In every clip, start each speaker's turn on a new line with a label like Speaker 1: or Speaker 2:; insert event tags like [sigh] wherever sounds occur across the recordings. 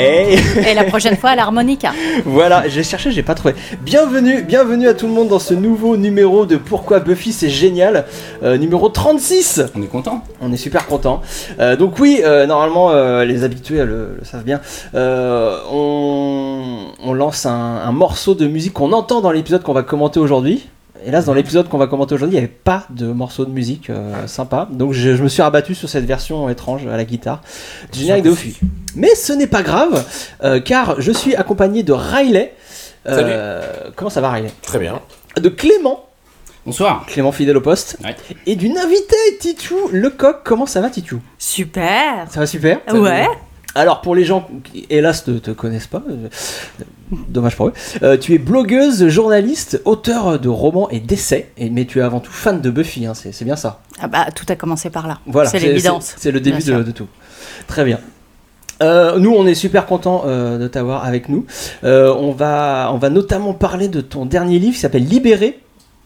Speaker 1: Et la prochaine fois, à l'harmonica.
Speaker 2: Eh, [laughs] Voilà, j'ai cherché, j'ai pas trouvé. Bienvenue, bienvenue à tout le monde dans ce nouveau numéro de Pourquoi Buffy c'est génial, euh, numéro 36.
Speaker 3: On est content.
Speaker 2: On est super content. donc oui, euh, normalement euh, les habitués le, le savent bien. Euh, on, on lance un, un morceau de musique qu'on entend dans l'épisode qu'on va commenter aujourd'hui. Hélas, dans l'épisode qu'on va commenter aujourd'hui, il n'y avait pas de morceau de musique euh, sympa. Donc je, je me suis rabattu sur cette version étrange à la guitare du générique de Buffy. Mais ce n'est pas grave, euh, car je suis accompagné de Riley. Euh, Comment ça va, Riley
Speaker 3: Très bien.
Speaker 2: De Clément,
Speaker 3: Bonsoir.
Speaker 2: Clément fidèle au poste,
Speaker 3: Ouais.
Speaker 2: et d'une invitée, Titou Lecoq. Comment ça va, Titou
Speaker 1: Super
Speaker 2: Ça va super
Speaker 1: Ouais
Speaker 2: Alors pour les gens qui, hélas, ne te connaissent pas, euh, dommage pour eux, euh, tu es blogueuse, journaliste, auteur de romans et d'essais, et- mais tu es avant tout fan de Buffy, hein, c'est c'est bien ça.
Speaker 1: Ah bah, tout a commencé par là.
Speaker 2: Voilà,
Speaker 1: C'est l'évidence.
Speaker 2: c'est- C'est le début
Speaker 1: Bien
Speaker 2: de,
Speaker 1: sûr.
Speaker 2: de tout. Très bien. Euh, nous, on est super contents euh, de t'avoir avec nous. Euh, on, va, on va notamment parler de ton dernier livre qui s'appelle Libéré,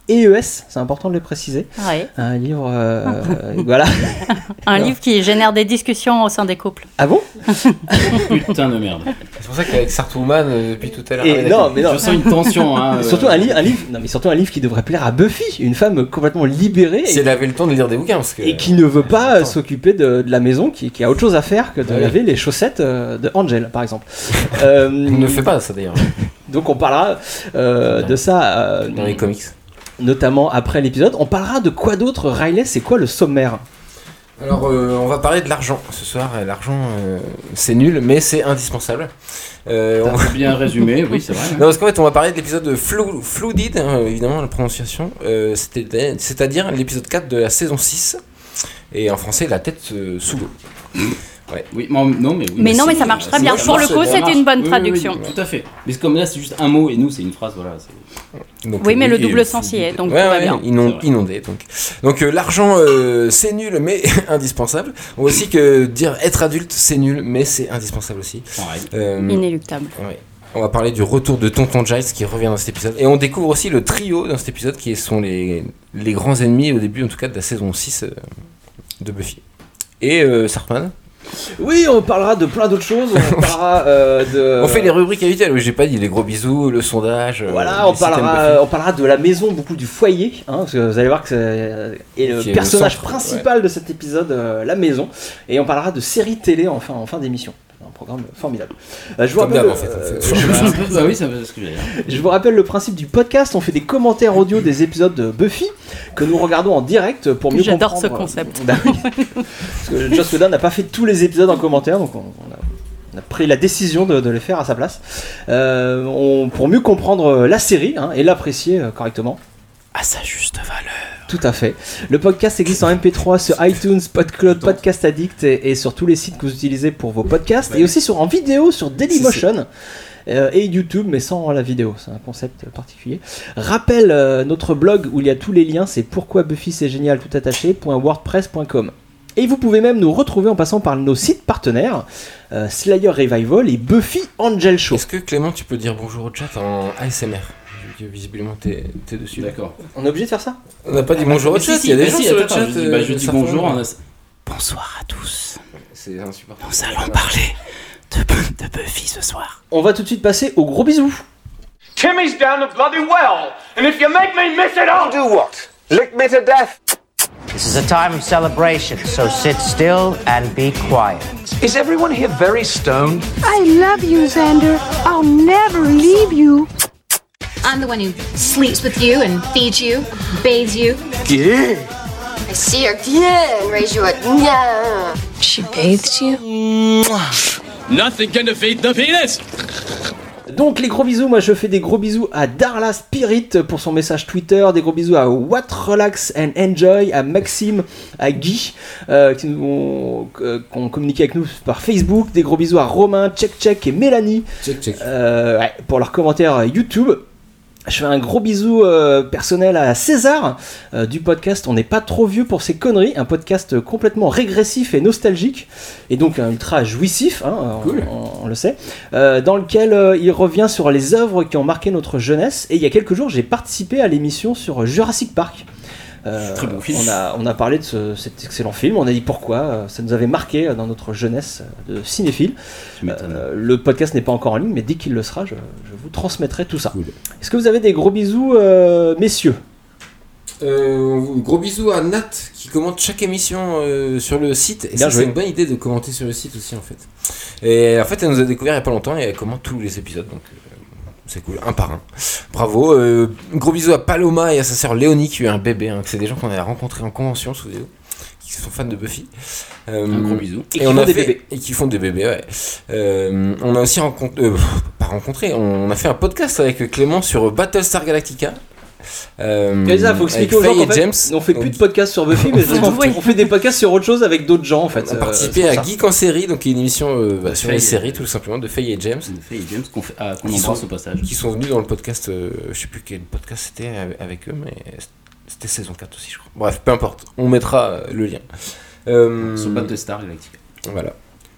Speaker 2: EES, c'est important de le préciser.
Speaker 1: Ouais.
Speaker 2: Un livre. euh, euh, voilà.
Speaker 1: Un
Speaker 2: Non.
Speaker 1: livre qui génère des discussions au sein des couples.
Speaker 2: Ah bon
Speaker 3: Putain de merde.
Speaker 4: C'est pour ça qu'avec Sartouman, euh, depuis tout à l'heure.
Speaker 2: Et
Speaker 4: Ah,
Speaker 2: Non,
Speaker 4: d'accord.
Speaker 2: mais non.
Speaker 3: Je sens une tension. Hein, euh,
Speaker 2: Surtout un, li- un livre, non mais surtout un livre qui devrait plaire à Buffy, une femme complètement libérée
Speaker 4: Si
Speaker 2: et,
Speaker 4: elle avait le temps de lire des bouquins, parce que.
Speaker 2: et qui ne veut pas euh,
Speaker 4: Attends.
Speaker 2: s'occuper de, de la maison, qui, qui a autre chose à faire que de
Speaker 4: Ah oui.
Speaker 2: laver les chaussettes euh, de Angel, par exemple. [laughs] Euh,
Speaker 4: On ne fait pas ça d'ailleurs,
Speaker 2: donc on parlera euh, de ça, euh,
Speaker 4: dans les comics.
Speaker 2: notamment après l'épisode. On parlera de quoi d'autre, Riley C'est quoi le sommaire
Speaker 4: Alors, euh, on va parler de l'argent ce soir. Euh, L'argent, euh, c'est nul, mais c'est indispensable. Euh, on-
Speaker 3: C'est bien résumé, oui, c'est vrai. hein.
Speaker 4: Non, parce qu'en fait, on va parler de l'épisode de Flou- Flooded, hein, évidemment, la prononciation. Euh, c'était- C'est-à-dire l'épisode 4 de la saison 6. Et en français, la tête euh, sous l'eau.
Speaker 3: Oui, non, non, mais oui,
Speaker 1: Mais non, mais ça
Speaker 3: si,
Speaker 1: marche
Speaker 3: euh,
Speaker 1: très
Speaker 3: si,
Speaker 4: bien.
Speaker 3: ça
Speaker 4: Pour
Speaker 3: marche,
Speaker 4: le coup,
Speaker 3: ça
Speaker 1: c'était
Speaker 3: marche.
Speaker 1: une bonne
Speaker 3: Oui, oui,
Speaker 1: traduction.
Speaker 3: oui, tout à fait. Mais comme là, c'est juste un mot et nous, c'est une phrase. Voilà. c'est-
Speaker 4: Donc,
Speaker 1: Oui, mais le
Speaker 4: et
Speaker 1: double sens y est, donc tout va bien.
Speaker 4: inon-
Speaker 3: C'est vrai.
Speaker 4: inondé. Donc, donc euh, l'argent, euh, c'est nul, mais [laughs] indispensable. On va aussi que dire être adulte, c'est nul, mais c'est indispensable aussi.
Speaker 3: Pareil.
Speaker 2: Mm.
Speaker 4: Euh,
Speaker 1: Inéluctable.
Speaker 4: ouais. On va parler du retour de Tonton Giles qui revient dans cet épisode. Et on découvre aussi le trio dans cet épisode qui sont les, les grands ennemis au début, en tout cas, de la saison 6 euh, de Buffy. Et euh, Sartman
Speaker 2: Oui, on parlera de plein d'autres choses. [laughs] On parlera euh, de.
Speaker 4: On fait les rubriques habituelles, oui, j'ai pas dit les gros bisous, le sondage. euh,
Speaker 2: Voilà,
Speaker 4: le
Speaker 2: on
Speaker 4: système
Speaker 2: parlera, on parlera de la maison, beaucoup du foyer, hein, parce que vous allez voir que c'est est le
Speaker 4: Qui est le
Speaker 2: personnage
Speaker 4: centre,
Speaker 2: principal de cet épisode, euh, la maison. Et on parlera de séries télé en fin, en fin d'émission. Un programme formidable. Euh, je, vous
Speaker 4: Comme
Speaker 2: rappelle,
Speaker 4: d'hab, en fait,
Speaker 2: euh,
Speaker 4: c'est-
Speaker 3: Bah, un peu- bah oui, ça c'est ce que j'allais dire.
Speaker 2: je vous rappelle le principe du podcast. On fait des commentaires audio des épisodes de Buffy que nous regardons en direct pour mieux
Speaker 1: J'adore
Speaker 2: comprendre.
Speaker 1: ce concept.
Speaker 2: [laughs] Bah oui. Parce que Joss Whedon n'a pas fait tous les épisodes en commentaire, donc on, on a, on a pris la décision de, de les faire à sa place. Euh, on- pour mieux comprendre la série hein, et l'apprécier euh, correctement.
Speaker 4: à sa juste valeur.
Speaker 2: Tout à fait. Le podcast existe en MP3 [laughs] sur iTunes, PodCloud, Podcast Addict et, et sur tous les sites que vous utilisez pour vos podcasts et aussi sur en vidéo sur Dailymotion. euh, et YouTube, mais sans la vidéo, c'est un concept particulier. Rappel, euh, notre blog où il y a tous les liens, c'est pourquoi Buffy c'est génial tout attaché, point wordpress.com. Et vous pouvez même nous retrouver en passant par nos sites partenaires, euh, Slayer Revival et Buffy Angel Show.
Speaker 4: Est-ce que Clément, tu peux dire bonjour au chat en ASMR Vu que visiblement t'es t'es dessus.
Speaker 3: D'accord.
Speaker 2: On est obligé de faire ça
Speaker 4: On n'a pas dit bonjour au
Speaker 3: Mais
Speaker 4: chat,
Speaker 3: si, si,
Speaker 4: il y a des
Speaker 3: bah
Speaker 4: gens
Speaker 3: si,
Speaker 4: sur le
Speaker 3: attends,
Speaker 4: chat.
Speaker 3: Je dis,
Speaker 4: euh,
Speaker 3: bah, je dis
Speaker 4: ça
Speaker 3: bonjour.
Speaker 4: fonctionne.
Speaker 3: en as- Bonsoir à tous.
Speaker 4: C'est insupportable.
Speaker 3: Nous allons parler de, Bu- de Buffy ce soir.
Speaker 2: On va tout de suite passer au gros bisou.
Speaker 5: Timmy's down the bloody well, and if you make me miss it, I'll do what? Lick me to death.
Speaker 6: This is a time of celebration, so sit still and be quiet.
Speaker 5: Is everyone here very stoned?
Speaker 7: I love you, Xander. I'll never leave you.
Speaker 8: I'm the one who sleeps with you and feeds you, bathes you. Yeah. I see her yeah, and raise you a yeah.
Speaker 7: She bathed you?
Speaker 9: Nothing can defeat the penis!
Speaker 2: Donc les gros bisous, moi je fais des gros bisous à Darla Spirit pour son message Twitter, des gros bisous à What Relax and Enjoy, à Maxime, à Guy euh, qui nous ont, euh, qui ont communiqué avec nous par Facebook, des gros bisous à Romain, Check Check et Mélanie
Speaker 4: Check, check.
Speaker 2: euh, ouais, pour leurs commentaires YouTube. Je fais un gros bisou euh, personnel à César euh, du podcast On n'est pas trop vieux pour ces conneries, un podcast complètement régressif et nostalgique, et donc euh, ultra jouissif, hein, euh, on-
Speaker 4: Cool.
Speaker 2: on, on le sait, euh, dans lequel euh, il revient sur les œuvres qui ont marqué notre jeunesse. Et il y a quelques jours, j'ai participé à l'émission sur Jurassic Park. Euh,
Speaker 4: Très bon film.
Speaker 2: On a, on a parlé de ce- cet excellent film, on a dit pourquoi, euh, ça nous avait marqué euh, dans notre jeunesse euh, de cinéphile.
Speaker 10: Tu m'étonnes.
Speaker 2: Euh, le podcast n'est pas encore en ligne, mais dès qu'il le sera, je, je vous transmettrai tout ça.
Speaker 4: Cool.
Speaker 2: Est-ce que vous avez des gros bisous, euh, messieurs
Speaker 4: Euh, gros bisous à Nat qui commente chaque émission euh, sur le site. Et
Speaker 2: Bien
Speaker 4: ça,
Speaker 2: joué.
Speaker 4: c'est une bonne idée de commenter sur le site aussi en fait. Et en fait, elle nous a découvert il y a pas longtemps et elle commente tous les épisodes donc euh, c'est cool, un par un. Bravo. euh, gros bisous à Paloma et à sa sœur Léonie qui a eu un bébé. hein, que c'est des gens qu'on a rencontrés en convention sous vidéo qui sont fans de Buffy. Euh,
Speaker 10: Un gros bisou.
Speaker 2: Et qui font des bébés.
Speaker 4: et qui font des bébés. Ouais. Euh, on a aussi rencontré, euh, pff, pas rencontré, on a fait un podcast avec Clément sur Battlestar Galactica. Euh,
Speaker 2: Et ça, faut
Speaker 4: avec
Speaker 2: expliquer aux gens
Speaker 4: Faye
Speaker 2: qu'en
Speaker 4: et
Speaker 2: fait,
Speaker 4: James.
Speaker 2: on fait
Speaker 4: Donc,
Speaker 2: plus de podcasts sur Buffy, mais
Speaker 1: Oui.
Speaker 2: on, on fait des podcasts sur autre chose avec d'autres gens en fait.
Speaker 4: On a
Speaker 2: Euh,
Speaker 4: participé
Speaker 2: c'est
Speaker 4: à
Speaker 2: pour ça.
Speaker 4: Geek en série, donc une émission euh, bah,
Speaker 10: De
Speaker 4: sur
Speaker 10: Faye
Speaker 4: les
Speaker 10: et-
Speaker 4: séries tout simplement de Faye et James,
Speaker 10: C'est une fille et James qu'on fait- ah, qu'on
Speaker 4: Qui
Speaker 10: embrasse
Speaker 4: sont-
Speaker 10: au passage.
Speaker 4: qui sont venus dans le podcast, euh, je sais plus quel podcast c'était avec- avec eux, mais c'était saison 4 aussi, je crois. Bref, peu importe, on mettra euh, le lien. Euh,
Speaker 10: Sur Battlestar Galactica.
Speaker 4: Voilà.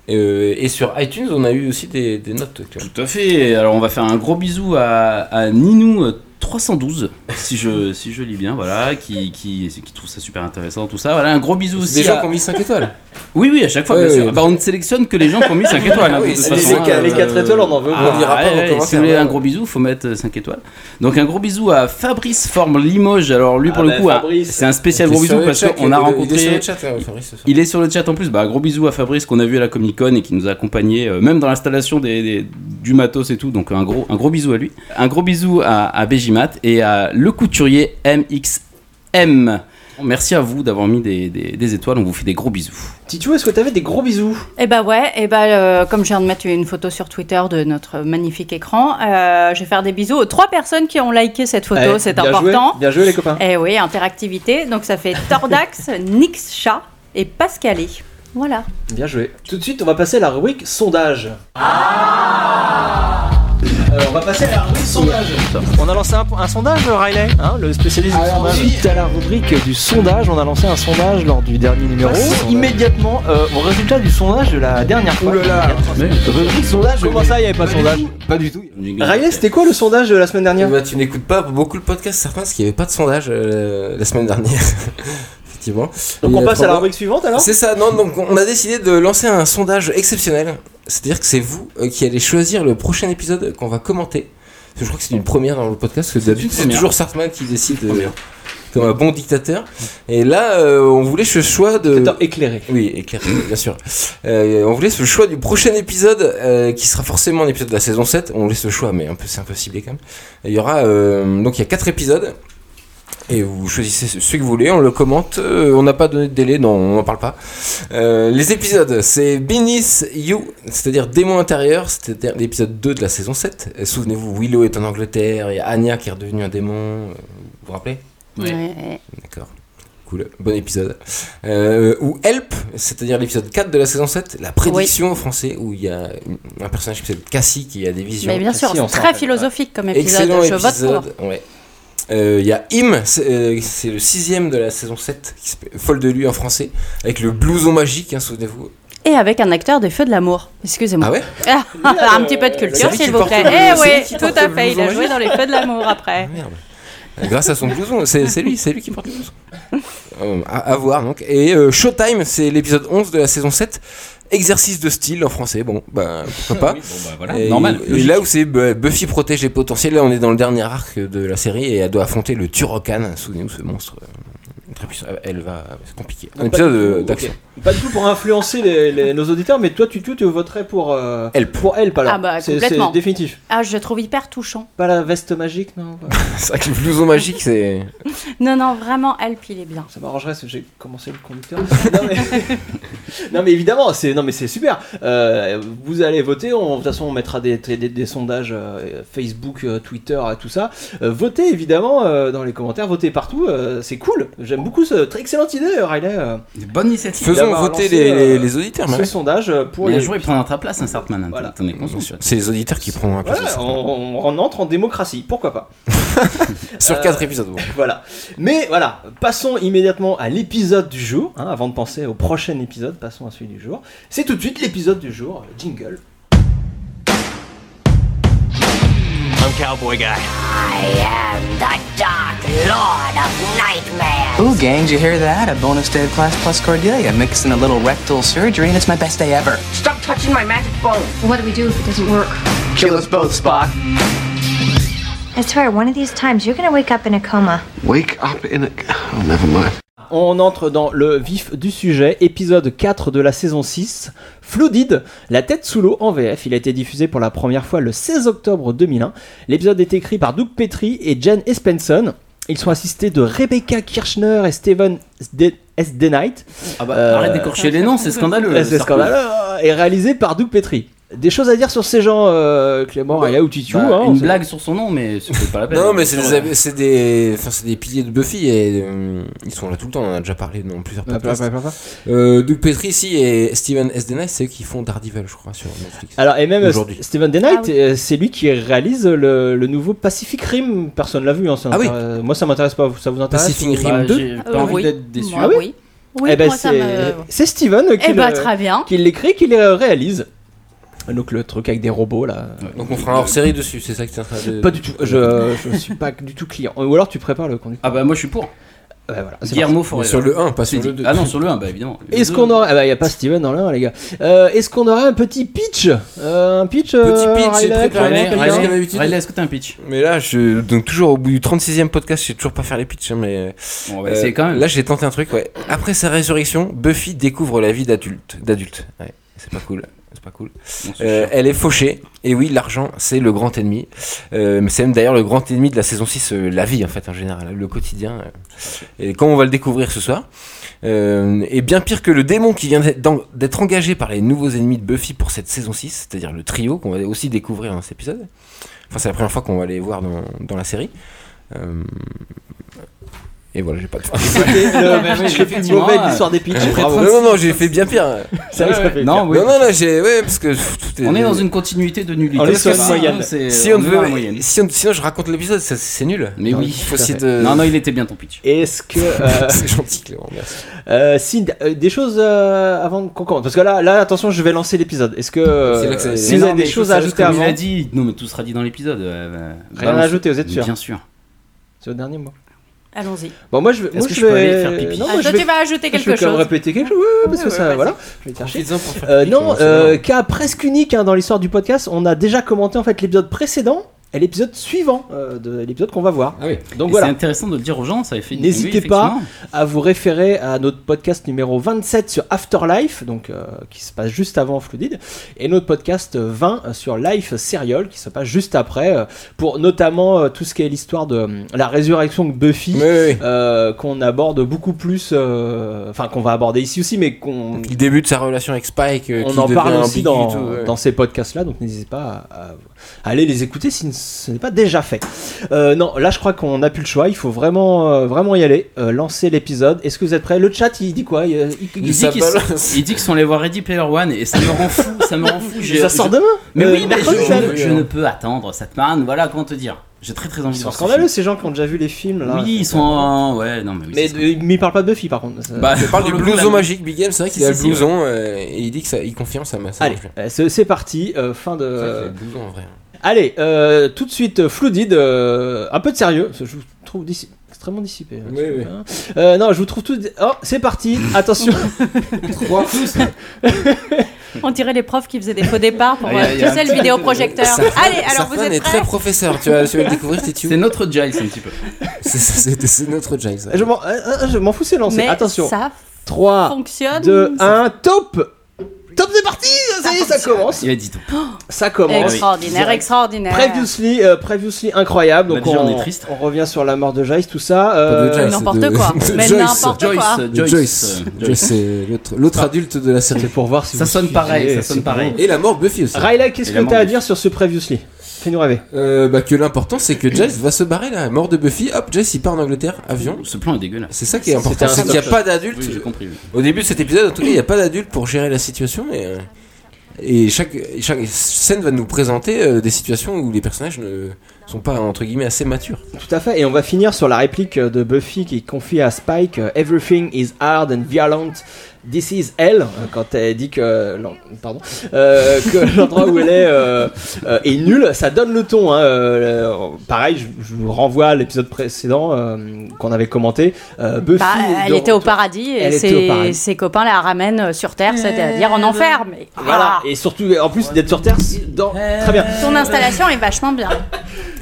Speaker 4: Euh, et sur iTunes, on a eu aussi des, des notes. Clément.
Speaker 10: Tout à fait. Alors on va faire un gros bisou à, à Ninou euh, 312 si
Speaker 4: [laughs]
Speaker 10: je si je lis bien voilà qui, qui qui trouve ça super intéressant tout ça. Voilà un gros bisou aussi
Speaker 4: Des gens
Speaker 10: à-
Speaker 4: qui ont mis 5
Speaker 10: [laughs]
Speaker 4: étoles.
Speaker 10: Oui oui, à chaque fois
Speaker 4: Ouais,
Speaker 10: bien sûr.
Speaker 4: ouais.
Speaker 10: Bah, on ne sélectionne que les gens qui ont mis
Speaker 4: [laughs]
Speaker 10: 5 étoiles hein, de
Speaker 4: Oui,
Speaker 10: toute
Speaker 4: c'est
Speaker 2: Les-
Speaker 10: façon,
Speaker 2: les-
Speaker 10: hein,
Speaker 2: les 4
Speaker 10: euh,
Speaker 2: étoiles, on en veut.
Speaker 4: Ah,
Speaker 2: pas.
Speaker 4: On dira pas vos commentaires,
Speaker 10: si vous voulez
Speaker 4: ouais.
Speaker 10: un gros bisou, faut mettre 5 étoiles. Donc un gros bisou à Fabrice Forme Limoges. Alors lui
Speaker 2: Ah
Speaker 10: pour
Speaker 2: bah,
Speaker 10: le coup, un-
Speaker 2: Fabrice.
Speaker 10: c'est un spécial gros
Speaker 4: Qui est sur
Speaker 10: bisou
Speaker 4: le
Speaker 10: parce
Speaker 4: chat,
Speaker 10: qu'on a
Speaker 4: il est- Il est sur
Speaker 10: rencontré
Speaker 4: le chat, euh, Fabrice, ce soir.
Speaker 10: il est sur le chat en plus. Bah, gros bisou à Fabrice qu'on a vu à la Comic Con et qui nous a accompagné euh, même dans l'installation des, des- du matos et tout. Donc un gros, un gros bisou à lui. Un gros bisou à, à Béjimat et à Le Couturier MXM. Merci à vous d'avoir mis des, des- des étoiles. On vous fait des gros bisous.
Speaker 2: Titou, est-ce que t'avais des gros bisous
Speaker 1: Eh bah ouais, et bah euh, comme je viens de mettre une photo sur Twitter de notre magnifique écran, euh, je vais faire des bisous aux trois personnes qui ont liké cette photo,
Speaker 2: Eh,
Speaker 1: c'est
Speaker 2: bien
Speaker 1: important.
Speaker 2: joué, bien joué les copains.
Speaker 1: Eh oui, interactivité, donc ça fait Tordax, [laughs] Nix Chat et Pascali. Voilà.
Speaker 2: Bien joué. Tout de suite, on va passer à la rubrique sondage. Euh, on va passer à la rubrique sondage. On a lancé un, un sondage, Riley, hein, le spécialiste du sondage. Suite à la rubrique du sondage, on a lancé un sondage lors du dernier numéro. Bah, immédiatement euh, au résultat du sondage de la dernière fois. Rubrique sondage. Comment ça, il n'y avait pas de sondage
Speaker 4: Pas du tout.
Speaker 2: Riley, c'était quoi le sondage de la semaine dernière
Speaker 4: Bah, tu n'écoutes pas beaucoup le podcast, certains, parce qu'il n'y avait pas de sondage euh, la semaine dernière. [laughs] Effectivement.
Speaker 2: Donc
Speaker 4: Il y
Speaker 2: on
Speaker 4: a
Speaker 2: passe à
Speaker 4: trois
Speaker 2: la
Speaker 4: mois.
Speaker 2: rubrique suivante alors
Speaker 4: C'est ça, non, donc on a décidé de lancer un sondage exceptionnel. C'est-à-dire que c'est vous euh, qui allez choisir le prochain épisode qu'on va commenter. Parce que je crois que c'est une première dans le podcast, parce que
Speaker 10: une
Speaker 4: d'habitude c'est
Speaker 10: première.
Speaker 4: toujours Sartman qui décide euh, comme un bon dictateur. Et là, euh, on voulait ce choix de.
Speaker 2: Attends, éclairé.
Speaker 4: Oui, éclairé, [coughs] bien sûr. Euh, on vous laisse le choix du prochain épisode, euh, qui sera forcément un épisode de la saison 7. On laisse le choix, mais un peu, c'est impossible quand même. Et il y aura, euh, donc il y a 4 épisodes. Et vous choisissez ce- celui que vous voulez, on le commente. euh, on n'a pas donné de délai, non, on n'en parle pas. Euh, les épisodes, c'est Beneath You, c'est-à-dire Démon intérieur, c'est-à-dire l'épisode 2 de la saison 7. Et Souvenez-vous, Willow est en Angleterre, il y a Anya qui est redevenue un démon. euh, Vous vous rappelez
Speaker 10: Ouais.
Speaker 1: Ouais.
Speaker 4: D'accord. Cool, bon épisode. Euh, ou Help, c'est-à-dire l'épisode 4 de la saison 7, la prédiction en français, où il y a un personnage qui s'appelle Cassie qui a des visions.
Speaker 1: Mais bien
Speaker 2: si,
Speaker 1: sûr,
Speaker 2: on
Speaker 1: c'est
Speaker 2: s'en
Speaker 1: très
Speaker 2: rappelle.
Speaker 1: philosophique comme épisode.
Speaker 4: Excellent
Speaker 1: je vote pour.
Speaker 4: épisode. ouais. Euh, Il y a Him, c'est euh, c'est le sixième de la saison 7, qui s'appelle Folle de lui en français, avec le blouson magique, hein, souvenez-vous.
Speaker 1: Et avec un acteur des Feux de l'amour. Excusez-moi.
Speaker 4: Ah ouais
Speaker 1: Ah, un petit peu
Speaker 2: euh,
Speaker 1: de
Speaker 4: c'est
Speaker 1: culture,
Speaker 4: lui qui
Speaker 1: s'il vous
Speaker 4: porte
Speaker 1: plaît.
Speaker 4: le-
Speaker 1: Eh
Speaker 4: c'est
Speaker 2: [laughs]
Speaker 4: lui
Speaker 1: oui,
Speaker 4: qui
Speaker 1: tout
Speaker 4: porte
Speaker 1: à
Speaker 4: le
Speaker 1: fait. Il a
Speaker 4: blouson
Speaker 1: joué dans les Feux de l'amour après.
Speaker 4: Ah, Merde. Euh, Grâce à son blouson, c'est c'est lui, c'est lui qui porte le blouson. Euh, à, à voir donc. Et euh, Showtime, c'est l'épisode 11 de la saison 7. Exercice de style en français, bon, bah pourquoi pas.
Speaker 10: Oui, bon, bah, voilà,
Speaker 4: et,
Speaker 10: normal.
Speaker 4: et
Speaker 10: logique.
Speaker 4: là où c'est bah, Buffy protège les potentiels, là on est dans le dernier arc de la série et elle doit affronter le Turokan. Souvenez-vous ce monstre euh, très puissant. Elle va, c'est compliqué. Un
Speaker 2: Pas
Speaker 4: épisode
Speaker 2: du tout,
Speaker 4: euh,
Speaker 2: ok.
Speaker 4: d'action.
Speaker 2: Pas du tout pour influencer les- les- nos auditeurs, mais toi, Tutu, tu voterais pour, euh,
Speaker 4: Help.
Speaker 2: pour Help alors.
Speaker 1: Ah bah,
Speaker 2: C'est-
Speaker 1: complètement.
Speaker 2: C'est définitif.
Speaker 1: Ah, je le trouve hyper touchant.
Speaker 2: Pas la veste magique, non
Speaker 4: C'est vrai que le blouson magique, c'est.
Speaker 2: [laughs]
Speaker 1: Non, non, vraiment, Help, il est bien.
Speaker 2: Ça m'arrangerait si j'ai commencé le conducteur. [laughs] non, mais... non, mais évidemment, c'est non mais c'est super. Euh, vous allez voter. On, de toute façon, on mettra des, des, des- des sondages euh, Facebook, euh, Twitter, euh, tout ça. Euh, votez évidemment euh, dans les commentaires. Votez partout. euh, c'est cool. J'aime beaucoup ce très excellente idée, euh, Riley. euh,
Speaker 10: Bonne initiative.
Speaker 4: Faisons
Speaker 2: d'avoir
Speaker 4: voter
Speaker 2: lancé,
Speaker 4: les,
Speaker 2: euh,
Speaker 4: les- les auditeurs. hein.
Speaker 2: ce
Speaker 4: mais-
Speaker 2: sondage euh, pour
Speaker 10: Bien
Speaker 2: les.
Speaker 10: joué, prendre ta place, un Sartman. hein,
Speaker 2: Voilà.
Speaker 10: T'en es conscient. tu vois.
Speaker 4: C'est les auditeurs qui prendront la place.
Speaker 2: Voilà, on, on entre en démocratie. Pourquoi pas
Speaker 4: Sur
Speaker 2: Euh,
Speaker 4: 4 épisodes. bon.
Speaker 2: Voilà. Mais voilà, passons immédiatement à l'épisode du jour. hein, avant de penser au prochain épisode, passons à celui du jour. C'est tout de euh, suite l'épisode du jour. Jingle.
Speaker 6: I'm
Speaker 9: cowboy guy.
Speaker 11: I am the Dark Lord of Nightmare.
Speaker 12: Ooh, gang, did you hear that? A bonus day of class plus Cordelia. Mix in a little rectal surgery, and it's my best day ever.
Speaker 11: Stop touching my magic bone.
Speaker 8: What do we do if it doesn't work?
Speaker 12: Kill us both, Spock.
Speaker 13: I swear, one of these times you're gonna wake up in a coma.
Speaker 14: Wake up in a. Oh, never mind.
Speaker 2: On entre dans le vif du sujet, épisode 4 de la saison 6, Flooded, la tête sous l'eau en VF. Il a été diffusé pour la première fois le 16 octobre 2001. L'épisode est écrit par Doug Petrie et Jen Espenson. Ils sont assistés de Rebecca Kirchner et Steven Sde- S. D. Knight.
Speaker 10: Ah bah, arrête d'écorcher les noms, c'est scandaleux.
Speaker 2: Eh,
Speaker 10: Bah,
Speaker 2: C'est
Speaker 10: Sarko.
Speaker 2: scandaleux. hein, Et réalisé par Doug Petrie. Des choses à dire sur ces gens, euh, Clément et Aoutitu.
Speaker 10: Bah,
Speaker 2: hein, on
Speaker 10: une
Speaker 2: sait-
Speaker 10: blague sur son nom, mais c'est pas la peine.
Speaker 4: Non, mais c'est des, c'est des, enfin, c'est des piliers de Buffy et euh, ils sont là tout le temps. On en a déjà parlé dans plusieurs
Speaker 2: Ouais,
Speaker 4: podcasts.
Speaker 2: ouais, ouais, ouais, ouais.
Speaker 4: Euh, Doug Petrie, si, et Steven S. Dennis, c'est eux qui font Daredevil, je crois, sur Netflix.
Speaker 2: Alors, et même euh,
Speaker 4: aujourd'hui.
Speaker 2: Steven D.
Speaker 1: Ah
Speaker 2: Knight, euh, c'est lui qui réalise le, le nouveau Pacific Rim. Personne l'a vu. hein, ça
Speaker 4: Ah oui.
Speaker 2: m'intéresse- Moi, ça m'intéresse pas. Ça vous intéresse
Speaker 4: Pacific
Speaker 2: ou-
Speaker 4: Rim
Speaker 2: Bah,
Speaker 4: 2?
Speaker 2: j'ai pas
Speaker 1: Euh,
Speaker 2: envie
Speaker 1: oui.
Speaker 2: d'être déçu.
Speaker 1: Moi,
Speaker 2: Ah oui
Speaker 1: oui. Oui,
Speaker 2: Eh ben,
Speaker 1: moi, ça
Speaker 2: c'est
Speaker 1: me-
Speaker 2: c'est Steven qui
Speaker 1: Eh ben,
Speaker 2: le-
Speaker 1: très bien.
Speaker 2: qui l'écrit, qui le réalise. Donc le truc avec des robots là.
Speaker 4: Donc on fera un hors série dessus, c'est ça que tu es en train de.
Speaker 2: Pas du tout. Je, Euh, je suis pas du tout client. Ou alors tu prépares le conducteur.
Speaker 10: Ah bah moi je suis pour.
Speaker 2: Ouais, voilà, Ah, c'est
Speaker 10: Guillermo
Speaker 2: parti.
Speaker 10: Forever.
Speaker 4: Sur le un, pas sur
Speaker 10: C'est
Speaker 4: le
Speaker 10: dit.
Speaker 4: deux.
Speaker 10: Ah non, sur le 1, bah évidemment.
Speaker 2: Est-ce qu'on aurait. Ah bah, y a pas Steven dans le 1, les gars. Euh, Est-ce qu'on aurait un petit pitch Euh, Un pitch
Speaker 4: Petit
Speaker 2: euh,
Speaker 4: pitch, c'est
Speaker 2: Riley,
Speaker 4: très clair.
Speaker 2: Clément,
Speaker 4: Riley,
Speaker 2: quelqu'un
Speaker 4: Riley,
Speaker 10: Riley,
Speaker 4: d'habitude.
Speaker 10: Riley, est-ce que t'as un pitch
Speaker 4: Mais là, je, donc toujours au bout du 36e podcast, je sais toujours pas faire les pitchs, hein, mais. euh,
Speaker 10: Bon, on va essayer quand même.
Speaker 4: Là, j'ai tenté un truc, ouais. Après sa résurrection, Buffy découvre la vie d'adulte. D'adulte, ouais. C'est pas cool. C'est pas cool.
Speaker 10: c'est
Speaker 4: Euh,
Speaker 10: chiant.
Speaker 4: elle est fauchée. Et oui, l'argent, c'est le grand ennemi. Euh, mais c'est même d'ailleurs le grand ennemi de la saison 6, euh, la vie en fait, en général, le quotidien. euh. Et comme on va le découvrir ce soir, euh, et bien pire que le démon qui vient d'être d'en- d'être engagé par les nouveaux ennemis de Buffy pour cette saison 6, c'est-à-dire le trio qu'on va aussi découvrir dans cet épisode. Enfin, c'est la première fois qu'on va les voir dans, dans la série. Euh, Et voilà, j'ai pas de
Speaker 2: C'était
Speaker 10: mais
Speaker 2: le
Speaker 10: oui,
Speaker 2: pitch le plus
Speaker 10: effectivement,
Speaker 2: mauvais
Speaker 10: euh,
Speaker 2: de l'histoire des pitchs. Bravo.
Speaker 4: Non, non, non, j'ai fait bien pire.
Speaker 2: C'est vrai que ça fait
Speaker 10: Non, oui.
Speaker 4: Non, non, là, j'ai. Ouais, parce que. pff, tout
Speaker 10: On est dans une continuité de nullité.
Speaker 2: On est sur
Speaker 10: Parce que
Speaker 2: une
Speaker 10: sinon,
Speaker 2: moyenne.
Speaker 10: c'est-
Speaker 4: Si on,
Speaker 10: est
Speaker 4: ne
Speaker 10: dans la moyenne.
Speaker 4: veut. Si on- Sinon, je raconte l'épisode, ça, c'est nul.
Speaker 10: Mais oui,
Speaker 4: Il faut
Speaker 2: tout à
Speaker 4: essayer
Speaker 2: fait.
Speaker 4: de.
Speaker 10: Non, non, il était bien ton pitch.
Speaker 2: Est-ce que. euh,
Speaker 4: [laughs] C'est gentil, Clément, merci.
Speaker 2: euh, si, euh, des choses euh, avant qu'on commence. Parce que là, là, attention, je vais lancer l'épisode. Est-ce que. euh,
Speaker 4: C'est là que ça-
Speaker 2: si
Speaker 10: Mais
Speaker 2: vous
Speaker 10: non,
Speaker 2: avez des
Speaker 10: mais
Speaker 2: choses
Speaker 10: tout
Speaker 2: à
Speaker 10: ça,
Speaker 2: ajouter
Speaker 10: comme Il
Speaker 2: avant.
Speaker 10: a dit, non, mais tout sera dit dans l'épisode. euh, bah,
Speaker 2: Rien à
Speaker 10: balance.
Speaker 2: ajouter, vous êtes sûr
Speaker 10: Bien sûr.
Speaker 2: C'est au dernier mot.
Speaker 1: Allons-y.
Speaker 2: Bon, moi, je vais.
Speaker 10: Est-ce
Speaker 2: moi,
Speaker 10: que
Speaker 2: je
Speaker 10: je peux
Speaker 2: vais-
Speaker 10: aller faire pipi
Speaker 2: Non,
Speaker 1: Ah,
Speaker 2: moi, je
Speaker 1: toi,
Speaker 2: vais-
Speaker 1: tu vas ajouter
Speaker 2: je vais
Speaker 1: quelque
Speaker 2: quand même
Speaker 1: chose.
Speaker 2: répéter quelque chose, ouais, ouais, parce que
Speaker 1: Ouais,
Speaker 2: ça,
Speaker 1: ouais,
Speaker 2: voilà,
Speaker 1: vas-y.
Speaker 2: je vais chercher.
Speaker 4: Profites-en pour faire
Speaker 2: Euh,
Speaker 4: pipi,
Speaker 2: non,
Speaker 4: Clément, c'est
Speaker 2: euh,
Speaker 4: marrant.
Speaker 2: cas presque unique hein, dans l'histoire du podcast. On a déjà commenté en fait l'épisode précédent et l'épisode suivant euh, de l'épisode qu'on va voir.
Speaker 4: Ah oui.
Speaker 2: Donc
Speaker 10: Et
Speaker 2: voilà,
Speaker 10: C'est intéressant de le dire aux gens, ça avait fait une
Speaker 2: N'hésitez
Speaker 10: oui,
Speaker 2: pas.
Speaker 10: effectivement.
Speaker 2: à vous référer à notre podcast numéro 27 sur Afterlife, donc euh, qui se passe juste avant Flooded, et notre podcast euh, 20 sur Life Serial, qui se passe juste après, euh, pour notamment euh, tout ce qui est l'histoire de hum, la résurrection de Buffy.
Speaker 4: Mais
Speaker 2: euh, qu'on aborde beaucoup plus, euh, enfin qu'on va aborder ici aussi, mais qu'on
Speaker 4: oui. Il débute sa relation avec Spike. euh,
Speaker 2: on
Speaker 4: qui
Speaker 2: en
Speaker 4: devient
Speaker 2: parle aussi
Speaker 4: ambigu
Speaker 2: dans,
Speaker 4: et tout, ouais.
Speaker 2: dans ces podcasts-là, donc n'hésitez pas à, à- à aller les écouter si ce n'est pas déjà fait. Euh, non, là je crois qu'on n'a plus le choix, il faut vraiment, euh, vraiment y aller, euh, lancer l'épisode. Est-ce que vous êtes prêts Le chat, il dit quoi Il- il-
Speaker 10: Il
Speaker 2: il-
Speaker 10: dit
Speaker 4: Ça
Speaker 10: qu'ils
Speaker 4: balance.
Speaker 10: il dit qu'ils sont allés voir Ready Player One et ça me rend fou, ça me rend fou. J'ai-
Speaker 2: Ça sort
Speaker 10: je-
Speaker 2: demain
Speaker 10: Mais
Speaker 2: Euh,
Speaker 10: oui, mais je,
Speaker 2: mercredi, ça.
Speaker 10: je- je ne peux attendre cette man, voilà comment te dire. J'ai très très envie
Speaker 2: Ils
Speaker 10: de
Speaker 2: sont
Speaker 10: voir ce
Speaker 2: scandaleux ces gens qui ont déjà vu les films.
Speaker 10: film.
Speaker 2: Là.
Speaker 10: Oui, ils sont en... Ouais, non mais oui.
Speaker 2: Mais
Speaker 10: c'est
Speaker 2: euh, mais ils parlent pas de Buffy par contre. Ça-
Speaker 10: Bah,
Speaker 4: Il Ah, parle du
Speaker 10: pour le coup,
Speaker 4: blouson
Speaker 10: là,
Speaker 4: magique, Big Game, c'est vrai qu'il
Speaker 10: Si,
Speaker 4: a le
Speaker 10: si, si,
Speaker 4: blouson euh, et il dit que ça, il confirme ça. ça
Speaker 2: Allez,
Speaker 4: marche bien.
Speaker 2: euh, c'est c'est parti, euh, fin
Speaker 4: C'est vrai qu'il a
Speaker 2: de.
Speaker 4: le blouson en vrai.
Speaker 2: Allez, euh, tout de suite, euh, Flooded, euh, un peu de sérieux, parce que je vous trouve dissi- extrêmement dissipé. hein,
Speaker 4: Oui,
Speaker 2: ce
Speaker 4: oui.
Speaker 2: truc-là. Euh, non, je vous trouve tout. Oh, c'est parti,
Speaker 4: [laughs]
Speaker 2: attention.
Speaker 1: On dirait les profs qui faisaient des faux départs
Speaker 2: [laughs]
Speaker 1: pour
Speaker 10: Ah, y a-
Speaker 1: euh,
Speaker 10: y a
Speaker 1: tu
Speaker 10: un
Speaker 1: sais,
Speaker 10: petit
Speaker 1: le vidéoprojecteur.
Speaker 4: Sarfan-
Speaker 1: Allez, alors vous
Speaker 4: Sarfan est
Speaker 1: êtes
Speaker 4: très
Speaker 1: prêts
Speaker 4: professeur, tu vas, tu vas le découvrir, Titi.
Speaker 10: C'est notre Giles un petit peu.
Speaker 4: [laughs] C'est- C'est c'est notre Giles. ouais.
Speaker 2: je m'en euh, euh, je m'en fous, c'est lancé.
Speaker 1: Mais
Speaker 2: attention. Ah,
Speaker 1: ça
Speaker 2: 3,
Speaker 1: fonctionne.
Speaker 2: 2, 1, top Top, c'est parti Ça y est, ça commence.
Speaker 10: Il a dit tout.
Speaker 2: Ça commence.
Speaker 1: Extraordinaire,
Speaker 2: Direct.
Speaker 1: extraordinaire.
Speaker 2: Previously, euh, previously incroyable.
Speaker 10: Bah,
Speaker 2: Donc
Speaker 10: déjà,
Speaker 2: on,
Speaker 10: on est triste.
Speaker 2: on revient sur la mort de Jace, tout ça.
Speaker 4: Pas de
Speaker 2: euh,
Speaker 4: Jace,
Speaker 1: n'importe
Speaker 4: de-
Speaker 1: quoi.
Speaker 4: de
Speaker 1: Mais
Speaker 4: Joyce.
Speaker 1: n'importe quoi.
Speaker 10: Joyce, euh, Joyce,
Speaker 4: Joyce.
Speaker 10: euh,
Speaker 4: Joyce, c'est l'autre- l'autre adulte de la série. Ah,
Speaker 2: C'est pour voir si
Speaker 10: Ça
Speaker 2: vous
Speaker 10: sonne pareil,
Speaker 2: suivez,
Speaker 10: ça
Speaker 2: c'est
Speaker 10: sonne
Speaker 2: pour-
Speaker 10: pareil.
Speaker 4: Et la mort de Buffy aussi.
Speaker 2: Ryla, qu'est-ce que
Speaker 10: Évidemment.
Speaker 2: t'as à dire sur ce Previously Fais-nous rêver.
Speaker 4: Euh, bah que l'important c'est que Giles va se barrer là, mort de Buffy, hop, Giles il part en Angleterre, avion.
Speaker 10: Ce plan est dégueulasse.
Speaker 4: C'est ça qui est
Speaker 2: C'était
Speaker 4: important,
Speaker 2: un
Speaker 4: c'est qu'il n'y a
Speaker 2: stop-shot.
Speaker 4: pas d'adulte.
Speaker 10: Oui, j'ai compris. oui.
Speaker 4: Au début de cet épisode, en tout cas, il n'y a pas d'adulte pour gérer la situation et, euh, et chaque, chaque scène va nous présenter euh, des situations où les personnages ne sont pas entre guillemets assez matures.
Speaker 2: Tout à fait, et on va finir sur la réplique de Buffy qui confie à Spike euh, Everything is hard and violent This is Hell, euh, quand elle dit que, l'en- pardon, euh, que [laughs] l'endroit où elle est euh, euh, est nul, ça donne le ton. hein, euh, pareil, je, je vous renvoie à l'épisode précédent euh, qu'on avait commenté. Euh, Buffy
Speaker 1: Bah,
Speaker 2: est
Speaker 1: elle
Speaker 2: de
Speaker 1: était au
Speaker 2: retour.
Speaker 1: paradis et
Speaker 2: Elle était
Speaker 1: ses,
Speaker 2: au paradis.
Speaker 1: ses copains la ramènent euh, sur Terre, c'est-à-dire en enfer. Mais ah.
Speaker 2: Voilà, et surtout, en plus d'être sur Terre, c'est dans... très bien.
Speaker 1: son installation est vachement bien.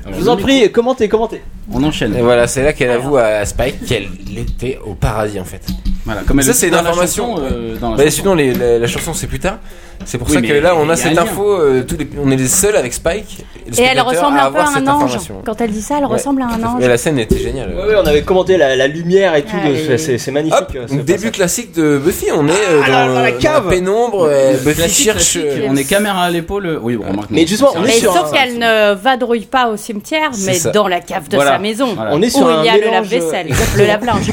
Speaker 2: Je vous en prie, commentez, commentez.
Speaker 10: On enchaîne.
Speaker 4: Et voilà, c'est là qu'elle avoue à Spike qu'elle était au paradis en fait.
Speaker 10: Voilà, comme elle
Speaker 4: ça
Speaker 10: le
Speaker 4: c'est
Speaker 10: dit
Speaker 4: une
Speaker 10: dans la
Speaker 4: information.
Speaker 10: chanson, euh, dans la
Speaker 4: Bah,
Speaker 10: chanson.
Speaker 4: sinon les- la, la chanson c'est plus tard. C'est pour
Speaker 10: Oui,
Speaker 4: ça
Speaker 10: mais
Speaker 4: que là on
Speaker 10: il y
Speaker 4: a
Speaker 10: a
Speaker 4: cette
Speaker 10: un
Speaker 4: info. euh, tous les- on est les seuls avec Spike. le
Speaker 1: Et elle
Speaker 4: spectateur,
Speaker 1: ressemble un peu
Speaker 4: avoir
Speaker 1: à un
Speaker 4: cette
Speaker 1: ange.
Speaker 4: information.
Speaker 1: Quand elle dit ça, elle
Speaker 4: Ouais,
Speaker 1: ressemble à un ange.
Speaker 4: Mais la scène était géniale.
Speaker 2: Ouais, on avait commenté la, la lumière et tout,
Speaker 1: Ouais,
Speaker 2: de-
Speaker 1: et-
Speaker 2: c'est- c'est c'est magnifique.
Speaker 4: Hop,
Speaker 2: euh, ce
Speaker 4: donc début classique de Buffy. On est euh,
Speaker 2: Ah, là,
Speaker 4: dans,
Speaker 2: dans la
Speaker 4: dans
Speaker 2: cave.
Speaker 4: pénombre. euh, Buffy
Speaker 10: Classique,
Speaker 4: cherche.
Speaker 10: classique. On est caméra à l'épaule. Oui, bon, remarque.
Speaker 2: Mais justement, on est
Speaker 1: Mais
Speaker 2: sur
Speaker 1: sauf
Speaker 2: un-
Speaker 1: qu'elle ne vadrouille pas au cimetière,
Speaker 2: C'est
Speaker 1: mais
Speaker 2: ça.
Speaker 1: dans la cave de
Speaker 2: Voilà.
Speaker 1: sa maison.
Speaker 2: Voilà. On est sur
Speaker 1: où
Speaker 2: un
Speaker 1: il y a le
Speaker 2: mélange,
Speaker 1: lave-vaisselle,
Speaker 2: exactement.
Speaker 1: le lave-linge.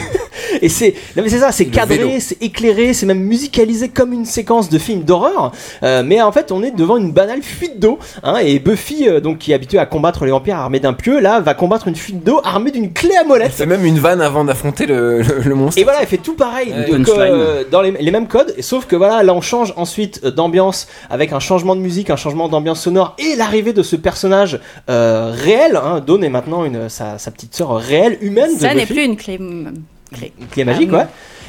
Speaker 2: Et c'est, non mais c'est ça, c'est
Speaker 4: vélo.
Speaker 2: cadré, c'est éclairé, c'est même musicalisé comme une séquence de film d'horreur. Euh, mais en fait, on est devant une banale fuite d'eau. Hein, et Buffy, euh, donc qui est habituée à combattre les vampires armés d'un pieu, là va combattre une fuite d'eau armée d'une clé à molette.
Speaker 4: C'est même une vanne avant d'affronter le, le- le monstre.
Speaker 2: Et voilà, elle fait tout pareil,
Speaker 4: Ouais.
Speaker 2: donc,
Speaker 4: Punchline.
Speaker 2: euh, dans les, les mêmes codes, et sauf que voilà, là on change ensuite euh, d'ambiance avec un changement de musique, un changement d'ambiance sonore et l'arrivée de ce personnage euh, réel. Hein, Dawn est maintenant une, sa, sa petite sœur réelle, humaine. de
Speaker 1: Ça n'est
Speaker 2: Buffy.
Speaker 1: plus une clé. m- clé.
Speaker 2: Clé magique,
Speaker 1: Ah,
Speaker 2: ouais.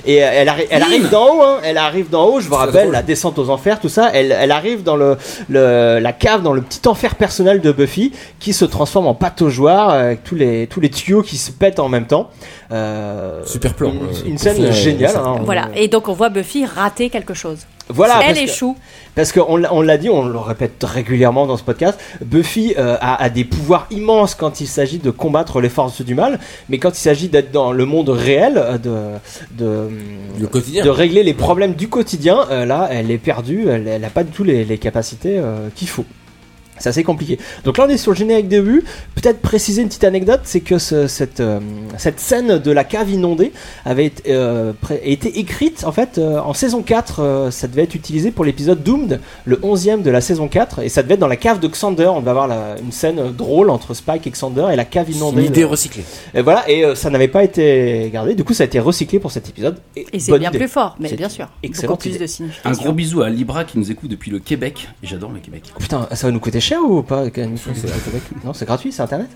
Speaker 2: Et euh, elle, arri- elle arrive d'en haut, hein. elle arrive d'en haut, je vous rappelle, la descente aux enfers, tout ça, elle, elle arrive dans le, le- la cave, dans le petit enfer personnel de Buffy, qui se transforme en pataugeoire, euh, avec tous les, tous les tuyaux qui se pètent en même temps.
Speaker 4: Super plan.
Speaker 2: Une,
Speaker 4: euh,
Speaker 2: une
Speaker 4: pour
Speaker 2: scène
Speaker 4: finir,
Speaker 2: géniale.
Speaker 4: ça.
Speaker 2: hein.
Speaker 1: Voilà. Et donc on voit Buffy rater quelque chose.
Speaker 2: Voilà,
Speaker 1: Elle
Speaker 2: parce que-
Speaker 1: échoue.
Speaker 2: Parce qu'on l'a on l'a dit, on le répète régulièrement dans ce podcast, Buffy euh, a, a des pouvoirs immenses quand il s'agit de combattre les forces du mal, mais quand il s'agit d'être dans le monde réel, euh, de, de,
Speaker 4: quotidien.
Speaker 2: de régler les problèmes du quotidien, euh, là, elle est perdue, elle n'a pas du tout les, les capacités euh, qu'il faut. C'est assez compliqué. Donc là, on est sur le générique début. Peut-être préciser une petite anecdote, c'est que ce- cette, euh, cette scène de la cave inondée avait été, euh, pré- été écrite en fait euh, en saison 4. euh, ça devait être utilisé pour l'épisode Doomed, le 11e de la saison 4. Et ça devait être dans la cave de Xander. On va avoir la- une scène euh, drôle entre Spike et Xander et la cave inondée.
Speaker 4: Une idée
Speaker 2: de-
Speaker 4: recyclée.
Speaker 2: Et voilà, et euh, ça n'avait pas été gardé. Du coup, ça a été recyclé pour cet épisode.
Speaker 1: Et c'est
Speaker 2: bonne
Speaker 1: bien
Speaker 2: idée.
Speaker 1: plus fort, mais
Speaker 2: C'est
Speaker 1: bien sûr.
Speaker 2: excellente
Speaker 1: Beaucoup plus
Speaker 2: idée.
Speaker 1: de signification.
Speaker 10: Un gros bisou à Libra qui nous écoute depuis le Québec. J'adore le Québec.
Speaker 2: Oh, Putain, ça va nous coûter cher ou pas Nicolas Non, c'est gratuit, c'est internet.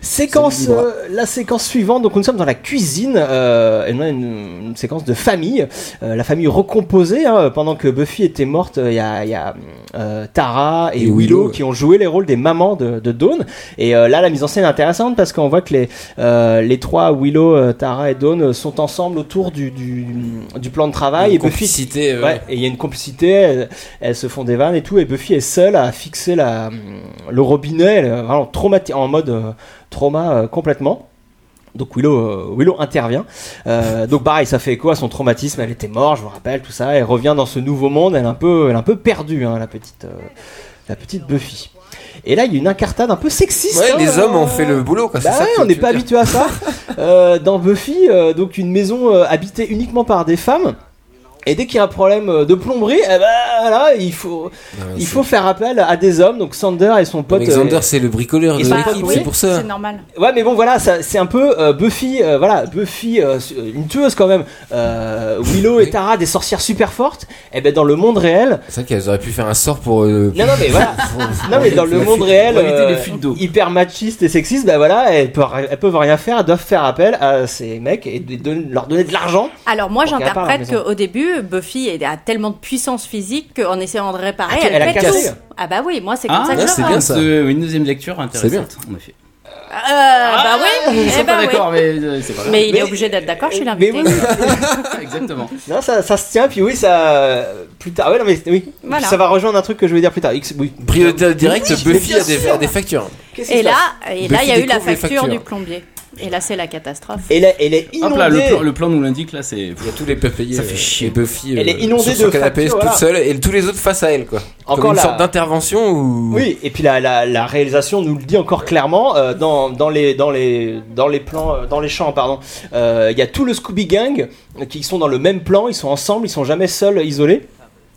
Speaker 2: Séquence,
Speaker 10: Salut, Libra.
Speaker 2: euh, la séquence suivante. Donc, nous sommes dans la cuisine. euh, et on a une, une séquence de famille, Euh, la famille recomposée. hein, pendant que Buffy était morte, il y a, il y a, euh, Tara et,
Speaker 4: Et
Speaker 2: Willow,
Speaker 4: Willow, ouais.
Speaker 2: qui ont joué les rôles des mamans de, de Dawn. Et euh, là, la mise en scène est intéressante parce qu'on voit que les euh, les trois Willow, euh, Tara et Dawn euh, sont ensemble autour du du, du plan de travail.
Speaker 4: Une
Speaker 2: Ah, et Buffy
Speaker 4: complicité, euh, ouais.
Speaker 2: ouais, euh, et il y a une complicité, elles, elles se font des vannes et tout, et Buffy est seule à fixer la, mm, le robinet, elle est vraiment traumati- en mode euh, trauma euh, complètement. Donc Willow, euh, Willow intervient. Euh, donc pareil, ça fait écho à son traumatisme. Elle était morte, je vous rappelle, tout ça. Elle revient dans ce nouveau monde. Elle est un peu, elle est un peu perdue, hein, la petite, euh, la petite Buffy. Et là, il y a une incartade un peu sexiste.
Speaker 4: Ouais,
Speaker 2: hein,
Speaker 4: les hommes ont
Speaker 2: euh,
Speaker 4: fait le boulot. Quoi, c'est
Speaker 2: bah
Speaker 4: ça
Speaker 2: ouais,
Speaker 4: que
Speaker 2: on n'est
Speaker 4: tu
Speaker 2: pas
Speaker 4: veux
Speaker 2: habitué
Speaker 4: dire.
Speaker 2: à
Speaker 4: [laughs]
Speaker 2: ça. Euh, dans Buffy, euh, donc une maison euh, habitée uniquement par des femmes. Et dès qu'il y a un problème euh, de plomberie, eh ben, voilà, il faut,
Speaker 4: Ah,
Speaker 2: il faut faire appel à des hommes. Donc Sander et son pote.
Speaker 4: Alexander,
Speaker 2: euh,
Speaker 4: c'est le bricoleur de
Speaker 2: et son pote-
Speaker 4: l'équipe,
Speaker 2: oui.
Speaker 4: c'est pour ça.
Speaker 1: Bah, C'est normal.
Speaker 2: Ouais, mais bon, voilà, ça- c'est un peu euh, Buffy, euh, voilà, Buffy, euh, su- une tueuse quand même. Euh, Willow et Tara, des sorcières super fortes. Et ben dans le monde réel,
Speaker 4: C'est vrai qu'elles auraient pu faire un sort pour. euh,
Speaker 2: non, non, mais
Speaker 10: [laughs]
Speaker 2: voilà. non, mais dans le monde réel,
Speaker 10: éviter
Speaker 2: euh,
Speaker 10: les fuites d'eau.
Speaker 2: hyper machiste et sexiste, bah voilà, elles peuvent, elles peuvent rien faire, elles doivent faire appel à ces mecs et de- de- leur donner de l'argent.
Speaker 1: Alors moi
Speaker 2: Pour qu'elle parle à la
Speaker 1: j'interprète
Speaker 2: maison.
Speaker 1: qu'au début Buffy elle a tellement de puissance physique qu'en essayant de réparer
Speaker 2: Ah, tu-
Speaker 1: elle,
Speaker 2: elle a
Speaker 1: pète
Speaker 2: cassé.
Speaker 1: tout. Ah bah oui, moi c'est comme ça que je Euh, le
Speaker 10: c'est
Speaker 1: vois.
Speaker 10: bien ça. Une deuxième lecture intéressante.
Speaker 4: bien.
Speaker 10: En effet.
Speaker 1: Euh, bah oui,
Speaker 10: Ah, Ils
Speaker 1: eh
Speaker 10: sont
Speaker 1: bah
Speaker 10: pas
Speaker 1: oui.
Speaker 10: d'accord, mais euh, c'est pas grave.
Speaker 1: Mais il est obligé d'être d'accord, je suis l'invité.
Speaker 10: [laughs]
Speaker 1: [laughs]
Speaker 10: Exactement.
Speaker 2: Non, ça, ça se tient, puis oui, ça. Plus tard, Ah ouais, non, mais oui.
Speaker 1: Voilà.
Speaker 2: Ça va rejoindre un truc que je vais dire plus tard. X- oui.
Speaker 4: Priorité directe,
Speaker 2: Oui, mais
Speaker 4: Buffy
Speaker 2: bien
Speaker 4: a des,
Speaker 2: sûr.
Speaker 4: a des factures.
Speaker 2: Qu'est-ce qui
Speaker 1: Et
Speaker 2: se
Speaker 1: là,
Speaker 2: passe
Speaker 1: et là il y a
Speaker 4: Buffy
Speaker 1: eu la
Speaker 4: découvre les
Speaker 1: facture
Speaker 4: factures.
Speaker 1: du plombier. Et là c'est la catastrophe.
Speaker 2: Elle est, elle est
Speaker 10: Hop
Speaker 2: inondée.
Speaker 10: là, le plan, le plan nous l'indique là, c'est.
Speaker 4: Il y a tous les peuples payés.
Speaker 10: Ça fait
Speaker 4: euh,
Speaker 10: chier.
Speaker 4: et Buffy
Speaker 2: Elle
Speaker 4: euh,
Speaker 2: est inondée
Speaker 4: sur son
Speaker 2: de
Speaker 4: canapé
Speaker 2: factures, voilà.
Speaker 4: toute seule et tous les autres face à elle quoi.
Speaker 2: Encore
Speaker 4: Comme une
Speaker 2: la-
Speaker 4: sorte d'intervention où.
Speaker 2: Oui, et puis la, la, la réalisation nous le dit encore clairement euh, dans, dans les dans les dans les plans euh, dans les champs pardon. Euh, Il y a tout le Scooby Gang euh, qui sont dans le même plan, ils sont ensemble, ils sont jamais seuls, isolés.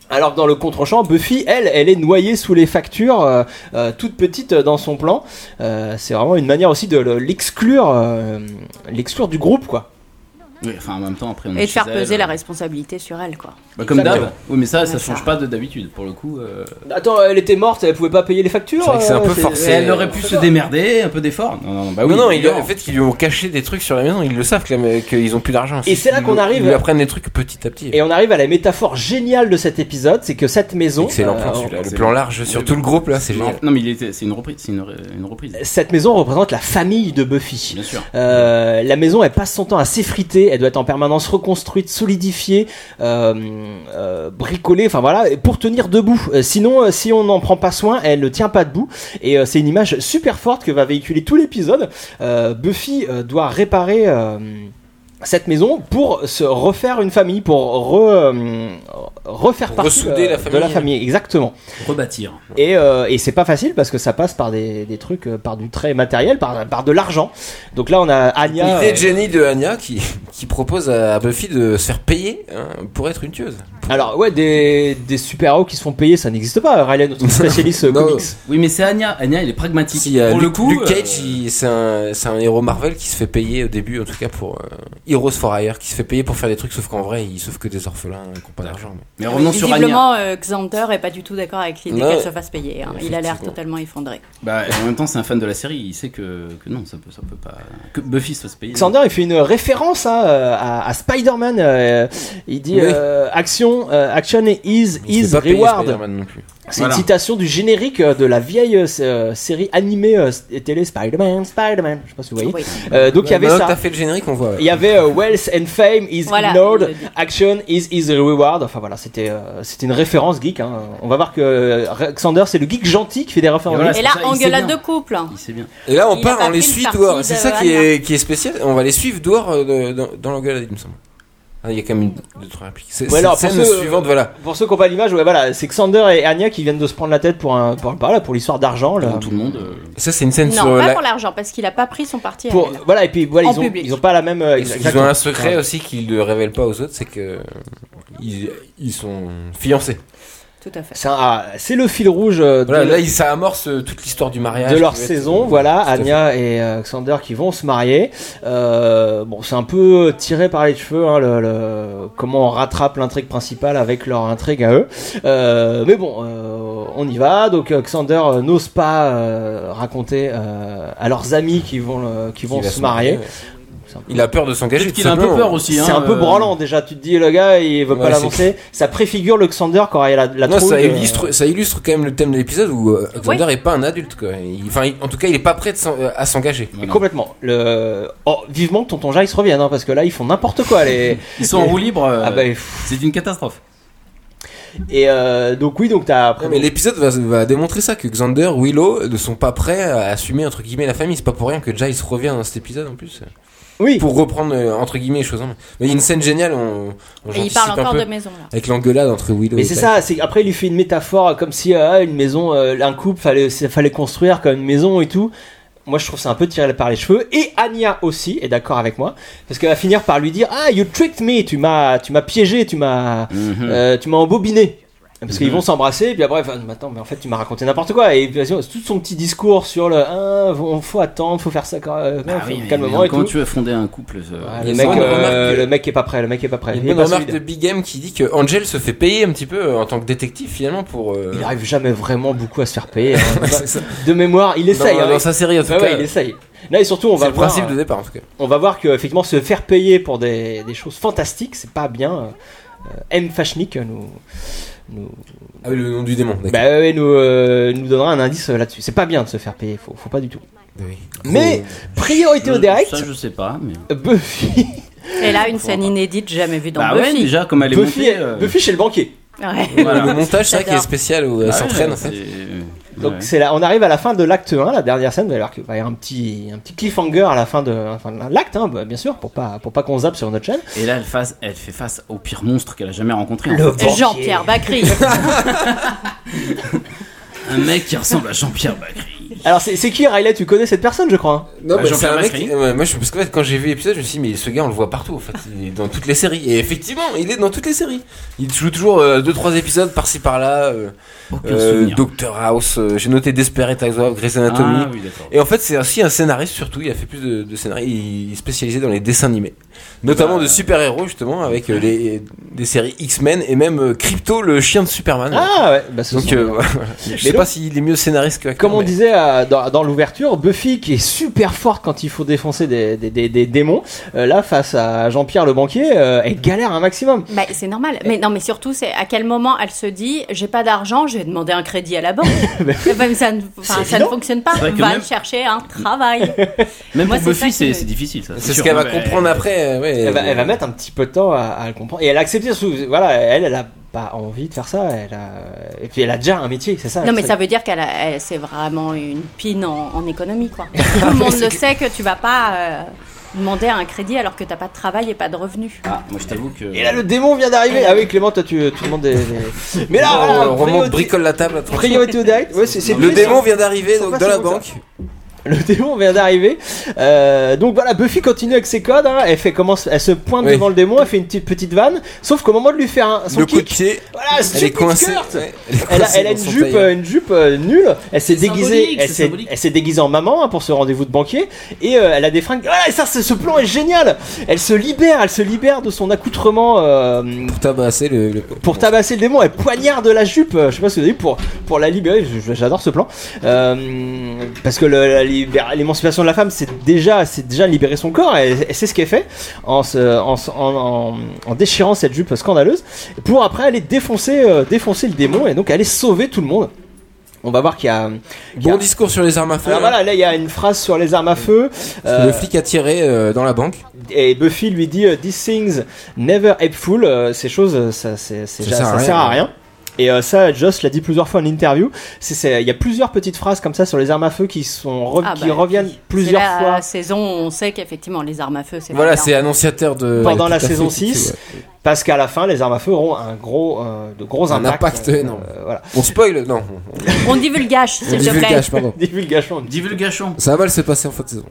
Speaker 2: Alors que dans le contre-champ, Buffy, elle, elle est noyée sous les factures, euh, euh, toute petite euh, dans son plan. Euh, c'est vraiment une manière aussi de le- l'exclure, euh, l'exclure du groupe, quoi.
Speaker 10: Oui, enfin, en même temps, après, on
Speaker 1: Et
Speaker 10: est
Speaker 1: de
Speaker 10: chez
Speaker 1: faire
Speaker 10: elle,
Speaker 1: peser
Speaker 10: euh,
Speaker 1: la responsabilité sur elle, quoi.
Speaker 10: bah, comme
Speaker 2: Exactement.
Speaker 10: d'hab. Oui, mais ça, ça
Speaker 1: Ouais,
Speaker 10: change
Speaker 1: ça.
Speaker 10: pas de d'habitude pour le coup. euh,
Speaker 2: Attends, elle était morte, elle pouvait pas payer les factures. euh,
Speaker 10: Elle aurait pu se démerder, un peu d'effort. Non, non, non, bah oui.
Speaker 4: non, non, il-
Speaker 10: évidemment.
Speaker 4: en fait, ils lui ont caché des trucs sur la maison. Ils le savent que la ma- qu'ils ont plus d'argent.
Speaker 2: Et c'est là
Speaker 4: Ils-
Speaker 2: qu'on arrive-
Speaker 4: Ils lui apprennent des trucs petit à petit.
Speaker 2: Et on arrive à la métaphore géniale de cet épisode, c'est que cette maison.
Speaker 4: Excellent plan,
Speaker 2: euh,
Speaker 4: celui-là. Le
Speaker 2: c'est-
Speaker 4: plan large sur tout le groupe, là, c'est
Speaker 10: Non,
Speaker 4: génial.
Speaker 10: Non, mais il était- c'est une reprise. C'est une, une reprise.
Speaker 2: Cette maison représente la famille de Buffy.
Speaker 10: Bien sûr.
Speaker 2: Euh, la maison, elle passe son temps à s'effriter, elle doit être en permanence reconstruite, solidifiée, euh, euh, bricolée, enfin voilà, et pour tenir debout. Euh, sinon, euh, si on n'en prend pas soin, elle ne tient pas debout. Et euh, c'est une image super forte que va véhiculer tout l'épisode. Euh, Buffy euh, doit réparer. euh, cette maison pour se refaire une famille, pour re- euh, refaire
Speaker 4: Pour
Speaker 2: partie
Speaker 4: ressouder
Speaker 2: euh,
Speaker 4: la
Speaker 2: de la
Speaker 4: famille.
Speaker 2: famille, exactement.
Speaker 10: Rebâtir.
Speaker 2: Et, euh, et c'est pas facile parce que ça passe par des, des trucs, euh, par du trait matériel, par, par de l'argent. Donc là, on a Anya.
Speaker 4: L'idée
Speaker 2: euh,
Speaker 4: de génie de Anya qui, qui propose à Buffy de se faire payer hein, pour être une tueuse.
Speaker 2: Alors, ouais, des, des super-héros qui se font payer, ça n'existe pas. Riley,
Speaker 4: [laughs]
Speaker 2: notre spécialiste euh,
Speaker 4: Non.
Speaker 2: comics.
Speaker 10: Oui, mais c'est Anya. Anya, il est pragmatique.
Speaker 4: Si, euh,
Speaker 10: pour
Speaker 4: Luke,
Speaker 10: le coup.
Speaker 4: Luke
Speaker 10: euh,
Speaker 4: Cage, il- c'est un, c'est un héros Marvel qui se fait payer au début, en tout cas pour euh, Heroes for Hire, qui se fait payer pour faire des trucs, sauf qu'en vrai, il sauve que des orphelins qui n'ont pas d'argent.
Speaker 10: Mais revenons sur Anya.
Speaker 1: Visiblement, euh, Xander est pas du tout d'accord avec l'idée
Speaker 4: Ouais.
Speaker 1: qu'elle se fasse payer. hein. Il a l'air
Speaker 4: Effectivement.
Speaker 1: totalement effondré.
Speaker 10: Bah, en même temps, c'est un fan de la série. Il sait que, que non, ça peut, ça peut pas. Que Buffy se fasse payer.
Speaker 2: Xander, il fait une référence hein, euh, à, à Spider-Man. euh, il dit
Speaker 10: Oui.
Speaker 2: euh, Action, euh, action is, is
Speaker 4: pas payer
Speaker 2: reward.
Speaker 4: Spider-Man non plus.
Speaker 2: C'est
Speaker 4: Voilà.
Speaker 2: une citation du générique euh, de la vieille euh, s- euh, série animée euh, s- télé Spider-Man, Spider-Man. Je sais pas si vous voyez.
Speaker 1: Oui.
Speaker 2: Euh, donc il y avait
Speaker 4: Maintenant
Speaker 2: ça.
Speaker 4: que t'as fait le générique, on voit. ouais.
Speaker 2: Il y avait euh, wealth and fame is
Speaker 1: Voilà, il
Speaker 2: ignored,
Speaker 1: le dit.
Speaker 2: action is is a reward. Enfin voilà, c'était euh, c'était une référence geek. hein. On va voir que euh, Alexander c'est le geek gentil qui fait des références.
Speaker 10: Et voilà,
Speaker 2: geek.
Speaker 1: Et là,
Speaker 10: Ah, ça, il sait
Speaker 1: engueulade de
Speaker 10: bien.
Speaker 1: couple.
Speaker 10: Il sait bien.
Speaker 4: Et là, on
Speaker 1: Il a
Speaker 4: part,
Speaker 1: pas
Speaker 4: on
Speaker 1: pris
Speaker 4: les
Speaker 1: une
Speaker 4: suit
Speaker 1: partie
Speaker 4: dehors.
Speaker 1: de
Speaker 4: C'est ça qui
Speaker 1: Anya.
Speaker 4: est, qui est spécial. On va les suivre dehors euh, de- dans, dans l'engueulade, il me semble. Ah, il y a quand même une, deux, trois répliques. C'est
Speaker 2: Ouais, alors,
Speaker 4: cette
Speaker 2: pour
Speaker 4: scène
Speaker 2: ceux-
Speaker 4: suivante, voilà.
Speaker 2: Pour ceux qui n'ont pas l'image, ouais, voilà, c'est Xander et Anya qui viennent de se prendre la tête pour un pour, voilà, pour l'histoire d'argent. là.
Speaker 10: Comme tout le monde. euh,
Speaker 4: Ça, c'est une scène
Speaker 1: Non,
Speaker 4: sur
Speaker 1: pas
Speaker 4: la-
Speaker 1: pour l'argent, parce qu'il a pas pris son parti. à
Speaker 2: Pour-
Speaker 1: elle.
Speaker 2: voilà et puis voilà,
Speaker 1: En
Speaker 2: ils ont
Speaker 1: public.
Speaker 2: ils ont pas la même euh,
Speaker 4: Ils ont un secret aussi qu'ils ne révèlent pas aux autres, c'est que ils, ils sont fiancés.
Speaker 1: Tout à fait.
Speaker 2: C'est un- ah, c'est le fil rouge euh, de,
Speaker 4: Voilà, là, il- ça amorce euh, toute l'histoire du mariage.
Speaker 2: de leur
Speaker 4: qui va être-
Speaker 2: saison.
Speaker 4: euh,
Speaker 2: voilà,
Speaker 4: tout à fait.
Speaker 2: Anya et euh, Xander qui vont se marier. Euh, bon, c'est un peu tiré par les cheveux, hein, le, le- comment on rattrape l'intrigue principale avec leur intrigue à eux. Euh, mais bon, euh, on y va. Donc euh, Xander euh, n'ose pas euh, raconter euh, à leurs amis qui vont, le- qui vont
Speaker 4: va
Speaker 2: se marier.
Speaker 4: ouais. Il a peur de s'engager.
Speaker 10: Peut-être
Speaker 4: tout
Speaker 10: qu'il a un peu
Speaker 4: simplement.
Speaker 10: peur aussi.
Speaker 2: C'est
Speaker 10: hein,
Speaker 2: un peu
Speaker 10: euh,
Speaker 2: branlant déjà, tu te dis le gars il veut
Speaker 4: Ouais,
Speaker 2: pas l'avancer, ça préfigure le Xander quand il y a la, la
Speaker 4: Non, ça
Speaker 2: trouille, euh,
Speaker 4: illustre, ça illustre quand même le thème de l'épisode où euh, Xander est pas un adulte. Quoi. Il- Enfin, il- en tout cas, il est pas prêt de s'en- euh, à s'engager.
Speaker 10: non, non.
Speaker 2: Complètement. Le... Oh, vivement que Tonton Giles revienne, hein, parce que là, ils font n'importe quoi. Les...
Speaker 10: Ils sont en
Speaker 2: les-
Speaker 10: roue libre. euh,
Speaker 2: Ah bah, pff.
Speaker 10: C'est une catastrophe.
Speaker 2: Et euh, donc, oui, donc t'as après.
Speaker 4: Ouais, mais l'épisode va, va démontrer ça que Xander, Willow ne sont pas prêts à assumer entre guillemets la famille. C'est pas pour rien que Giles revient dans cet épisode en plus.
Speaker 2: Oui,
Speaker 4: Pour reprendre euh, entre guillemets les choses en main. Mais il y a une scène géniale. On, on
Speaker 1: Et il
Speaker 4: j'anticipe
Speaker 1: parle
Speaker 4: un
Speaker 1: encore
Speaker 4: peu,
Speaker 1: de maison, là.
Speaker 4: Avec l'engueulade entre Willow
Speaker 2: mais
Speaker 4: et
Speaker 2: c'est
Speaker 4: Giles.
Speaker 2: ça. c'est Après, il lui fait une métaphore comme si euh, une maison, euh, un couple, fallait, c'est- fallait construire comme une maison et tout. Moi, je trouve ça un peu tiré par les cheveux. Et Anya aussi est d'accord avec moi, parce qu'elle va finir par lui dire Ah, you tricked me, tu m'as, tu m'as piégé, tu m'as, euh, tu m'as embobiné. Parce qu'ils
Speaker 10: Mhm.
Speaker 2: vont s'embrasser, et puis après, enfin, attends, mais en fait, tu m'as raconté n'importe quoi. Et puis, tout son petit discours sur le, ah, bon, faut attendre, faut faire ça euh,
Speaker 4: Ah
Speaker 10: Bah oui, mais-
Speaker 2: calmement
Speaker 10: mais
Speaker 2: et
Speaker 10: Comment
Speaker 2: tout.
Speaker 10: tu veux fonder un couple euh,
Speaker 2: Ah,
Speaker 4: Il y
Speaker 2: le, mec,
Speaker 4: a une bonne
Speaker 2: euh,
Speaker 4: remarque-
Speaker 2: le mec est pas prêt, le mec est pas prêt.
Speaker 4: Il
Speaker 2: Il
Speaker 4: y
Speaker 2: est
Speaker 4: a une
Speaker 2: pas
Speaker 4: remarque de
Speaker 2: solide.
Speaker 4: Big Game qui dit que Angel se fait payer un petit peu euh, en tant que détective finalement pour. euh, [laughs]
Speaker 2: Il arrive jamais vraiment beaucoup à se faire payer. hein.
Speaker 4: Ouais, c'est ça.
Speaker 2: de mémoire, il essaye.
Speaker 4: Dans-
Speaker 2: hein,
Speaker 4: dans
Speaker 2: il-
Speaker 4: sa série, en tout
Speaker 2: Ouais,
Speaker 4: cas.
Speaker 2: ouais, il essaye. Là et surtout, on
Speaker 4: C'est
Speaker 2: va
Speaker 4: le
Speaker 2: voir.
Speaker 4: principe de
Speaker 2: euh,
Speaker 4: départ en tout cas.
Speaker 2: On va voir que effectivement, se faire payer pour des, des choses fantastiques, c'est pas bien. Euh, M. Fashnik nous, nous,
Speaker 4: Ah oui, le nom du démon. d'accord.
Speaker 2: bah, ouais, nous, euh, nous donnera un indice euh, là-dessus. C'est pas bien de se faire payer, faut, faut pas du tout.
Speaker 4: Oui.
Speaker 2: Mais priorité au
Speaker 10: je-
Speaker 2: direct,
Speaker 10: Euh, Ça, je sais pas. Mais...
Speaker 2: Buffy.
Speaker 1: Et là, une scène inédite jamais vue dans
Speaker 10: Bah ouais,
Speaker 1: Buffy.
Speaker 10: déjà, comme [laughs] elle est
Speaker 2: Buffy,
Speaker 10: montée.
Speaker 2: est-
Speaker 10: euh,
Speaker 2: Buffy chez le banquier.
Speaker 1: Ouais.
Speaker 10: voilà.
Speaker 4: Le montage, c'est vrai qui est
Speaker 1: J'adore.
Speaker 4: spécial où
Speaker 10: Ah
Speaker 4: elle
Speaker 10: ouais,
Speaker 4: s'entraîne en
Speaker 10: c'est-
Speaker 4: fait.
Speaker 2: Donc
Speaker 10: ouais.
Speaker 2: c'est là, on arrive à la fin de l'acte 1, la dernière scène. Vous allez voir qu'il va y avoir un petit, un petit cliffhanger à la fin de, à la fin de l'acte, hein, bah, bien sûr, pour pas, pour pas qu'on zappe sur notre chaîne.
Speaker 10: Et là, elle, face- elle fait face au pire monstre qu'elle a jamais rencontré. en
Speaker 2: Le
Speaker 10: fait.
Speaker 1: Et [laughs] Jean-Pierre Bacry.
Speaker 10: Un mec qui ressemble à Jean-Pierre Bacri.
Speaker 2: Alors c'est c'est qui Riley Tu connais cette personne, je crois. hein
Speaker 4: Non,
Speaker 10: Bah,
Speaker 4: mais c'est
Speaker 10: Jean-Pierre
Speaker 4: un mec.
Speaker 10: Macri.
Speaker 4: euh, moi, je, parce que en fait, quand j'ai vu l'épisode, je me suis dit, mais ce gars, on le voit partout. En fait, il est dans toutes les séries. Et effectivement, il est dans toutes les séries. Il joue toujours 2-3 épisodes par-ci par-là. euh,
Speaker 10: Aucun
Speaker 4: euh,
Speaker 10: souvenir.
Speaker 4: Doctor House. euh, j'ai noté Desperate Housewives, Grey's Anatomy.
Speaker 10: Ah oui, d'accord.
Speaker 4: Et en fait, c'est aussi un scénariste surtout. Il a fait plus de, de scénarios. Il est spécialisé dans les dessins animés. Notamment
Speaker 2: Bah.
Speaker 4: de super-héros, justement, avec euh, les, des séries X-Men et même euh, Crypto, le chien de Superman.
Speaker 2: Ah ouais, bah ce
Speaker 4: Donc,
Speaker 2: sont-
Speaker 4: euh, [laughs] voilà. je sais pas s'il est mieux scénariste que
Speaker 2: Comme on disait euh, dans, dans l'ouverture, Buffy qui est super forte quand il faut défoncer des, des- des- des démons, euh, là face à Jean-Pierre le banquier, euh, elle galère un maximum.
Speaker 1: Bah, c'est normal. Mais non, mais surtout, c'est à quel moment elle se dit j'ai pas d'argent, je vais demander un crédit à la
Speaker 10: [laughs]
Speaker 1: banque. Enfin, ça ne, enfin,
Speaker 10: C'est
Speaker 1: ça ne
Speaker 10: évident.
Speaker 1: fonctionne pas.
Speaker 10: C'est vrai que
Speaker 1: Va
Speaker 10: même-
Speaker 1: chercher un
Speaker 10: [laughs]
Speaker 1: travail.
Speaker 10: Même
Speaker 1: Moi, c'est
Speaker 10: pour
Speaker 1: ça
Speaker 10: Buffy,
Speaker 1: qui me-
Speaker 10: c'est c'est difficile. ça,
Speaker 4: C'est
Speaker 10: c'est
Speaker 4: ce
Speaker 10: sûr.
Speaker 4: qu'elle va
Speaker 10: Ouais.
Speaker 4: comprendre après. euh, ouais.
Speaker 2: Elle va, elle va mettre un petit peu de temps à, à le comprendre. Et elle a accepté, sous- voilà, elle, elle a pas envie de faire ça. Elle a... Et puis elle a déjà un métier, c'est ça
Speaker 1: Non, mais
Speaker 2: c'est-
Speaker 1: ça veut dire qu'elle a- elle- c'est vraiment une pine en, en économie,
Speaker 10: [laughs]
Speaker 1: quoi. Tout le monde le sait que tu vas pas euh, demander un crédit alors que t'as pas de travail et pas de revenus.
Speaker 10: Ah, Moi, je t'avoue que.
Speaker 2: Et là, le démon vient d'arriver. Ah oui, Clément, toi, tu, tu demandes des. des- Mais là,
Speaker 4: Oh,
Speaker 2: voilà,
Speaker 4: on remonte,
Speaker 2: priorité-
Speaker 4: bricole la table. attention.
Speaker 2: priorité au direct. Ouais, c'est- c'est
Speaker 4: Le
Speaker 2: plus
Speaker 4: démon
Speaker 2: simple.
Speaker 4: vient d'arriver
Speaker 2: Faut
Speaker 4: donc
Speaker 2: pas
Speaker 4: dans
Speaker 2: se
Speaker 4: la
Speaker 2: moquer.
Speaker 4: banque.
Speaker 2: [laughs] Le démon vient d'arriver. Euh, donc voilà, Buffy continue avec ses codes. hein. Elle fait commence, elle se pointe
Speaker 4: Oui.
Speaker 2: devant le démon. Elle fait une petite petite vanne. Sauf qu'au moment de lui faire un, son
Speaker 4: Le coup de
Speaker 2: kick,
Speaker 4: pied.
Speaker 2: Voilà,
Speaker 4: Elle est
Speaker 2: stupid
Speaker 4: coincée.
Speaker 2: skirt.
Speaker 4: Ouais, elle est
Speaker 2: elle a,
Speaker 4: coincée
Speaker 2: elle a
Speaker 4: dans
Speaker 2: une
Speaker 4: son
Speaker 2: jupe,
Speaker 4: tailleur.
Speaker 2: euh, une jupe euh, nulle. Elle s'est déguisée,
Speaker 4: symbolique,
Speaker 2: elle
Speaker 4: c'est
Speaker 2: s'est,
Speaker 4: symbolique.
Speaker 2: elle s'est déguisée en maman hein, pour se rendre vous de banquier. Et euh, elle a des fringues. Voilà, et ça, c'est- ce plan est génial. Elle se libère, elle se libère de son accoutrement euh,
Speaker 4: Pour tabasser bah, le. le-
Speaker 2: pour tabasser le démon, elle poignarde la jupe, euh, je sais pas ce que vous avez vu, pour, pour la libérer, Je- je- j'adore ce plan. Euh, parce que le- la libér- l'émancipation de la femme, c'est déjà, c'est déjà libérer son corps, et, et c'est ce qu'elle fait en, se- en, se- en- en- en déchirant cette jupe scandaleuse, pour après aller défoncer, euh, défoncer le démon, et donc aller sauver tout le monde. On va voir qu'il y a... qu'il y a-
Speaker 4: Bon discours sur les armes à feu. hein.
Speaker 2: Alors voilà, là il y a une phrase sur les armes à feu.
Speaker 4: Parce que
Speaker 2: Euh,
Speaker 4: Le flic a tiré euh, dans la banque.
Speaker 2: et Buffy lui dit euh, These things never helpful. Euh, ces choses, euh, ça, c'est- c'est-
Speaker 4: Ça
Speaker 2: ja-
Speaker 4: sert à
Speaker 2: ça
Speaker 4: rien.
Speaker 2: sert à rien. Et euh, ça, Joss l'a dit plusieurs fois en interview. C'est- c'est- Il y a plusieurs petites phrases comme ça sur les armes à feu qui, sont re-
Speaker 1: Ah
Speaker 2: qui
Speaker 1: bah, et
Speaker 2: reviennent
Speaker 1: puis,
Speaker 2: plusieurs
Speaker 1: c'est la
Speaker 2: fois
Speaker 1: saison, où on sait qu'effectivement, les armes à feu, c'est
Speaker 4: Voilà,
Speaker 1: pas bien.
Speaker 4: c'est annonciateur de.
Speaker 2: pendant la
Speaker 4: Tout à fait,
Speaker 2: saison
Speaker 4: tout à fait,
Speaker 2: 6.
Speaker 4: ouais.
Speaker 2: Parce qu'à la fin, les armes à feu auront un gros, euh, de gros
Speaker 4: Un
Speaker 2: impacts.
Speaker 4: impact
Speaker 2: Euh,
Speaker 4: énorme.
Speaker 2: voilà. [laughs]
Speaker 4: On spoil Non.
Speaker 1: On divulgage,
Speaker 4: On
Speaker 1: s'il te plaît.
Speaker 4: divulgage, pardon.
Speaker 2: Divulgation.
Speaker 10: Divulgation.
Speaker 4: Ça va mal se passer en fin de saison.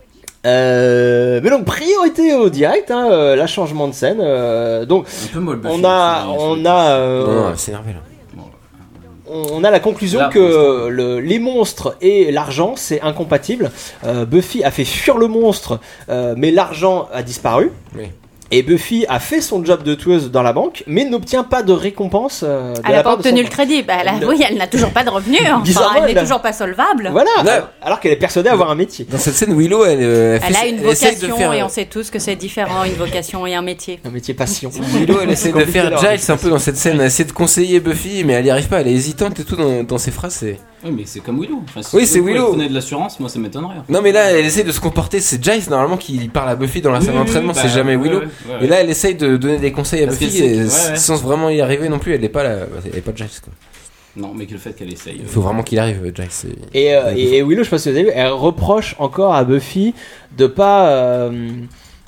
Speaker 2: Euh, mais donc priorité au direct, hein, euh, la changement de scène. euh, donc
Speaker 10: peu molle,
Speaker 4: Bah,
Speaker 10: Buffy,
Speaker 2: on a,
Speaker 10: c'est-
Speaker 2: on a, euh,
Speaker 4: Non, non, c'est énervé là.
Speaker 2: on on a la conclusion
Speaker 10: Là, pour
Speaker 2: que le- les monstres et l'argent, c'est incompatible. Euh, Buffy a fait fuir le monstre, euh, mais l'argent a disparu.
Speaker 4: Oui.
Speaker 2: Et Buffy a fait son job de tueuse dans la banque, mais n'obtient pas de récompense. euh, de
Speaker 1: Elle
Speaker 2: la
Speaker 1: n'a pas
Speaker 2: part de
Speaker 1: obtenu
Speaker 2: son-
Speaker 1: le crédit. Bah, elle a-
Speaker 2: Elle-
Speaker 1: oui, elle n'a toujours pas de
Speaker 2: [laughs]
Speaker 1: revenus. hein. Enfin,
Speaker 2: Bizarrement,
Speaker 1: elle
Speaker 2: elle
Speaker 1: n'est
Speaker 2: a-
Speaker 1: toujours pas solvable.
Speaker 2: Voilà.
Speaker 4: Là-
Speaker 2: alors- Alors qu'elle est persuadée d'avoir un métier.
Speaker 4: Dans cette scène, Willow, elle, euh, fait-
Speaker 1: Elle a une
Speaker 4: essaye de
Speaker 1: vocation
Speaker 4: faire, euh,
Speaker 2: euh,
Speaker 1: et on sait tous que c'est différent, une vocation et un métier.
Speaker 2: Un métier passion.
Speaker 4: Willow,
Speaker 2: [laughs]
Speaker 4: elle essaie de
Speaker 2: Compliqué
Speaker 4: faire
Speaker 2: leur
Speaker 4: Giles un peu dans cette scène, elle essaie de conseiller Buffy, mais elle y arrive pas, elle est hésitante et tout dans, dans ses phrases. c'est-
Speaker 10: Oui, mais c'est comme Willow. Enfin, si
Speaker 4: Oui, c'est
Speaker 10: le coup, elle
Speaker 4: Willow.
Speaker 10: prenait de l'assurance, moi, ça m'étonnerait. en fait.
Speaker 4: Non, mais là, elle essaie de se comporter, c'est Giles normalement qui parle à Buffy dans la
Speaker 10: Oui,
Speaker 4: salle
Speaker 10: oui,
Speaker 4: d'entraînement,
Speaker 10: oui,
Speaker 4: c'est
Speaker 10: bah,
Speaker 4: jamais
Speaker 10: ouais,
Speaker 4: Willow.
Speaker 10: ouais, ouais,
Speaker 4: Et là, elle essaye de donner des conseils à
Speaker 10: Parce
Speaker 4: Buffy
Speaker 10: qu'elle sait
Speaker 4: et
Speaker 10: que- ouais, ouais.
Speaker 4: sans vraiment y arriver non plus, elle est pas là, elle est pas Giles quoi.
Speaker 10: Non, mais que le fait qu'elle essaye. euh.
Speaker 4: Il faut vraiment qu'il arrive, Giles. c'est-
Speaker 2: Et, euh, et- et Willow, je sais pas si vous avez vu, elle reproche encore à Buffy de pas. euh,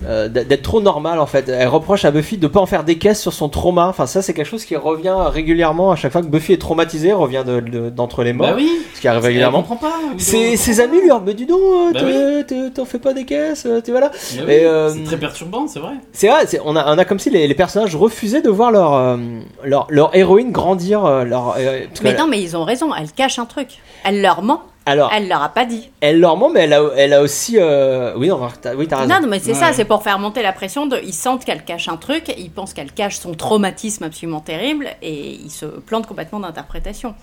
Speaker 2: euh, d- d'être trop normale en fait. Elle reproche à Buffy de pas en faire des caisses sur son trauma. Enfin, ça, c'est quelque chose qui revient régulièrement à chaque fois que Buffy est traumatisée, elle revient de- de- d'entre les morts.
Speaker 10: Bah oui.
Speaker 2: Ce qui arrive
Speaker 10: Elle
Speaker 2: Ah, régulièrement.
Speaker 10: comprend pas. Willow.
Speaker 2: Ses, ses amis lui remettent du don,
Speaker 10: Bah
Speaker 2: euh, t'en fais pas des caisses, euh, tu vois là.
Speaker 10: Bah oui,
Speaker 2: Et, euh,
Speaker 10: C'est très perturbant, c'est vrai.
Speaker 2: c'est vrai, c'est- on, a, on a comme si les, les personnages refusaient de voir leur, euh, leur, leur héroïne grandir. euh, Leur, euh, parce que- Ah.
Speaker 1: Mais non, mais ils ont raison, elle cache un truc. Elle leur ment.
Speaker 2: Alors,
Speaker 1: Elle leur a pas dit.
Speaker 2: elle leur ment, mais elle a, elle a aussi. euh, Oui, non, t'as oui, t'as raison.
Speaker 1: Non, non, mais c'est ça, c'est pour faire monter la pression. De, ils sentent qu'elle cache un truc, ils pensent qu'elle cache son traumatisme absolument terrible et ils se plantent complètement d'interprétation.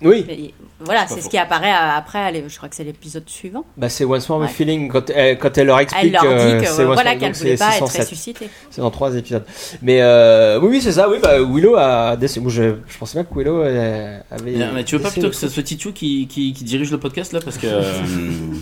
Speaker 2: Oui.
Speaker 1: Mais voilà,
Speaker 2: C'est pas
Speaker 1: c'est ce
Speaker 2: faux.
Speaker 1: qui apparaît à- après, à l'é- je crois que c'est l'épisode suivant.
Speaker 2: Bah, c'est Once More
Speaker 1: Ouais.
Speaker 2: My Feeling quand elle, quand elle leur
Speaker 1: Elle
Speaker 2: explique.
Speaker 1: leur dit
Speaker 2: euh,
Speaker 1: que
Speaker 2: c'est
Speaker 1: euh,
Speaker 2: Once
Speaker 1: voilà
Speaker 2: More,
Speaker 1: qu'elle
Speaker 2: donc
Speaker 1: voulait
Speaker 2: c'est
Speaker 1: pas être
Speaker 2: 607.
Speaker 1: ressuscitée.
Speaker 2: C'est dans trois épisodes. Mais euh, oui, oui, c'est ça. Oui, bah, Willow a. déc- moi, je, je pensais pas que Willow euh, avait.
Speaker 10: Mais, mais tu veux pas
Speaker 2: déc-
Speaker 10: plutôt que ce soit Tichou qui, qui, qui dirige le podcast là Parce que. euh, [laughs]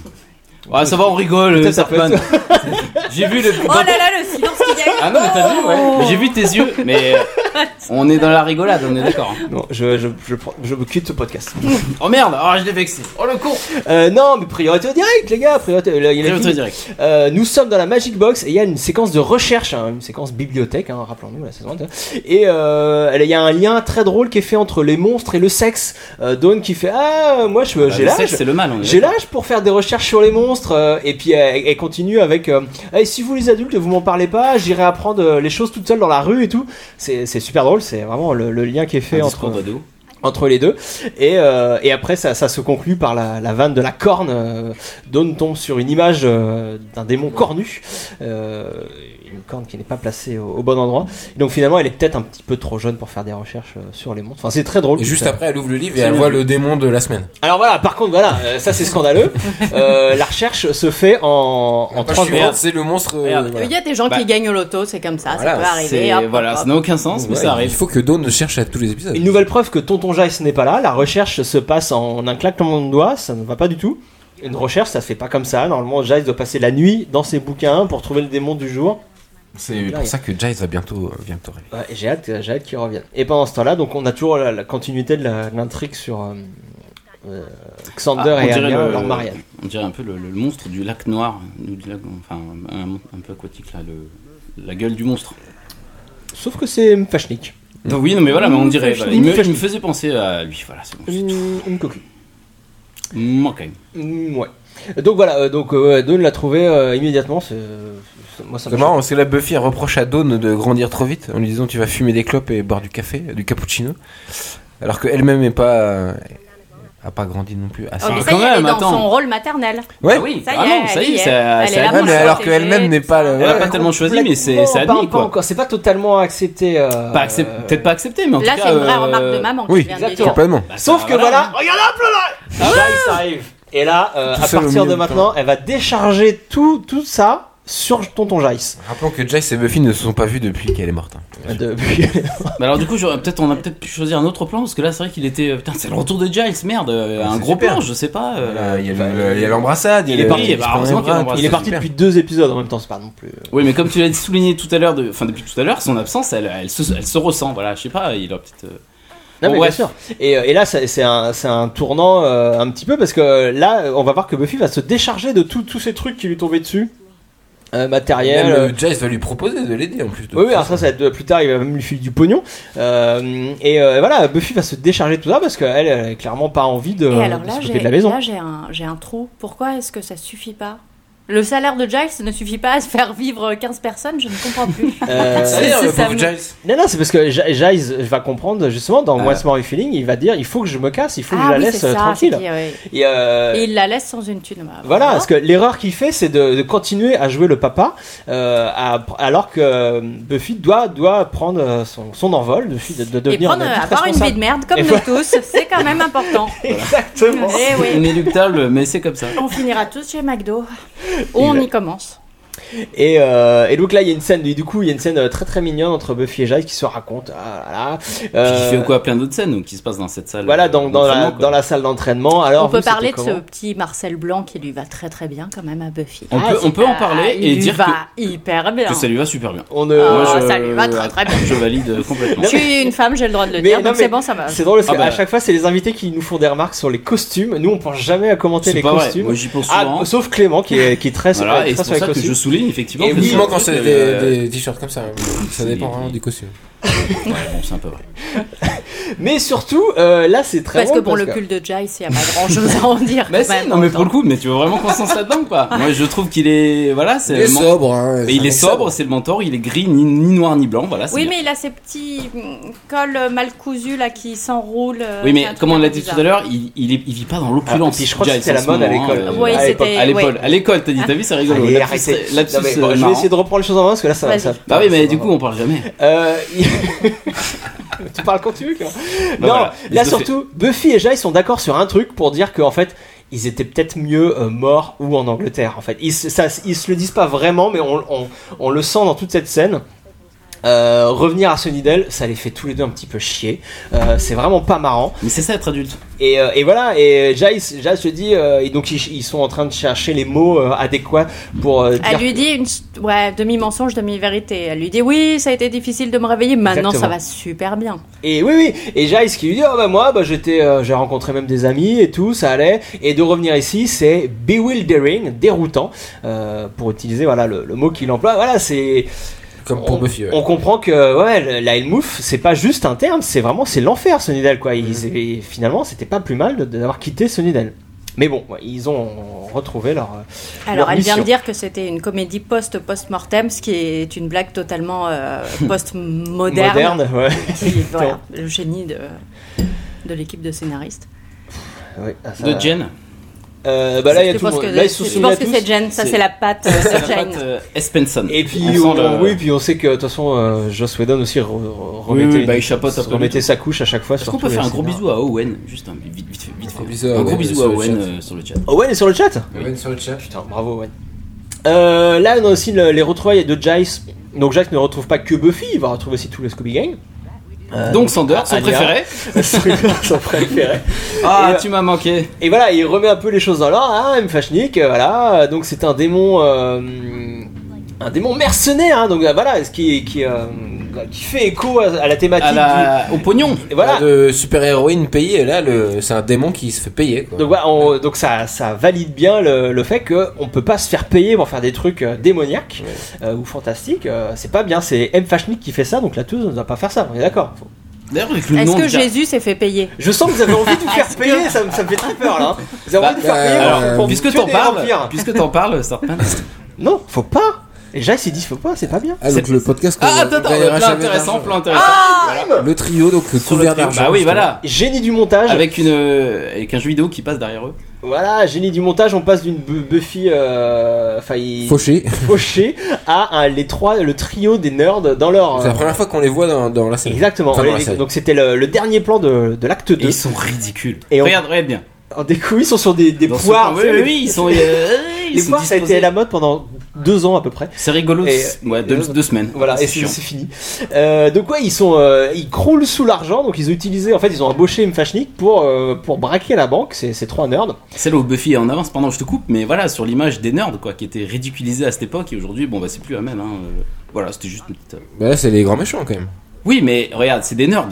Speaker 10: Ouais, ça va, on rigole, euh,
Speaker 2: Peut-être ça peut
Speaker 10: Sarpan. [laughs] J'ai vu le.
Speaker 1: Oh là là, le silence qu'il y a eu
Speaker 10: Ah non, mais t'as vu, ouais.
Speaker 1: Oh.
Speaker 10: Mais J'ai vu tes yeux,
Speaker 1: [laughs]
Speaker 10: mais. euh, On est dans la rigolade, on est d'accord. hein.
Speaker 2: Non, je, je, je, prends- je me quitte ce podcast. [laughs]
Speaker 10: Oh merde, ah je l'ai vexé. Oh le con
Speaker 2: Euh, non, mais priorité au direct, les gars. Priorité, le- il y a
Speaker 10: Priorité
Speaker 2: qui-
Speaker 10: au direct.
Speaker 2: Euh, nous sommes dans la Magic Box et il y a une séquence de recherche, hein, une séquence bibliothèque, hein, rappelons-nous la saison 1. Et euh, elle- il y a un lien très drôle qui est fait entre les monstres et le sexe. Euh, Dawn qui fait Ah, moi je-
Speaker 10: Bah,
Speaker 2: j'ai
Speaker 10: le
Speaker 2: l'âge.
Speaker 10: sexe, c'est le mal, on est
Speaker 2: J'ai
Speaker 10: d'accord.
Speaker 2: l'âge pour faire des recherches sur les monstres. euh, et puis elle, elle continue avec euh, Hey, Si vous les adultes vous m'en parlez pas, j'irai apprendre euh, les choses toute seule dans la rue et tout. C'est c'est super drôle, c'est vraiment le, le lien qui est fait
Speaker 10: Un
Speaker 2: entre.
Speaker 10: discours d'ado.
Speaker 2: entre les deux. Et, euh, et après, ça, ça se conclut par la, la vanne de la corne. Euh, Dawn tombe sur une image euh, d'un démon cornu. Euh, une corne qui n'est pas placée au, au bon endroit. Et donc finalement, elle est peut-être un petit peu trop jeune pour faire des recherches euh, sur les monstres. Enfin, c'est très drôle.
Speaker 4: Et juste
Speaker 2: Ça-
Speaker 4: après, elle ouvre le livre et elle voit le démon de la semaine.
Speaker 2: Alors voilà, par contre, voilà, euh, ça c'est scandaleux. Euh, la recherche se fait en, en
Speaker 4: page
Speaker 2: trois
Speaker 4: suivante,
Speaker 2: secondes.
Speaker 4: c'est le monstre. euh,
Speaker 1: Il y a des gens qui gagnent au loto, c'est comme ça, ça peut arriver. hop, hop, hop.
Speaker 10: aucun sens, mais ça arrive.
Speaker 4: Il faut que Dawn cherche à tous les épisodes.
Speaker 2: Une nouvelle preuve que Tonton Jace n'est pas là. La recherche se passe en un claquement de doigts, ça ne va pas du tout. Une recherche, ça se fait pas comme ça. Normalement, Jace doit passer la nuit dans ses bouquins pour trouver le démon du jour.
Speaker 4: C'est pour ça que Giles va bientôt, euh, bientôt arriver.
Speaker 2: Ouais, j'ai hâte, j'ai hâte qu'il revienne. Et pendant ce temps-là, donc on a toujours la, la continuité de la- de l'intrigue sur euh, euh, Xander
Speaker 10: Ah, on
Speaker 2: et
Speaker 10: dirait
Speaker 2: Alien,
Speaker 10: le-
Speaker 2: leur mariage.
Speaker 10: On dirait un peu le, le monstre du lac noir, ou du lac, enfin un, un peu aquatique là, le- la gueule du monstre.
Speaker 2: Sauf que c'est Fashnik.
Speaker 4: Mm.
Speaker 10: Donc oui, non mais voilà, mais on dirait.
Speaker 2: Mmh,
Speaker 10: voilà, il, me,
Speaker 2: Fashnik.
Speaker 10: il me faisait penser à lui, voilà, c'est bon.
Speaker 2: Une une coquille.
Speaker 10: Mm, ok.
Speaker 2: Mm, ouais. Donc voilà, euh, donc euh, Dawn l'a trouvé euh, immédiatement. C'est euh, c'est- moi, ça me
Speaker 4: C'est marrant parce que la Buffy elle reproche à Dawn de grandir trop vite en lui disant tu vas fumer des clopes et boire du café, du cappuccino. Alors qu'elle-même n'est pas. euh, a pas grandi non plus. assez.
Speaker 1: Oh, mais ça y est, elle est dans son rôle maternel.
Speaker 4: Ouais.
Speaker 1: oui, ça y est,
Speaker 10: Ah non, ça
Speaker 1: elle
Speaker 10: y
Speaker 1: elle
Speaker 10: est, ça-
Speaker 1: est
Speaker 10: ça-
Speaker 1: là
Speaker 10: Ouais,
Speaker 1: pour
Speaker 10: mais
Speaker 1: le
Speaker 10: alors
Speaker 1: protéger.
Speaker 4: qu'elle-même n'est pas.
Speaker 10: Elle a pas tellement choisi, mais c'est c'est
Speaker 2: Complètement,
Speaker 10: admis
Speaker 2: pas- pas
Speaker 10: quoi.
Speaker 2: encore. C'est pas totalement accepté. euh,
Speaker 10: Pas accep- Peut-être pas accepté, mais en
Speaker 2: Là,
Speaker 10: tout
Speaker 2: c'est
Speaker 10: cas.
Speaker 2: une vraie
Speaker 10: euh,
Speaker 2: remarque de maman qui Oui, vient de exactement. dire. Complètement.
Speaker 10: Bah, Ah
Speaker 2: Sauf
Speaker 10: ça,
Speaker 2: que voilà, regarde hop là, là Jace arrive. Et là, euh,
Speaker 4: Tout
Speaker 2: à
Speaker 4: seul au
Speaker 2: partir
Speaker 4: milieu
Speaker 2: de
Speaker 4: du
Speaker 2: maintenant, elle va décharger tout, tout ça sur tonton Jace.
Speaker 4: Rappelons que Giles et Buffy ne se sont pas vus depuis qu'elle est morte. hein.
Speaker 2: Depuis-
Speaker 10: Bah alors du coup, j'aurais peut-être on a peut-être pu choisir un autre plan parce que là, c'est vrai qu'il était euh, putain, c'est le retour de Giles, merde, euh, un
Speaker 4: Ah, c'est
Speaker 10: gros
Speaker 4: super.
Speaker 10: plan, je sais pas. euh,
Speaker 4: Voilà, Il y a le- il y a l'embrassade,
Speaker 10: Il est parti,
Speaker 4: il
Speaker 10: bah, heureusement qu'il y a l'embrassade.
Speaker 2: Il est parti
Speaker 10: Super.
Speaker 2: depuis deux épisodes en même temps, c'est pas non plus. euh.
Speaker 10: Oui, mais comme tu l'as souligné tout à l'heure, de- enfin depuis tout à l'heure, son absence, elle, elle se, elle se ressent. Voilà, je sais pas, il a peut-être. euh,
Speaker 2: Non, mais
Speaker 10: bon,
Speaker 2: bien
Speaker 10: bref.
Speaker 2: sûr. Et, euh, et là, ça- c'est un, c'est un tournant euh, un petit peu parce que euh, là, on va voir que Buffy va se décharger de tout- tous ces trucs qui lui tombaient dessus. Euh, matériel.
Speaker 4: Même,
Speaker 2: euh,
Speaker 4: euh, Giles va lui proposer de l'aider en plus. de
Speaker 2: Oui, oui,
Speaker 4: toute
Speaker 2: alors
Speaker 4: façon.
Speaker 2: ça, ça va être plus tard, il va même lui filer du pognon. Euh, et euh, voilà, Buffy va se décharger de tout ça parce qu'elle, elle a clairement pas envie de,
Speaker 1: Et alors
Speaker 2: de
Speaker 1: là,
Speaker 2: s'occuper
Speaker 1: j'ai
Speaker 2: de la maison.
Speaker 1: là, j'ai un, j'ai un trou. Pourquoi est-ce que ça suffit pas Le salaire de Giles ne suffit pas à se faire vivre 15 personnes, je ne comprends plus.
Speaker 2: Euh,
Speaker 1: C'est- c'est- ça me-
Speaker 2: Non, non, c'est parce que Ja- Giles va comprendre justement dans
Speaker 4: Ah.
Speaker 2: What's More Feeling, il va dire il faut que je me casse, il faut que
Speaker 1: Ah
Speaker 2: je la
Speaker 1: oui,
Speaker 2: laisse
Speaker 1: c'est
Speaker 2: euh,
Speaker 1: ça,
Speaker 2: tranquille.
Speaker 1: c'est dit, oui.
Speaker 2: Et, euh,
Speaker 1: Et il la laisse sans une thune. Bah,
Speaker 2: Voilà, parce que l'erreur qu'il fait, c'est de, de continuer à jouer le papa, euh, à- alors que euh, Buffy doit, doit prendre euh, son, son envol, Buffy de, de
Speaker 1: Et
Speaker 2: devenir
Speaker 1: prendre, euh,
Speaker 2: une adulte
Speaker 1: avoir une vie
Speaker 2: responsable.
Speaker 1: de merde comme
Speaker 2: Et
Speaker 1: nous
Speaker 2: voilà.
Speaker 1: tous, c'est quand même important.
Speaker 2: [laughs] Exactement.
Speaker 1: Eh
Speaker 10: [laughs]
Speaker 1: oui.
Speaker 10: Inéluctable, mais c'est comme ça.
Speaker 1: On finira tous chez McDo. On
Speaker 2: Exact.
Speaker 1: y commence.
Speaker 2: Et, euh, et donc là, il y a une scène, et du coup, il y a une scène euh, très très mignonne entre Buffy et Giles qui se racontent. Ah, là, là.
Speaker 10: Puis
Speaker 2: Euh,
Speaker 10: il fait quoi plein d'autres scènes donc, qui se passent dans cette salle.
Speaker 2: Voilà, dans, dans, la,
Speaker 10: d'entraînement, quoi.
Speaker 2: dans la salle d'entraînement. Alors,
Speaker 1: on peut
Speaker 2: vous, c'était
Speaker 1: parler de ce
Speaker 2: comment
Speaker 1: petit Marcel Blanc qui lui va très très bien quand même à Buffy.
Speaker 10: On peut- on peut en parler
Speaker 1: Ah, il
Speaker 10: et
Speaker 1: lui
Speaker 10: dire
Speaker 1: va
Speaker 10: que-
Speaker 1: hyper bien.
Speaker 10: Que ça lui va super bien.
Speaker 2: On euh,
Speaker 1: Ah, ça lui va très, très bien.
Speaker 10: Je valide complètement.
Speaker 1: Je suis une femme, j'ai le droit de le
Speaker 2: Mais
Speaker 1: dire,
Speaker 2: non,
Speaker 1: donc
Speaker 2: mais
Speaker 1: c'est bon, ça va.
Speaker 2: C'est drôle parce
Speaker 10: Ah
Speaker 2: qu'à
Speaker 10: bah.
Speaker 2: chaque fois, c'est les invités qui nous font des remarques sur les costumes. Nous, on pense jamais à commenter
Speaker 10: C'est
Speaker 2: les
Speaker 10: pas vrai.
Speaker 2: costumes.
Speaker 10: Moi, j'y pense
Speaker 2: Ah,
Speaker 10: souvent.
Speaker 2: sauf Clément qui est, qui est
Speaker 10: [laughs]
Speaker 2: très
Speaker 10: Voilà,
Speaker 2: très
Speaker 10: et
Speaker 2: sur
Speaker 10: c'est pour
Speaker 2: les
Speaker 10: ça que
Speaker 2: costumes.
Speaker 10: je souligne effectivement.
Speaker 4: Et
Speaker 10: que
Speaker 4: vivement
Speaker 10: c'est-
Speaker 4: quand c'est
Speaker 10: euh,
Speaker 4: des, des t-shirts comme ça. hein.
Speaker 10: c'est-
Speaker 4: Ça dépend vraiment du costume.
Speaker 10: Ouais, bon, c'est un peu vrai.
Speaker 2: Mais surtout, euh, là, c'est très
Speaker 1: Parce que
Speaker 2: drôle
Speaker 1: pour le cul de Jai, il n'y a pas
Speaker 10: [laughs]
Speaker 1: grand chose à en dire.
Speaker 10: Mais
Speaker 1: quand même.
Speaker 10: si, non mais pour le coup, mais tu veux vraiment qu'on s'en là-dedans ou pas Moi je trouve qu'il est voilà, c'est
Speaker 4: Il est
Speaker 10: le men-
Speaker 4: sobre, hein,
Speaker 10: Mais
Speaker 4: c'est un
Speaker 10: il est
Speaker 4: mec
Speaker 10: sobre, c'est le mentor, il est gris ni, ni noir ni blanc, voilà. c'est
Speaker 1: Oui,
Speaker 10: bien.
Speaker 1: mais il a ces petits mm, cols euh, mal cousus là qui s'enroulent. euh,
Speaker 10: Oui,
Speaker 1: c'est
Speaker 10: mais
Speaker 1: un truc
Speaker 10: comme on
Speaker 1: un
Speaker 10: l'a
Speaker 1: peu
Speaker 10: dit tout
Speaker 1: bizarre.
Speaker 10: à l'heure, il, il, est- il vit pas dans
Speaker 2: Ah,
Speaker 10: l'opulence.
Speaker 2: et puis je crois que
Speaker 10: Giles,
Speaker 2: c'était la
Speaker 10: en ce
Speaker 2: mode à
Speaker 10: moment,
Speaker 2: l'école,
Speaker 10: hein,
Speaker 2: Oui,
Speaker 10: euh,
Speaker 2: c'était-
Speaker 10: À l'école,
Speaker 2: ouais.
Speaker 10: à l'école, t'as dit, t'as vu, c'est rigolo.
Speaker 2: Allez,
Speaker 10: Lapsus,
Speaker 2: arrêtez.
Speaker 10: euh, lapsus,
Speaker 2: Non, mais,
Speaker 10: euh,
Speaker 2: bon, je vais
Speaker 10: marrant.
Speaker 2: essayer de reprendre les choses en main parce que là, ça,
Speaker 10: Vas-y.
Speaker 2: ça
Speaker 10: Bah oui, mais du coup, on parle jamais.
Speaker 2: Euh, [laughs] il- tu parles quand tu veux. Clément. non,
Speaker 10: voilà,
Speaker 2: là
Speaker 10: laisse-le faire.
Speaker 2: surtout, Buffy et Giles sont d'accord sur un truc pour dire qu'en fait, ils étaient peut-être mieux euh, morts ou en Angleterre. En fait, ils, se- ça, ils se le disent pas vraiment, mais on, on- on le sent dans toute cette scène. Euh, revenir à Sunnydale, ça les fait tous les deux un petit peu chier. Euh, c'est vraiment pas marrant.
Speaker 10: Mais c'est ça être adulte.
Speaker 2: Et, euh, et voilà, et Giles, Giles se dit, euh, et donc ils, ils sont en train de chercher les mots euh, adéquats pour euh, dire
Speaker 1: Elle lui dit une s- ouais, demi-mensonge, demi-vérité. Elle lui dit oui, ça a été difficile de me réveiller, maintenant ça
Speaker 2: Exactement.
Speaker 1: va super bien.
Speaker 2: Et oui, oui. Et Giles qui lui dit, ah bah moi, bah j'étais, euh, j'ai rencontré même des amis et tout, ça allait. Et de revenir ici, c'est bewildering, déroutant, euh, pour utiliser voilà le, le mot qu'il emploie. Voilà, c'est.
Speaker 4: Comme pour
Speaker 2: on,
Speaker 4: Buffy, ouais.
Speaker 2: On comprend que ouais, le- la Hellmouth, c'est pas juste un terme, c'est vraiment c'est l'enfer Sunnydale quoi. Ils,
Speaker 4: Mhm.
Speaker 2: et finalement, c'était pas plus mal de- d'avoir quitté Sunnydale. Mais bon, ouais, ils ont retrouvé leur. euh,
Speaker 1: Alors
Speaker 2: leur
Speaker 1: elle vient
Speaker 2: mission.
Speaker 1: de dire que c'était une comédie post-post-mortem, ce qui est une
Speaker 2: [laughs]
Speaker 1: blague [laughs] totalement euh, post-moderne.
Speaker 2: Moderne, ouais.
Speaker 1: Qui- voilà, le génie de, de l'équipe de scénaristes.
Speaker 2: Oui, ah, ça-
Speaker 10: De Jen
Speaker 2: Euh, bah là, il y a
Speaker 1: Je
Speaker 2: tout le
Speaker 1: pense
Speaker 2: monde.
Speaker 1: que
Speaker 2: Là, ils
Speaker 1: c'est-
Speaker 2: se
Speaker 1: je
Speaker 2: sont
Speaker 1: pense
Speaker 2: mis à
Speaker 1: que
Speaker 2: tous.
Speaker 1: c'est Jen, ça, c'est la
Speaker 2: [laughs]
Speaker 1: patte, euh,
Speaker 10: C'est la
Speaker 1: Jane.
Speaker 10: patte, euh, Espenson.
Speaker 2: Et puis,
Speaker 10: On
Speaker 2: on-
Speaker 10: sent le-
Speaker 2: oui, puis on sait que de toute façon, euh, Joss Whedon aussi re- re-
Speaker 10: Oui,
Speaker 2: remettait,
Speaker 10: oui,
Speaker 2: une-
Speaker 10: bah, il chapeaute un peu
Speaker 2: remettait
Speaker 10: le tout.
Speaker 2: sa couche à chaque fois.
Speaker 10: Est-ce
Speaker 2: sur
Speaker 10: qu'on peut
Speaker 2: tous
Speaker 10: faire
Speaker 2: les
Speaker 10: un gros
Speaker 2: scénarios.
Speaker 10: bisou à Owen Juste un vite, vite fait. Vite fait.
Speaker 4: bisou à
Speaker 10: un gros
Speaker 4: Owen
Speaker 10: bisou
Speaker 4: sur
Speaker 10: à
Speaker 4: le
Speaker 10: Owen
Speaker 4: chat.
Speaker 10: euh, sur le chat.
Speaker 2: Owen est Oh sur le chat
Speaker 4: Owen sur le chat.
Speaker 2: Putain, bravo Owen. Euh, là, on a aussi le- les retrouvailles de Jace. Donc, Jace ne retrouve pas que Buffy, il va retrouver aussi tout le Scooby Gang.
Speaker 10: [laughs]
Speaker 2: [laughs] Euh,
Speaker 10: Donc Sander, son
Speaker 2: Alia.
Speaker 10: préféré.
Speaker 2: son préféré.
Speaker 10: Ah,
Speaker 2: Et, euh,
Speaker 10: tu m'as manqué.
Speaker 2: Et voilà, il remet un peu les choses dans l'ordre. Ah, M. Fashnik, euh, voilà. Donc c'est un démon, euh, un démon mercenaire. hein. donc euh, voilà, ce qui qui, euh, qui fait écho à, à la thématique.
Speaker 10: À la- Au pognon.
Speaker 2: du- et voilà.
Speaker 4: De super-héroïne payée, et là, le... c'est un démon qui se fait payer. Quoi.
Speaker 2: Donc voilà, on- donc ça, ça valide bien le, le fait qu'on peut pas se faire payer pour faire des trucs euh, démoniaques euh, ou fantastiques. Euh, c'est pas bien. C'est M. Fashnik qui fait ça, donc la tueuse ne doit pas faire ça. On est d'accord. Faut-
Speaker 10: D'ailleurs, avec le
Speaker 1: Est-ce
Speaker 10: nom
Speaker 1: que
Speaker 10: de Jack-
Speaker 1: Jésus s'est fait payer
Speaker 2: Je sens que vous avez envie de vous faire payer. Ça, me- ça me fait très peur là. hein. Vous avez
Speaker 10: Bah,
Speaker 2: envie de vous faire payer.
Speaker 10: euh,
Speaker 2: alors, pour
Speaker 10: puisque
Speaker 2: tuer
Speaker 10: t'en
Speaker 2: des
Speaker 10: parles,
Speaker 2: vampires.
Speaker 10: puisque t'en parles, Sarpan.
Speaker 2: Non, faut pas. Et Jace il dit faut pas, c'est pas bien.
Speaker 4: Ah, donc le podcast. qu'on-
Speaker 10: Ah, attends, attends,
Speaker 4: qu'on gagnera
Speaker 10: plein
Speaker 4: jamais
Speaker 10: intéressant,
Speaker 4: d'argent.
Speaker 10: plein intéressant.
Speaker 2: Ah,
Speaker 4: Le trio, donc
Speaker 10: Sur le
Speaker 4: couvert
Speaker 10: trio.
Speaker 4: d'argent.
Speaker 10: Bah oui, voilà.
Speaker 2: Génie du montage.
Speaker 10: Avec une, euh, avec un jeu vidéo qui passe derrière eux.
Speaker 2: Voilà, génie du montage, on passe d'une Bu- Buffy euh, failli-
Speaker 4: [laughs] Fauché.
Speaker 2: fauchée à un- les trois, le trio des nerds dans leur.
Speaker 4: C'est la première fois qu'on les voit dans, dans la série.
Speaker 2: Exactement.
Speaker 4: Enfin, dans la
Speaker 2: Les-
Speaker 4: série.
Speaker 2: donc c'était le, le dernier plan de, de l'acte 2.
Speaker 10: Et ils sont ridicules.
Speaker 2: Et on-
Speaker 10: Regarde, regarde bien.
Speaker 2: En découvre, ils sont sur des, des
Speaker 10: Dans ce
Speaker 2: poires.
Speaker 10: coin-
Speaker 2: tu sais,
Speaker 10: oui,
Speaker 2: les-
Speaker 10: oui, ils sont, euh, ils
Speaker 2: les
Speaker 10: sont
Speaker 2: poires, ça a été
Speaker 10: disposés.
Speaker 2: à la mode pendant deux ans à peu près.
Speaker 10: C'est rigolo.
Speaker 2: Et-
Speaker 10: c'est- ouais, deux,
Speaker 2: euh,
Speaker 10: deux semaines.
Speaker 2: Voilà, et c'est
Speaker 10: chiant.
Speaker 2: c'est fini. Euh, donc ouais, ils sont, euh, ils croulent sous l'argent, donc ils ont utilisé, en fait, ils ont embauché Mfashnik pour euh, pour braquer la banque. C'est ces trois nerds.
Speaker 10: Celle où Buffy est en avance, pendant je te coupe, mais voilà, sur l'image des nerds, quoi, qui était ridiculisée à cette époque, et aujourd'hui, bon, bah, c'est plus la même, hein. euh, Voilà, c'était juste une petite. euh,
Speaker 4: Bah là, c'est les grands méchants quand même.
Speaker 10: Oui, mais regarde, c'est des nerds.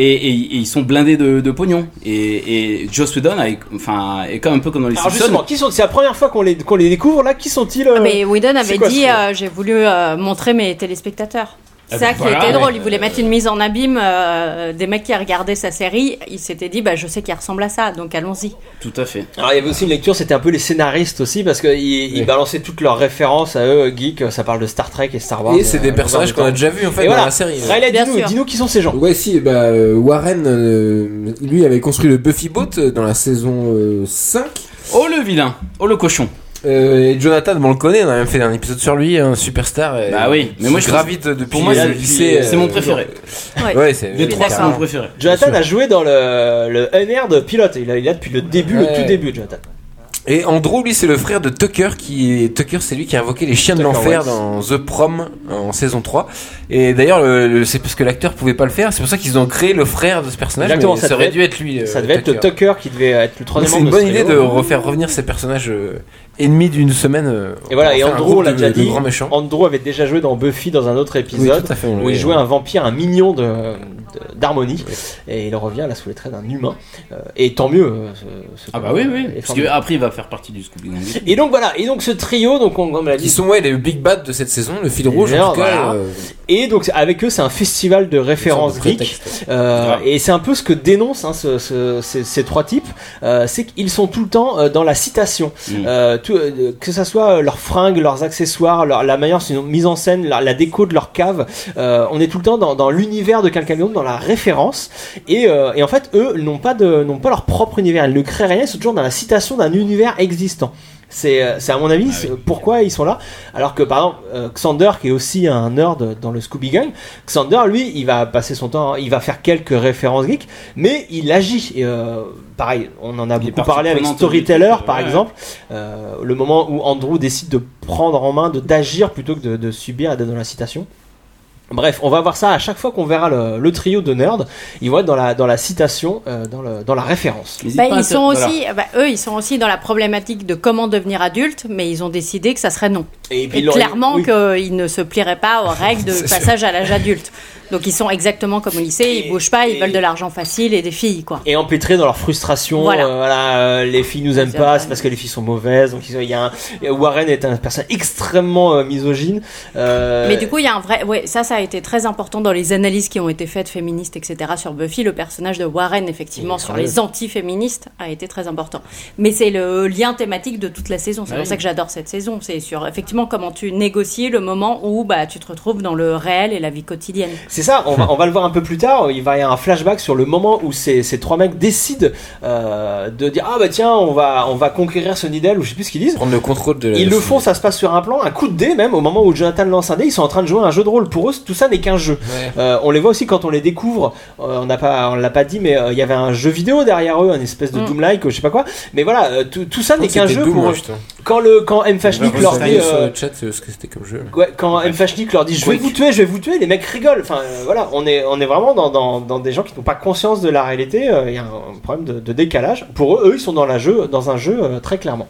Speaker 10: Et, et- et ils sont blindés de, de pognon. Et, et Joss Whedon a- enfin, est comme un peu comme dans les
Speaker 2: Alors
Speaker 10: Simpsons.
Speaker 2: justement, qui sont C'est la première fois qu'on les qu'on les découvre là. Qui sont-ils euh,
Speaker 1: Ah, Mais Whedon
Speaker 2: c'est
Speaker 1: avait
Speaker 2: quoi,
Speaker 1: dit
Speaker 2: ce-
Speaker 1: euh, j'ai voulu euh, montrer mes téléspectateurs.
Speaker 2: Ah
Speaker 1: C'est ça
Speaker 2: ben
Speaker 1: qui
Speaker 2: voilà,
Speaker 1: était
Speaker 2: ouais.
Speaker 1: drôle. Il voulait mettre une mise en abîme euh, des mecs qui regardaient sa série. Il s'était dit bah je sais qu'il ressemble à ça, donc allons-y.
Speaker 10: Tout à fait.
Speaker 2: Alors il y avait aussi une lecture, c'était un peu les scénaristes aussi parce qu'ils ils balançaient toutes leurs références à eux, geek, ça parle de Star Trek et
Speaker 10: Ah bah,
Speaker 2: Star Wars.
Speaker 4: Et c'est des
Speaker 2: euh,
Speaker 4: personnages
Speaker 2: dans
Speaker 4: qu'on a
Speaker 2: le
Speaker 4: déjà
Speaker 2: temps.
Speaker 4: vus en fait
Speaker 2: Et
Speaker 4: dans
Speaker 2: voilà.
Speaker 4: la série.
Speaker 2: Riley, dis-nous, dis-nous qui sont ces gens.
Speaker 4: Ouais, si, bah, euh, Warren, euh, lui avait construit le Buffy Boat euh, dans la saison euh, 5.
Speaker 10: Oh le vilain, oh le cochon.
Speaker 4: Euh, et Jonathan, bon, on le connaît, on a même fait un épisode sur lui, un superstar. et-
Speaker 10: Bah oui, mais
Speaker 4: qui
Speaker 10: moi, je pense-
Speaker 4: gravite depuis
Speaker 10: pour moi,
Speaker 4: le
Speaker 10: c'est-
Speaker 4: lycée.
Speaker 10: c'est
Speaker 4: euh,
Speaker 10: mon préféré.
Speaker 4: Ouais, c'est
Speaker 10: Des trois, c'est mon préféré.
Speaker 2: Jonathan a joué dans le, le NR de pilote. Il a, il a depuis le début,
Speaker 4: Ouais.
Speaker 2: le tout début, Jonathan.
Speaker 4: Et Andrew, lui, c'est le frère de Tucker qui Tucker, c'est lui qui a invoqué les chiens de
Speaker 2: Tucker
Speaker 4: l'enfer
Speaker 2: Wells.
Speaker 4: dans The Prom en saison 3. Et d'ailleurs, le- le- c'est parce que l'acteur pouvait pas le faire, c'est pour ça qu'ils ont créé le frère de ce personnage. mais ça, aurait dû être lui. euh,
Speaker 2: Ça devait être le Tucker qui devait être le troisième.
Speaker 4: C'est une
Speaker 2: membre
Speaker 4: bonne
Speaker 2: ce
Speaker 4: idée de
Speaker 2: trio.
Speaker 4: refaire revenir ces personnages euh, ennemis d'une semaine. euh,
Speaker 2: Et voilà,
Speaker 4: pour
Speaker 2: et
Speaker 4: en faire un
Speaker 2: Andrew, on
Speaker 4: groupe
Speaker 2: l'a
Speaker 4: de-
Speaker 2: déjà
Speaker 4: de
Speaker 2: dit,
Speaker 4: grands méchants.
Speaker 2: Andrew avait déjà joué dans Buffy dans un autre épisode
Speaker 4: Oui, tout à fait, on
Speaker 2: où il
Speaker 4: l'avait-
Speaker 2: jouait un vampire, un mignon de, de- d'harmonie, et il revient là sous les traits d'un humain. Euh, Et tant mieux. euh, ce- ce-
Speaker 10: Ah bah oui, oui.
Speaker 2: est
Speaker 10: Parce que
Speaker 2: formidable.
Speaker 10: après, il va faire partie du Scooby Gang.
Speaker 2: Et donc voilà, et donc ce trio, donc on, comme on l'a
Speaker 4: Qui
Speaker 2: dit,
Speaker 4: sont ouais, les big bad de cette saison, le fil
Speaker 2: Les
Speaker 4: rouge en
Speaker 2: nerds,
Speaker 4: tout cas.
Speaker 2: voilà.
Speaker 4: euh,
Speaker 2: et donc c'est- avec eux c'est un festival de références
Speaker 4: Une sorte de
Speaker 2: geek, Euh, et c'est un peu ce que dénoncent hein, ce- ce- ces, ces trois types, euh, c'est qu'ils sont tout le temps euh, dans la citation, Euh, tout, euh, que ça soit euh, leurs fringues, leurs accessoires, leur- la manière dont ils ont mis en scène, la, la déco de leur cave, euh, on est tout le temps dans, dans l'univers de quelqu'un d'autre, dans la référence, et, euh, et en fait eux n'ont pas de n'ont pas leur propre univers, ils ne créent rien, ils sont toujours dans la citation d'un univers existant. C'est, euh, c'est à mon avis c'est pourquoi ils sont là. Alors que par exemple, euh, Xander, qui est aussi un nerd dans le Scooby Gang, Xander, lui, il va passer son temps, il va faire quelques références geeks, mais il agit. Et, euh, pareil, on en a beaucoup
Speaker 10: partie
Speaker 2: parlé avec
Speaker 10: prenante
Speaker 2: Storyteller,
Speaker 10: du truc, euh,
Speaker 2: par
Speaker 10: ouais.
Speaker 2: exemple. Euh, le moment où Andrew décide de prendre en main, de d'agir plutôt que de, de subir et d'être dans la citation. Bref, on va voir ça à chaque fois qu'on verra le, le trio de nerds. Ils vont être dans la, dans la citation, euh, dans, le, dans la référence.
Speaker 1: Bah, ils sont aussi, bah, eux, ils sont aussi dans la problématique de comment devenir adulte, mais ils ont décidé que ça serait non.
Speaker 2: Et,
Speaker 1: Et
Speaker 2: ils l'auraient-
Speaker 1: clairement
Speaker 2: oui.
Speaker 1: qu'ils ne se plieraient pas
Speaker 2: [laughs]
Speaker 1: aux règles de passage à l'âge adulte. Donc ils sont exactement comme au lycée, ils bougent pas, ils veulent de l'argent facile et des filles, quoi.
Speaker 2: et empêtrés dans leur frustration.
Speaker 1: Voilà.
Speaker 2: euh, voilà, euh, les filles nous aiment
Speaker 1: Ils
Speaker 2: pas,
Speaker 1: aiment
Speaker 2: c'est parce que les filles sont mauvaises. Donc ils sont- il y a un- Warren est un personne extrêmement euh, misogyne. euh,
Speaker 1: Mais du coup, il y a un vrai. Ouais, ça, ça a été très important dans les analyses qui ont été faites féministes, etc. Sur Buffy, le personnage de Warren, effectivement, sur
Speaker 2: incroyable.
Speaker 1: les anti-féministes, a été très important. Mais c'est le lien thématique de toute la saison. C'est
Speaker 2: Bah
Speaker 10: Ah
Speaker 1: pour
Speaker 10: oui.
Speaker 1: ça que j'adore cette saison. C'est sur effectivement comment tu négocies le moment où bah tu te retrouves dans le réel et la vie quotidienne.
Speaker 2: C'est ça, on va, on va le voir un peu plus tard. Il va y avoir un flashback sur le moment où ces, ces trois mecs décident euh, de dire Ah bah tiens, on va, on va conquérir Sunnydale, ou je sais plus ce qu'ils disent.
Speaker 4: Prendre le contrôle de la.
Speaker 2: Ils le font, ça se passe sur un plan, un coup de dé même, au moment où Jonathan lance un dé, ils sont en train de jouer à un jeu de rôle. Pour eux, tout ça n'est qu'un jeu.
Speaker 4: Ouais.
Speaker 2: Euh, on les voit aussi quand on les découvre, euh, on n'a pas, on l'a pas dit, mais euh, il y avait un jeu vidéo derrière eux, un espèce de
Speaker 4: Mm.
Speaker 2: Doom-like, ou je sais pas quoi. Mais voilà, euh, tout, tout ça
Speaker 4: Je
Speaker 2: n'est
Speaker 4: pense que
Speaker 2: qu'un
Speaker 4: c'était
Speaker 2: jeu
Speaker 4: Doom, hein.
Speaker 2: pour
Speaker 4: ouais,
Speaker 2: eux.
Speaker 4: putain.
Speaker 2: Quand le, quand M.
Speaker 4: On
Speaker 2: Fashnik
Speaker 4: va
Speaker 2: leur dit,
Speaker 4: revenir sur
Speaker 2: euh,
Speaker 4: le chat euh, ce que c'était comme jeu.
Speaker 2: Ouais, quand M. Fashnik leur dit je vais vous tuer, je vais vous tuer, les mecs rigolent. Enfin euh, voilà, on est, on est vraiment dans, dans, dans des gens qui n'ont pas conscience de la réalité. Euh, Il y a un problème de, de décalage. Pour eux, eux, ils sont dans, la jeu, dans un jeu euh, très clairement.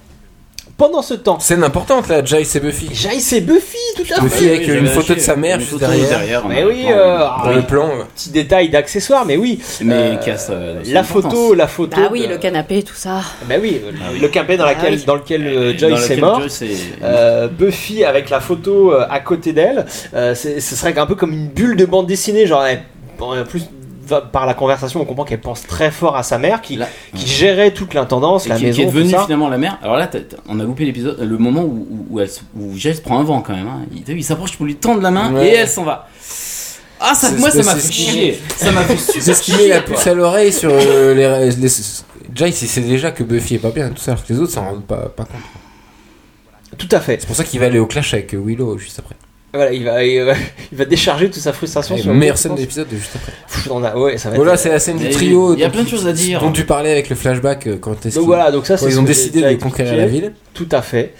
Speaker 2: Pendant ce temps.
Speaker 4: Scène importante là, Jace et Buffy.
Speaker 2: Jace et Buffy, tout à fait.
Speaker 4: Buffy avec une photo de sa mère juste derrière.
Speaker 2: Mais oui, euh, ah
Speaker 4: Dans
Speaker 2: oui,
Speaker 4: le plan.
Speaker 2: Petit détail d'accessoire, mais oui.
Speaker 10: Mais
Speaker 2: Euh,
Speaker 10: casse, euh,
Speaker 2: la
Speaker 10: son importance.
Speaker 2: photo, la photo.
Speaker 1: Bah oui,
Speaker 2: de-
Speaker 1: le canapé, tout ça.
Speaker 2: Bah oui, euh, le campé dans,
Speaker 1: Ah
Speaker 2: laquelle,
Speaker 1: oui.
Speaker 2: dans lequel euh,
Speaker 10: Dans
Speaker 2: Joyce est
Speaker 10: lequel
Speaker 2: mort.
Speaker 10: Joyce est-
Speaker 2: Euh, Buffy avec la photo euh, à côté d'elle. Euh, c'est- ce serait un peu comme une bulle de bande dessinée. Genre, elle- en plus, va- par la conversation, on comprend qu'elle pense très fort à sa mère qui, qui gérait toute l'intendance,
Speaker 10: Et
Speaker 2: la
Speaker 10: qui,
Speaker 2: maison.
Speaker 10: qui est devenue
Speaker 2: tout ça.
Speaker 10: finalement la mère. Alors là, t'as- t'as- on a loupé l'épisode, le moment où, où, où elle se- où Jess prend un vent quand même. hein. Il, t'as vu, il s'approche pour lui tendre la main
Speaker 4: Ouais.
Speaker 10: et elle s'en va. Ah, ça,
Speaker 4: C'est-
Speaker 10: moi
Speaker 4: c'est-
Speaker 10: ça m'a fait
Speaker 4: c'est ce qui-
Speaker 10: chier. Ça m'a fait super
Speaker 4: [laughs] C'est ce qui met
Speaker 10: chier,
Speaker 4: la
Speaker 10: quoi.
Speaker 4: puce à l'oreille sur euh, les. les- Jace, il sait déjà que Buffy est pas bien, tout ça, alors que les autres s'en rendent pas, pas compte.
Speaker 2: Tout à fait.
Speaker 4: C'est pour ça qu'il va aller au clash avec euh, Willow juste après.
Speaker 2: Voilà, il va, il va, [laughs] il va décharger toute sa frustration.
Speaker 4: Et
Speaker 2: sur
Speaker 4: meilleure
Speaker 2: je
Speaker 4: scène
Speaker 2: pense.
Speaker 4: de l'épisode de juste après.
Speaker 2: Pff, on a- ouais, ça va être-
Speaker 4: Voilà, c'est la scène du
Speaker 10: Il y a-
Speaker 4: trio.
Speaker 10: il y a
Speaker 4: dont
Speaker 10: plein de choses à dire.
Speaker 4: Dont tu parlais avec le flashback euh, quand est-ce
Speaker 2: Donc
Speaker 4: qu'ils-
Speaker 2: voilà, donc ça
Speaker 4: quand
Speaker 2: c'est
Speaker 4: Ils
Speaker 2: ce
Speaker 4: ont
Speaker 2: que
Speaker 4: décidé
Speaker 2: j'ai
Speaker 4: de
Speaker 2: déjà
Speaker 4: conquérir la
Speaker 2: expliqué.
Speaker 4: ville.
Speaker 2: Tout à fait.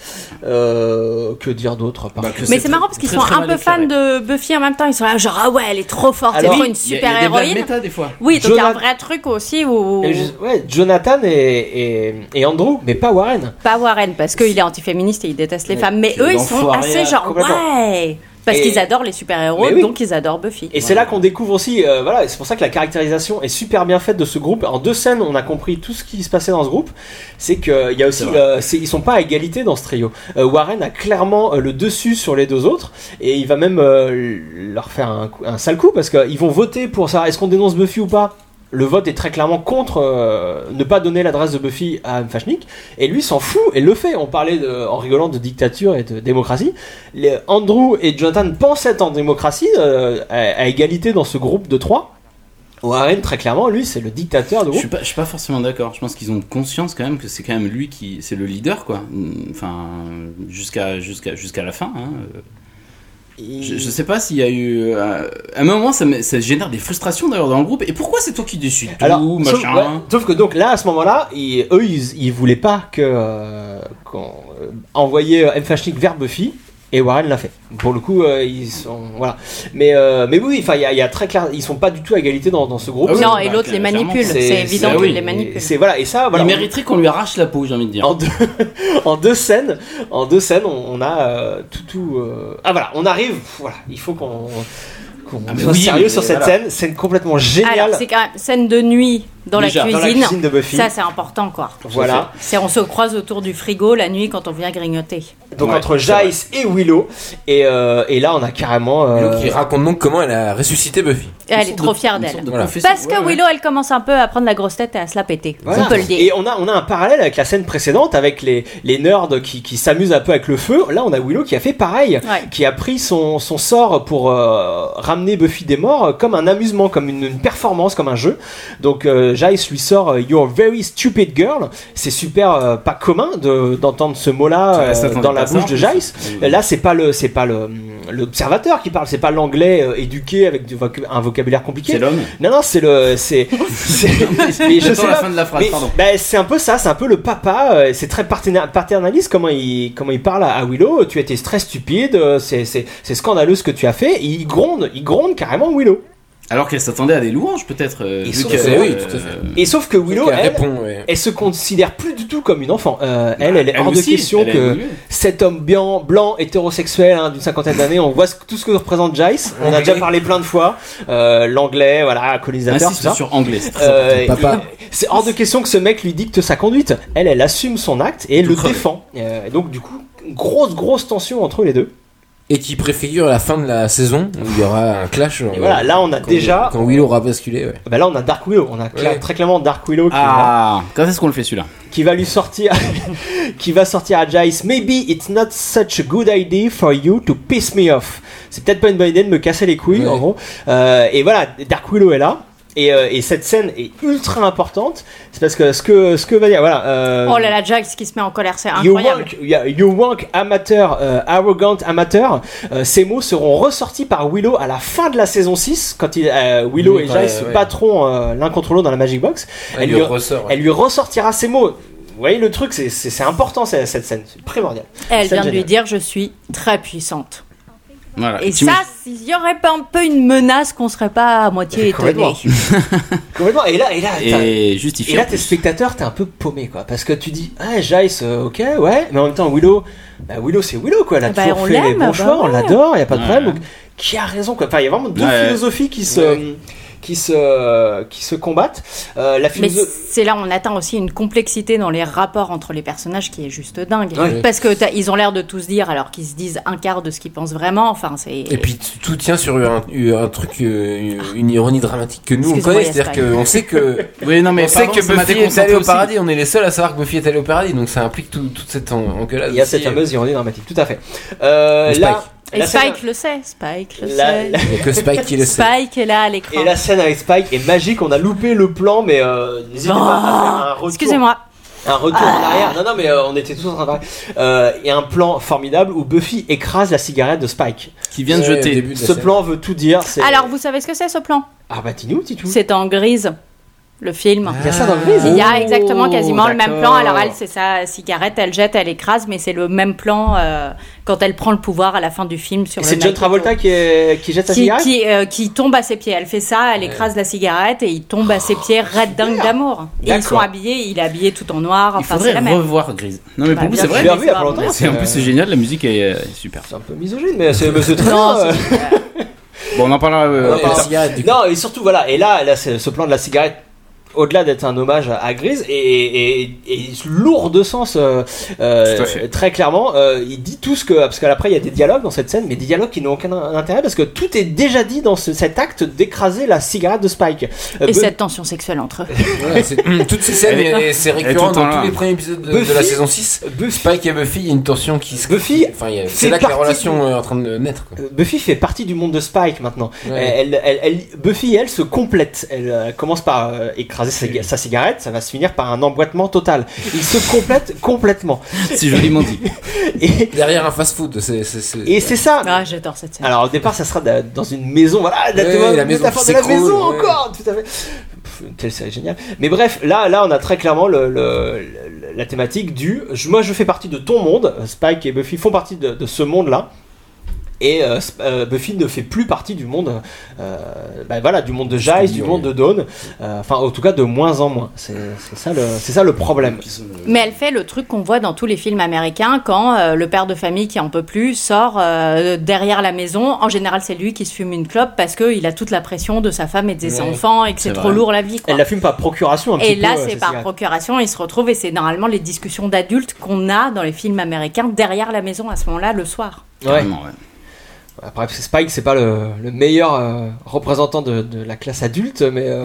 Speaker 2: Euh, que dire d'autre à part
Speaker 4: Bah,
Speaker 2: ça
Speaker 1: Mais c'est marrant parce qu'ils sont un peu fans de Buffy en même temps. Ils sont là, genre, ah ouais, elle est trop forte,
Speaker 2: Alors,
Speaker 1: c'est
Speaker 2: oui,
Speaker 1: une
Speaker 2: il y a- il y a des
Speaker 1: super
Speaker 10: blagues
Speaker 1: héroïne.
Speaker 10: méta, des fois.
Speaker 1: Oui, donc il y a un
Speaker 2: Jonathan-
Speaker 1: vrai truc aussi où.
Speaker 2: Et je- ouais, Jonathan et, et, et Andrew, mais pas Warren.
Speaker 1: Pas Warren, parce qu'il est antiféministe et il déteste les
Speaker 2: Mais
Speaker 1: femmes. Mais
Speaker 2: c'est
Speaker 1: eux, ils sont
Speaker 2: l'enfoiré,
Speaker 1: assez
Speaker 2: euh,
Speaker 1: genre,
Speaker 2: complètement.
Speaker 1: ouais Parce
Speaker 2: Et-
Speaker 1: qu'ils adorent les super-héros,
Speaker 2: Mais oui.
Speaker 1: donc ils adorent Buffy.
Speaker 2: Et c'est là qu'on découvre aussi, euh, voilà, et c'est pour ça que la caractérisation est super bien faite de ce groupe. En deux scènes, on a compris tout ce qui se passait dans ce groupe. C'est que il y a aussi,
Speaker 10: C'est vrai.
Speaker 2: euh, c'est- ils sont pas à égalité dans ce trio. Euh, Warren a clairement euh, le dessus sur les deux autres, et il va même euh, leur faire un, coup- un sale coup parce qu'ils vont voter pour ça. Est-ce qu'on dénonce Buffy ou pas le vote est très clairement contre euh, ne pas donner l'adresse de Buffy à Anne Fashnik, et lui s'en fout et le fait. On parlait de- en rigolant de dictature et de démocratie. Les- Andrew et Jonathan pensent être en démocratie, euh, à, à égalité dans ce groupe de trois. Warren, très clairement, lui, c'est le dictateur de
Speaker 10: Je suis
Speaker 2: groupe.
Speaker 10: pas, je suis pas forcément d'accord. Je pense qu'ils ont conscience quand même que c'est quand même lui qui, c'est le leader quoi. Enfin, jusqu'à jusqu'à jusqu'à la fin. hein. Je, je sais pas s'il y a eu. euh, à un moment, ça, me- ça génère des frustrations d'ailleurs dans le groupe. Et pourquoi c'est toi qui décides tout,
Speaker 2: Alors,
Speaker 10: machin
Speaker 2: sauf, ouais, sauf que donc là, à ce moment-là, ils- eux, ils, ils voulaient pas que euh, qu'on euh, envoyer euh, M. Fashnik vers Buffy. Et Warren l'a fait. Pour le coup, euh, ils sont voilà. Mais euh, mais oui, enfin, il y, a- il y a très clair, ils sont pas du tout à égalité dans, dans ce groupe.
Speaker 10: Ah oui,
Speaker 1: non,
Speaker 10: bah,
Speaker 1: et l'autre les
Speaker 10: clairement,
Speaker 1: manipule,
Speaker 10: c'est-
Speaker 1: c'est
Speaker 10: c'est-
Speaker 1: évident
Speaker 10: ah oui,
Speaker 1: qu'il les
Speaker 10: et
Speaker 1: manipule.
Speaker 2: bah C'est voilà et ça voilà.
Speaker 10: Il mériterait qu'on lui arrache la peau, j'ai envie de dire.
Speaker 2: En deux, [laughs] en deux scènes, en deux scènes, on, on a euh, tout tout. euh, Ah voilà, on arrive. pff, Voilà, il faut qu'on qu'on
Speaker 10: Ah, mais
Speaker 2: soit
Speaker 10: oui,
Speaker 2: sérieux
Speaker 10: mais
Speaker 2: sur cette
Speaker 10: voilà.
Speaker 2: scène. Scène complètement géniale.
Speaker 1: Alors, c'est quand même scène de nuit dans,
Speaker 2: Déjà,
Speaker 1: la,
Speaker 2: dans
Speaker 1: cuisine.
Speaker 2: la cuisine de Buffy.
Speaker 1: Ça, c'est important, quoi.
Speaker 2: Voilà.
Speaker 1: C'est on se croise autour du frigo la nuit quand on vient grignoter.
Speaker 2: Donc entre Jace et Willow et, euh, et là on a carrément. euh,
Speaker 4: Willow qui raconte donc comment elle a ressuscité Buffy.
Speaker 1: Et elle est trop fière d'elle.
Speaker 2: de
Speaker 1: Parce
Speaker 2: confession, ouais,
Speaker 1: que
Speaker 2: ouais.
Speaker 1: Willow, elle commence un peu à prendre la grosse tête et à se la péter.
Speaker 2: Voilà.
Speaker 1: On peut le dire.
Speaker 2: Et on a, on a un parallèle avec la scène précédente, avec les, les nerds qui, qui s'amusent un peu avec le feu. Là, on a Willow qui a fait pareil,
Speaker 1: Ouais.
Speaker 2: qui a pris son, son sort pour euh, ramener Buffy des morts euh, comme un amusement, comme une, une performance, comme un jeu. Donc euh, Giles lui sort euh, You're a very stupid girl. C'est super euh, pas commun de- d'entendre ce mot-là euh,
Speaker 10: Ça, ça, ça,
Speaker 2: dans la
Speaker 10: ça, ça,
Speaker 2: bouche de
Speaker 10: ça.
Speaker 2: Giles.
Speaker 10: Mmh.
Speaker 2: Là, c'est pas le, c'est pas le l'observateur qui parle, c'est pas l'anglais euh, éduqué avec du voc- un vocabulaire compliqué.
Speaker 10: C'est l'homme.
Speaker 2: Non, non, c'est le,
Speaker 10: [laughs]
Speaker 2: c'est, c'est- mais je
Speaker 10: J'attends
Speaker 2: sais
Speaker 10: la
Speaker 2: pas.
Speaker 10: fin de la phrase,
Speaker 2: Mais-
Speaker 10: pardon.
Speaker 2: bah, c'est un peu ça, c'est un peu le papa, euh, c'est très paterna- paternaliste comment il, comment il parle à, à Willow, tu étais très stupide, euh, c'est, c'est, c'est scandaleux ce que tu as fait, et il gronde, il gronde carrément Willow.
Speaker 10: Alors qu'elle s'attendait à des louanges peut-être. euh, Ah,
Speaker 2: Et
Speaker 10: vu
Speaker 2: sauf
Speaker 10: que-
Speaker 2: que-
Speaker 4: oui, tout à fait.
Speaker 2: Et sauf que Willow,
Speaker 4: qu'elle
Speaker 2: elle,
Speaker 4: répond, ouais.
Speaker 2: elle se considère plus du tout comme une enfant. Euh, elle, elle est
Speaker 10: Bah, elle
Speaker 2: hors
Speaker 10: aussi,
Speaker 2: de question
Speaker 10: elle a
Speaker 2: que
Speaker 10: évolué.
Speaker 2: cet homme blanc, blanc hétérosexuel hein, d'une cinquantaine d'années, on voit ce- tout ce que représente Jace, on a
Speaker 10: Anglais.
Speaker 2: déjà parlé plein de fois, euh, l'anglais, voilà, colonisateur, tout
Speaker 10: Insiste
Speaker 2: ça.
Speaker 10: sur anglais. c'est très
Speaker 2: Euh,
Speaker 10: important.
Speaker 2: il- C'est hors de question que ce mec lui dicte sa conduite. Elle, elle assume son acte et elle le défend. Euh, et donc, du coup, grosse, grosse tension entre les deux.
Speaker 4: Et qui préfigure la fin de la saison où il y aura un clash. euh,
Speaker 2: Et voilà, là, on a
Speaker 4: quand-
Speaker 2: déjà-
Speaker 4: Quand Willow aura basculé, ouais.
Speaker 2: Bah là, on a Dark Willow. On a cla-
Speaker 4: Ouais.
Speaker 2: très clairement Dark Willow qui,
Speaker 10: Ah, quand est-ce qu'on le fait celui-là
Speaker 2: va, qui va lui sortir, [laughs] qui va sortir à Jace. Maybe it's not such a good idea for you to piss me off. C'est peut-être pas une bonne idée de me casser les couilles, en gros. Euh, et voilà, Dark Willow est là. Et, euh, et cette scène est ultra importante. C'est parce que ce que ce que va dire, voilà. euh,
Speaker 1: Oh là là, Jax qui se met en colère, c'est
Speaker 2: You
Speaker 1: incroyable.
Speaker 2: wank, yeah, you wank amateur, euh, arrogant amateur. Euh, ces mots seront ressortis par Willow à la fin de la saison 6, quand il, euh, Willow
Speaker 4: Oui,
Speaker 2: et
Speaker 4: ouais,
Speaker 2: Giles se
Speaker 4: ouais.
Speaker 2: battront euh, l'un contre l'autre dans la Magic Box.
Speaker 4: Ouais, il lui ressort, ouais.
Speaker 2: elle lui ressortira ces mots. Vous voyez le truc, c'est- c'est c'est important c'est- cette scène, c'est primordial.
Speaker 1: Elle
Speaker 2: Scène
Speaker 1: vient de lui
Speaker 2: géniale.
Speaker 1: dire Je suis très puissante.
Speaker 2: Ah,
Speaker 10: Voilà.
Speaker 1: Et ça, s'il y aurait pas un peu une menace qu'on serait pas à moitié étonné.
Speaker 2: Ah, Complètement. Complètement. Et là, et là, t'as-
Speaker 10: Et justifié.
Speaker 2: Et là,
Speaker 10: en
Speaker 2: tes
Speaker 10: plus.
Speaker 2: spectateurs, t'es un peu paumé, quoi. Parce que tu dis, ah, Jace, euh, ok, ouais, mais en même temps, Willow, bah, Willow, c'est Willow, quoi. Elle a
Speaker 1: Bah,
Speaker 2: toujours
Speaker 1: on
Speaker 2: fait les
Speaker 1: l'aime,
Speaker 2: bons
Speaker 1: bah
Speaker 2: choix, on
Speaker 1: ouais.
Speaker 2: l'adore, y a pas de
Speaker 10: Ouais.
Speaker 2: problème. Donc, qui a raison, quoi. Enfin, il y a vraiment deux
Speaker 10: Ouais.
Speaker 2: philosophies qui se, qui se, qui se combattent. Euh, la
Speaker 1: Mais
Speaker 2: philosophie.
Speaker 1: c'est là où on atteint aussi une complexité dans les rapports entre les personnages qui est juste dingue.
Speaker 4: Ouais.
Speaker 1: Parce que t'as- ils ont l'air de tous dire alors qu'ils se disent un quart de ce qu'ils pensent vraiment. Enfin, c'est.
Speaker 4: Et puis t- tout tient sur un, un truc, euh, une ironie dramatique que nous on
Speaker 1: Excuse-moi,
Speaker 4: connaît,
Speaker 1: Yes,
Speaker 4: c'est-à-dire
Speaker 1: Time.
Speaker 4: qu'on sait que
Speaker 10: [laughs] Oui, non, mais
Speaker 4: on sait
Speaker 10: pardon,
Speaker 4: que
Speaker 10: ça m'a
Speaker 4: Buffy est allée
Speaker 10: déconcentré
Speaker 4: au
Speaker 10: aussi.
Speaker 4: paradis. On est les seuls à savoir que Buffy est allée au paradis, donc ça implique tout- toute cette en- engueulade.
Speaker 2: Il y a
Speaker 4: aussi,
Speaker 2: cette
Speaker 4: euh,
Speaker 2: fameuse ironie dramatique, tout à fait. Euh,
Speaker 4: Mais
Speaker 2: là.
Speaker 1: Et
Speaker 2: la scène-
Speaker 1: Spike le sait, Spike le
Speaker 2: La-
Speaker 1: sait.
Speaker 2: la- Il y a que Spike qui le sait.
Speaker 1: Spike est là à l'écran.
Speaker 2: Et la scène avec Spike est magique, on a loupé le plan, mais euh, n'hésitez pas à faire un retour.
Speaker 1: Excusez-moi.
Speaker 2: Un retour en arrière. Non, non, mais euh, on était tous en train de parler. Euh, Il y a un plan formidable où Buffy écrase la cigarette de Spike.
Speaker 10: Qui vient de
Speaker 4: Ouais, jeter. au début de la
Speaker 2: Ce
Speaker 4: scène.
Speaker 2: plan veut tout dire. c'est-
Speaker 1: Alors, vous savez ce que c'est ce plan
Speaker 2: Ah bah dis-nous, Titou.
Speaker 1: C'est en grise. Le film.
Speaker 2: Ah. Il y a ça dans le film
Speaker 1: Il y a exactement quasiment le même plan.
Speaker 2: d'accord.
Speaker 1: Alors elle, c'est sa cigarette, elle jette, elle écrase, mais c'est le même plan euh, quand elle prend le pouvoir à la fin du film sur
Speaker 2: Et
Speaker 1: le
Speaker 2: c'est John
Speaker 1: mec euh,
Speaker 2: Travolta qui, est- qui jette sa
Speaker 1: qui,
Speaker 2: cigarette
Speaker 1: qui, euh, qui tombe à ses pieds. Elle fait ça, elle écrase la cigarette et il tombe à ses
Speaker 2: Oh,
Speaker 1: pieds, red dingue d'amour. Et ils
Speaker 10: D'accord.
Speaker 1: sont habillés, il est habillé tout en noir.
Speaker 10: Il
Speaker 1: Enfin, c'est
Speaker 10: faudrait
Speaker 1: la même.
Speaker 10: revoir Grise. Non, mais
Speaker 1: Bah,
Speaker 10: pour vous,
Speaker 1: bien
Speaker 10: c'est
Speaker 1: sûr,
Speaker 10: vrai.
Speaker 1: Je l'ai revu il y a pas longtemps,
Speaker 10: C'est- En plus, c'est génial, la musique est euh, super.
Speaker 2: Euh, C'est un peu misogyne, mais c'est mais c'est très
Speaker 1: Non,
Speaker 2: bien, euh.
Speaker 10: Bon, on en parlera
Speaker 2: On
Speaker 10: euh,
Speaker 2: en
Speaker 10: plus
Speaker 2: parle.
Speaker 10: tard.
Speaker 2: Non, et surtout, voilà, et là, là c'est- ce plan de la cigarette, au-delà d'être un hommage à, à Grise, et, et, et lourd de sens, euh, euh,
Speaker 10: Tout à fait.
Speaker 2: très clairement, euh, il dit tout ce que. Parce qu'après, il y a des dialogues dans cette scène, mais des dialogues qui n'ont aucun intérêt, parce que tout est déjà dit dans ce- cet acte d'écraser la cigarette de Spike. Euh,
Speaker 1: Et
Speaker 2: Bu-
Speaker 1: cette tension sexuelle entre eux.
Speaker 2: [laughs]
Speaker 4: voilà, c'est-
Speaker 10: [laughs]
Speaker 4: toutes ces scènes,
Speaker 10: Elle est-
Speaker 4: et- et c'est
Speaker 10: elle est
Speaker 4: récurrent
Speaker 10: tout le temps
Speaker 4: dans tous
Speaker 10: là.
Speaker 4: les premiers épisodes de, de
Speaker 2: Buffy-
Speaker 4: la saison 6.
Speaker 2: Buffy-
Speaker 4: Spike et Buffy, il y a une tension qui se.
Speaker 2: Buffy
Speaker 4: Enfin, il y a-
Speaker 2: fait
Speaker 4: c'est là que la
Speaker 2: partie
Speaker 4: relation euh, est en train de naître. quoi.
Speaker 2: euh, Buffy fait partie du monde de Spike maintenant.
Speaker 4: Ouais.
Speaker 2: Elle, elle, elle- Buffy, elle, se complète. Elle euh, commence par euh, écraser sa, sa cigarette, ça va se finir par un emboîtement total. Ils se complètent complètement.
Speaker 10: C'est
Speaker 2: [laughs]
Speaker 10: joliment dit.
Speaker 2: Et,
Speaker 4: Derrière un fast-food, c'est. c'est- c'est-
Speaker 2: et c'est ça.
Speaker 1: Ah, j'adore cette scène.
Speaker 2: Alors au départ, ça sera da- dans une maison. Voilà, la,
Speaker 4: Ouais,
Speaker 2: métaphore
Speaker 4: la maison qui
Speaker 2: de la
Speaker 4: s'écroule,
Speaker 2: maison
Speaker 4: ouais.
Speaker 2: encore. Tout à fait. Pff, une Telle série géniale. Mais bref, là, là, on a très clairement le, le- le- la thématique du. je- moi, je fais partie de ton monde. Spike et Buffy font partie de, de ce monde-là. Et euh, Sp- euh, Buffy ne fait plus partie du monde, euh, bah, voilà, du monde de Giles, du monde de Dawn. Euh, Enfin, en tout cas, de moins en moins. C'est c'est ça le, c'est ça le problème.
Speaker 1: Mais elle fait le truc qu'on voit dans tous les films américains quand euh, le père de famille qui en peut plus sort euh, derrière la maison. En général, c'est lui qui se fume une clope parce qu'il a toute la pression de sa femme et de ses
Speaker 2: Ouais.
Speaker 1: enfants et que c'est
Speaker 2: C'est
Speaker 1: trop
Speaker 2: vrai.
Speaker 1: lourd la vie. quoi.
Speaker 2: Elle la fume par procuration un
Speaker 1: Et
Speaker 2: petit
Speaker 1: là,
Speaker 2: peu, euh,
Speaker 1: c'est
Speaker 2: ces
Speaker 1: par
Speaker 2: cigarettes.
Speaker 1: procuration, ils se retrouvent et c'est normalement les discussions d'adultes qu'on a dans les films américains derrière la maison à ce moment-là le soir.
Speaker 2: Ouais.
Speaker 10: Carrément, ouais.
Speaker 2: Après, c'est Spike, c'est pas le, le meilleur euh, représentant de, de la classe adulte, mais [laughs] euh,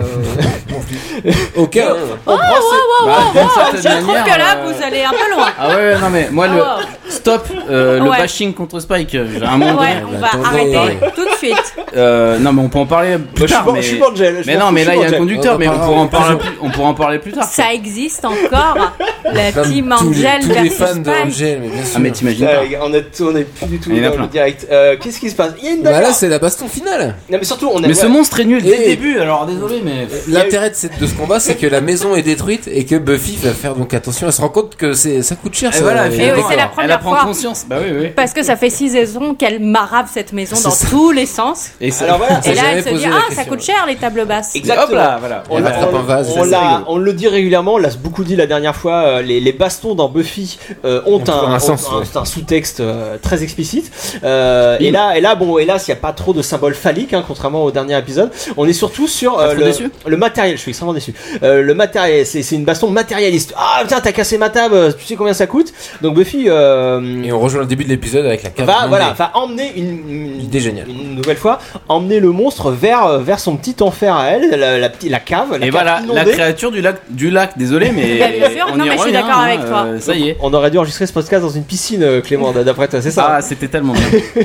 Speaker 4: Aucun. hein.
Speaker 1: Oh,
Speaker 2: on prend ce-
Speaker 10: Bah, d'une certaine
Speaker 1: je trouve
Speaker 10: manière,
Speaker 1: que là,
Speaker 10: euh,
Speaker 1: vous allez un peu loin.
Speaker 10: Ah ouais, ouais, non, mais moi,
Speaker 1: Ah
Speaker 10: le.
Speaker 1: ouais.
Speaker 10: Stop euh, le
Speaker 1: Ouais.
Speaker 10: bashing contre Spike. euh, j'ai un moment
Speaker 1: ouais,
Speaker 10: donné.
Speaker 1: on va arrêter tout de suite.
Speaker 10: Euh, non, mais on peut en parler plus
Speaker 2: Bah, je suis
Speaker 10: tard.
Speaker 2: bon-
Speaker 10: mais...
Speaker 2: je suis bon, Jay, je
Speaker 10: mais
Speaker 2: m'en
Speaker 10: non,
Speaker 2: fous,
Speaker 10: mais
Speaker 2: je
Speaker 10: là,
Speaker 2: suis
Speaker 10: il y
Speaker 2: bon,
Speaker 10: a un
Speaker 2: Jay.
Speaker 10: conducteur,
Speaker 4: On
Speaker 10: mais
Speaker 4: en
Speaker 10: on pourra en parler plus, on pourra en parler plus tard.
Speaker 1: Ça existe encore, la
Speaker 4: Comme
Speaker 1: team
Speaker 4: tous les-
Speaker 1: Angel
Speaker 4: Tous les
Speaker 1: versus
Speaker 4: fans de
Speaker 1: Spike.
Speaker 4: Angel, mais bien sûr.
Speaker 10: Ah, mais t'imagines
Speaker 2: Euh,
Speaker 10: pas.
Speaker 2: les gars, on est, on est plus du tout
Speaker 10: Il y en a
Speaker 2: dans le
Speaker 10: plein.
Speaker 2: direct. Euh, Qu'est-ce qui se passe Il y a une
Speaker 4: Bah là,
Speaker 2: bagarre.
Speaker 4: c'est la baston finale.
Speaker 2: Non, mais surtout, on a.
Speaker 10: Mais ce
Speaker 2: ouais.
Speaker 10: monstre est nul dès le
Speaker 4: Et-
Speaker 10: début, alors désolé, mais.
Speaker 4: L'intérêt de, cette- de ce combat, c'est que la maison est détruite et que Buffy va faire donc attention. Elle se rend compte que c'est, ça coûte cher.
Speaker 10: Et
Speaker 4: ça, euh,
Speaker 10: voilà,
Speaker 4: les
Speaker 10: finalement,
Speaker 1: oui, c'est la
Speaker 10: elle- elle
Speaker 1: première
Speaker 10: apprend
Speaker 1: fois.
Speaker 10: conscience. Bah oui, oui.
Speaker 1: Parce que ça fait six saisons qu'elle marave cette maison dans tous les sens.
Speaker 10: Et ça-
Speaker 2: Alors voilà,
Speaker 1: Et là,
Speaker 4: jamais
Speaker 1: elle se
Speaker 4: posé
Speaker 1: dit
Speaker 4: la
Speaker 1: Ah, ça
Speaker 4: question.
Speaker 1: coûte cher les tables basses.
Speaker 2: Exactement.
Speaker 10: Hop là, voilà. bah,
Speaker 2: On,
Speaker 4: Elle
Speaker 2: l'a-
Speaker 4: attrape
Speaker 2: on-
Speaker 4: un vase,
Speaker 2: on
Speaker 4: ça, c'est
Speaker 2: l'a-
Speaker 4: rigolo.
Speaker 2: on le dit régulièrement, on l'a beaucoup dit la dernière fois, euh, les, les bastons dans Buffy euh, ont,
Speaker 4: Ont
Speaker 2: un,
Speaker 4: un
Speaker 2: ont-
Speaker 4: sens,
Speaker 2: un-
Speaker 4: ouais.
Speaker 2: c'est un sous-texte euh, très explicite. Euh, et là, et là, bon, hélas, il n'y a pas trop de symboles phalliques, hein, contrairement au dernier épisode. On est surtout sur euh,
Speaker 10: Pas trop
Speaker 2: le,
Speaker 10: déçu
Speaker 2: le matériel. Je suis extrêmement déçu. Euh, le matériel, c'est c'est une baston matérialiste. Ah putain, t'as cassé ma table. Tu sais combien ça coûte Donc Buffy, euh, euh,
Speaker 4: Et on rejoint le début de l'épisode avec la cave.
Speaker 2: va,
Speaker 4: inondée.
Speaker 2: voilà, va emmener une,
Speaker 4: Idée géniale.
Speaker 2: une nouvelle fois, emmener le monstre vers, euh, vers son petit enfer à elle, la, la, petite- la cave. La
Speaker 10: Et
Speaker 2: cave
Speaker 10: voilà, la
Speaker 2: inondée.
Speaker 10: créature du lac, du lac désolé, mais.
Speaker 2: Bah, [laughs] bien sûr,
Speaker 10: on
Speaker 2: non,
Speaker 10: y
Speaker 2: mais je suis
Speaker 10: revient,
Speaker 2: d'accord
Speaker 10: hein,
Speaker 2: avec toi.
Speaker 10: euh, Ça y est.
Speaker 2: On aurait dû enregistrer ce podcast dans une piscine, euh, Clément, d'après toi, c'est ça hein
Speaker 10: Ah, c'était tellement bien.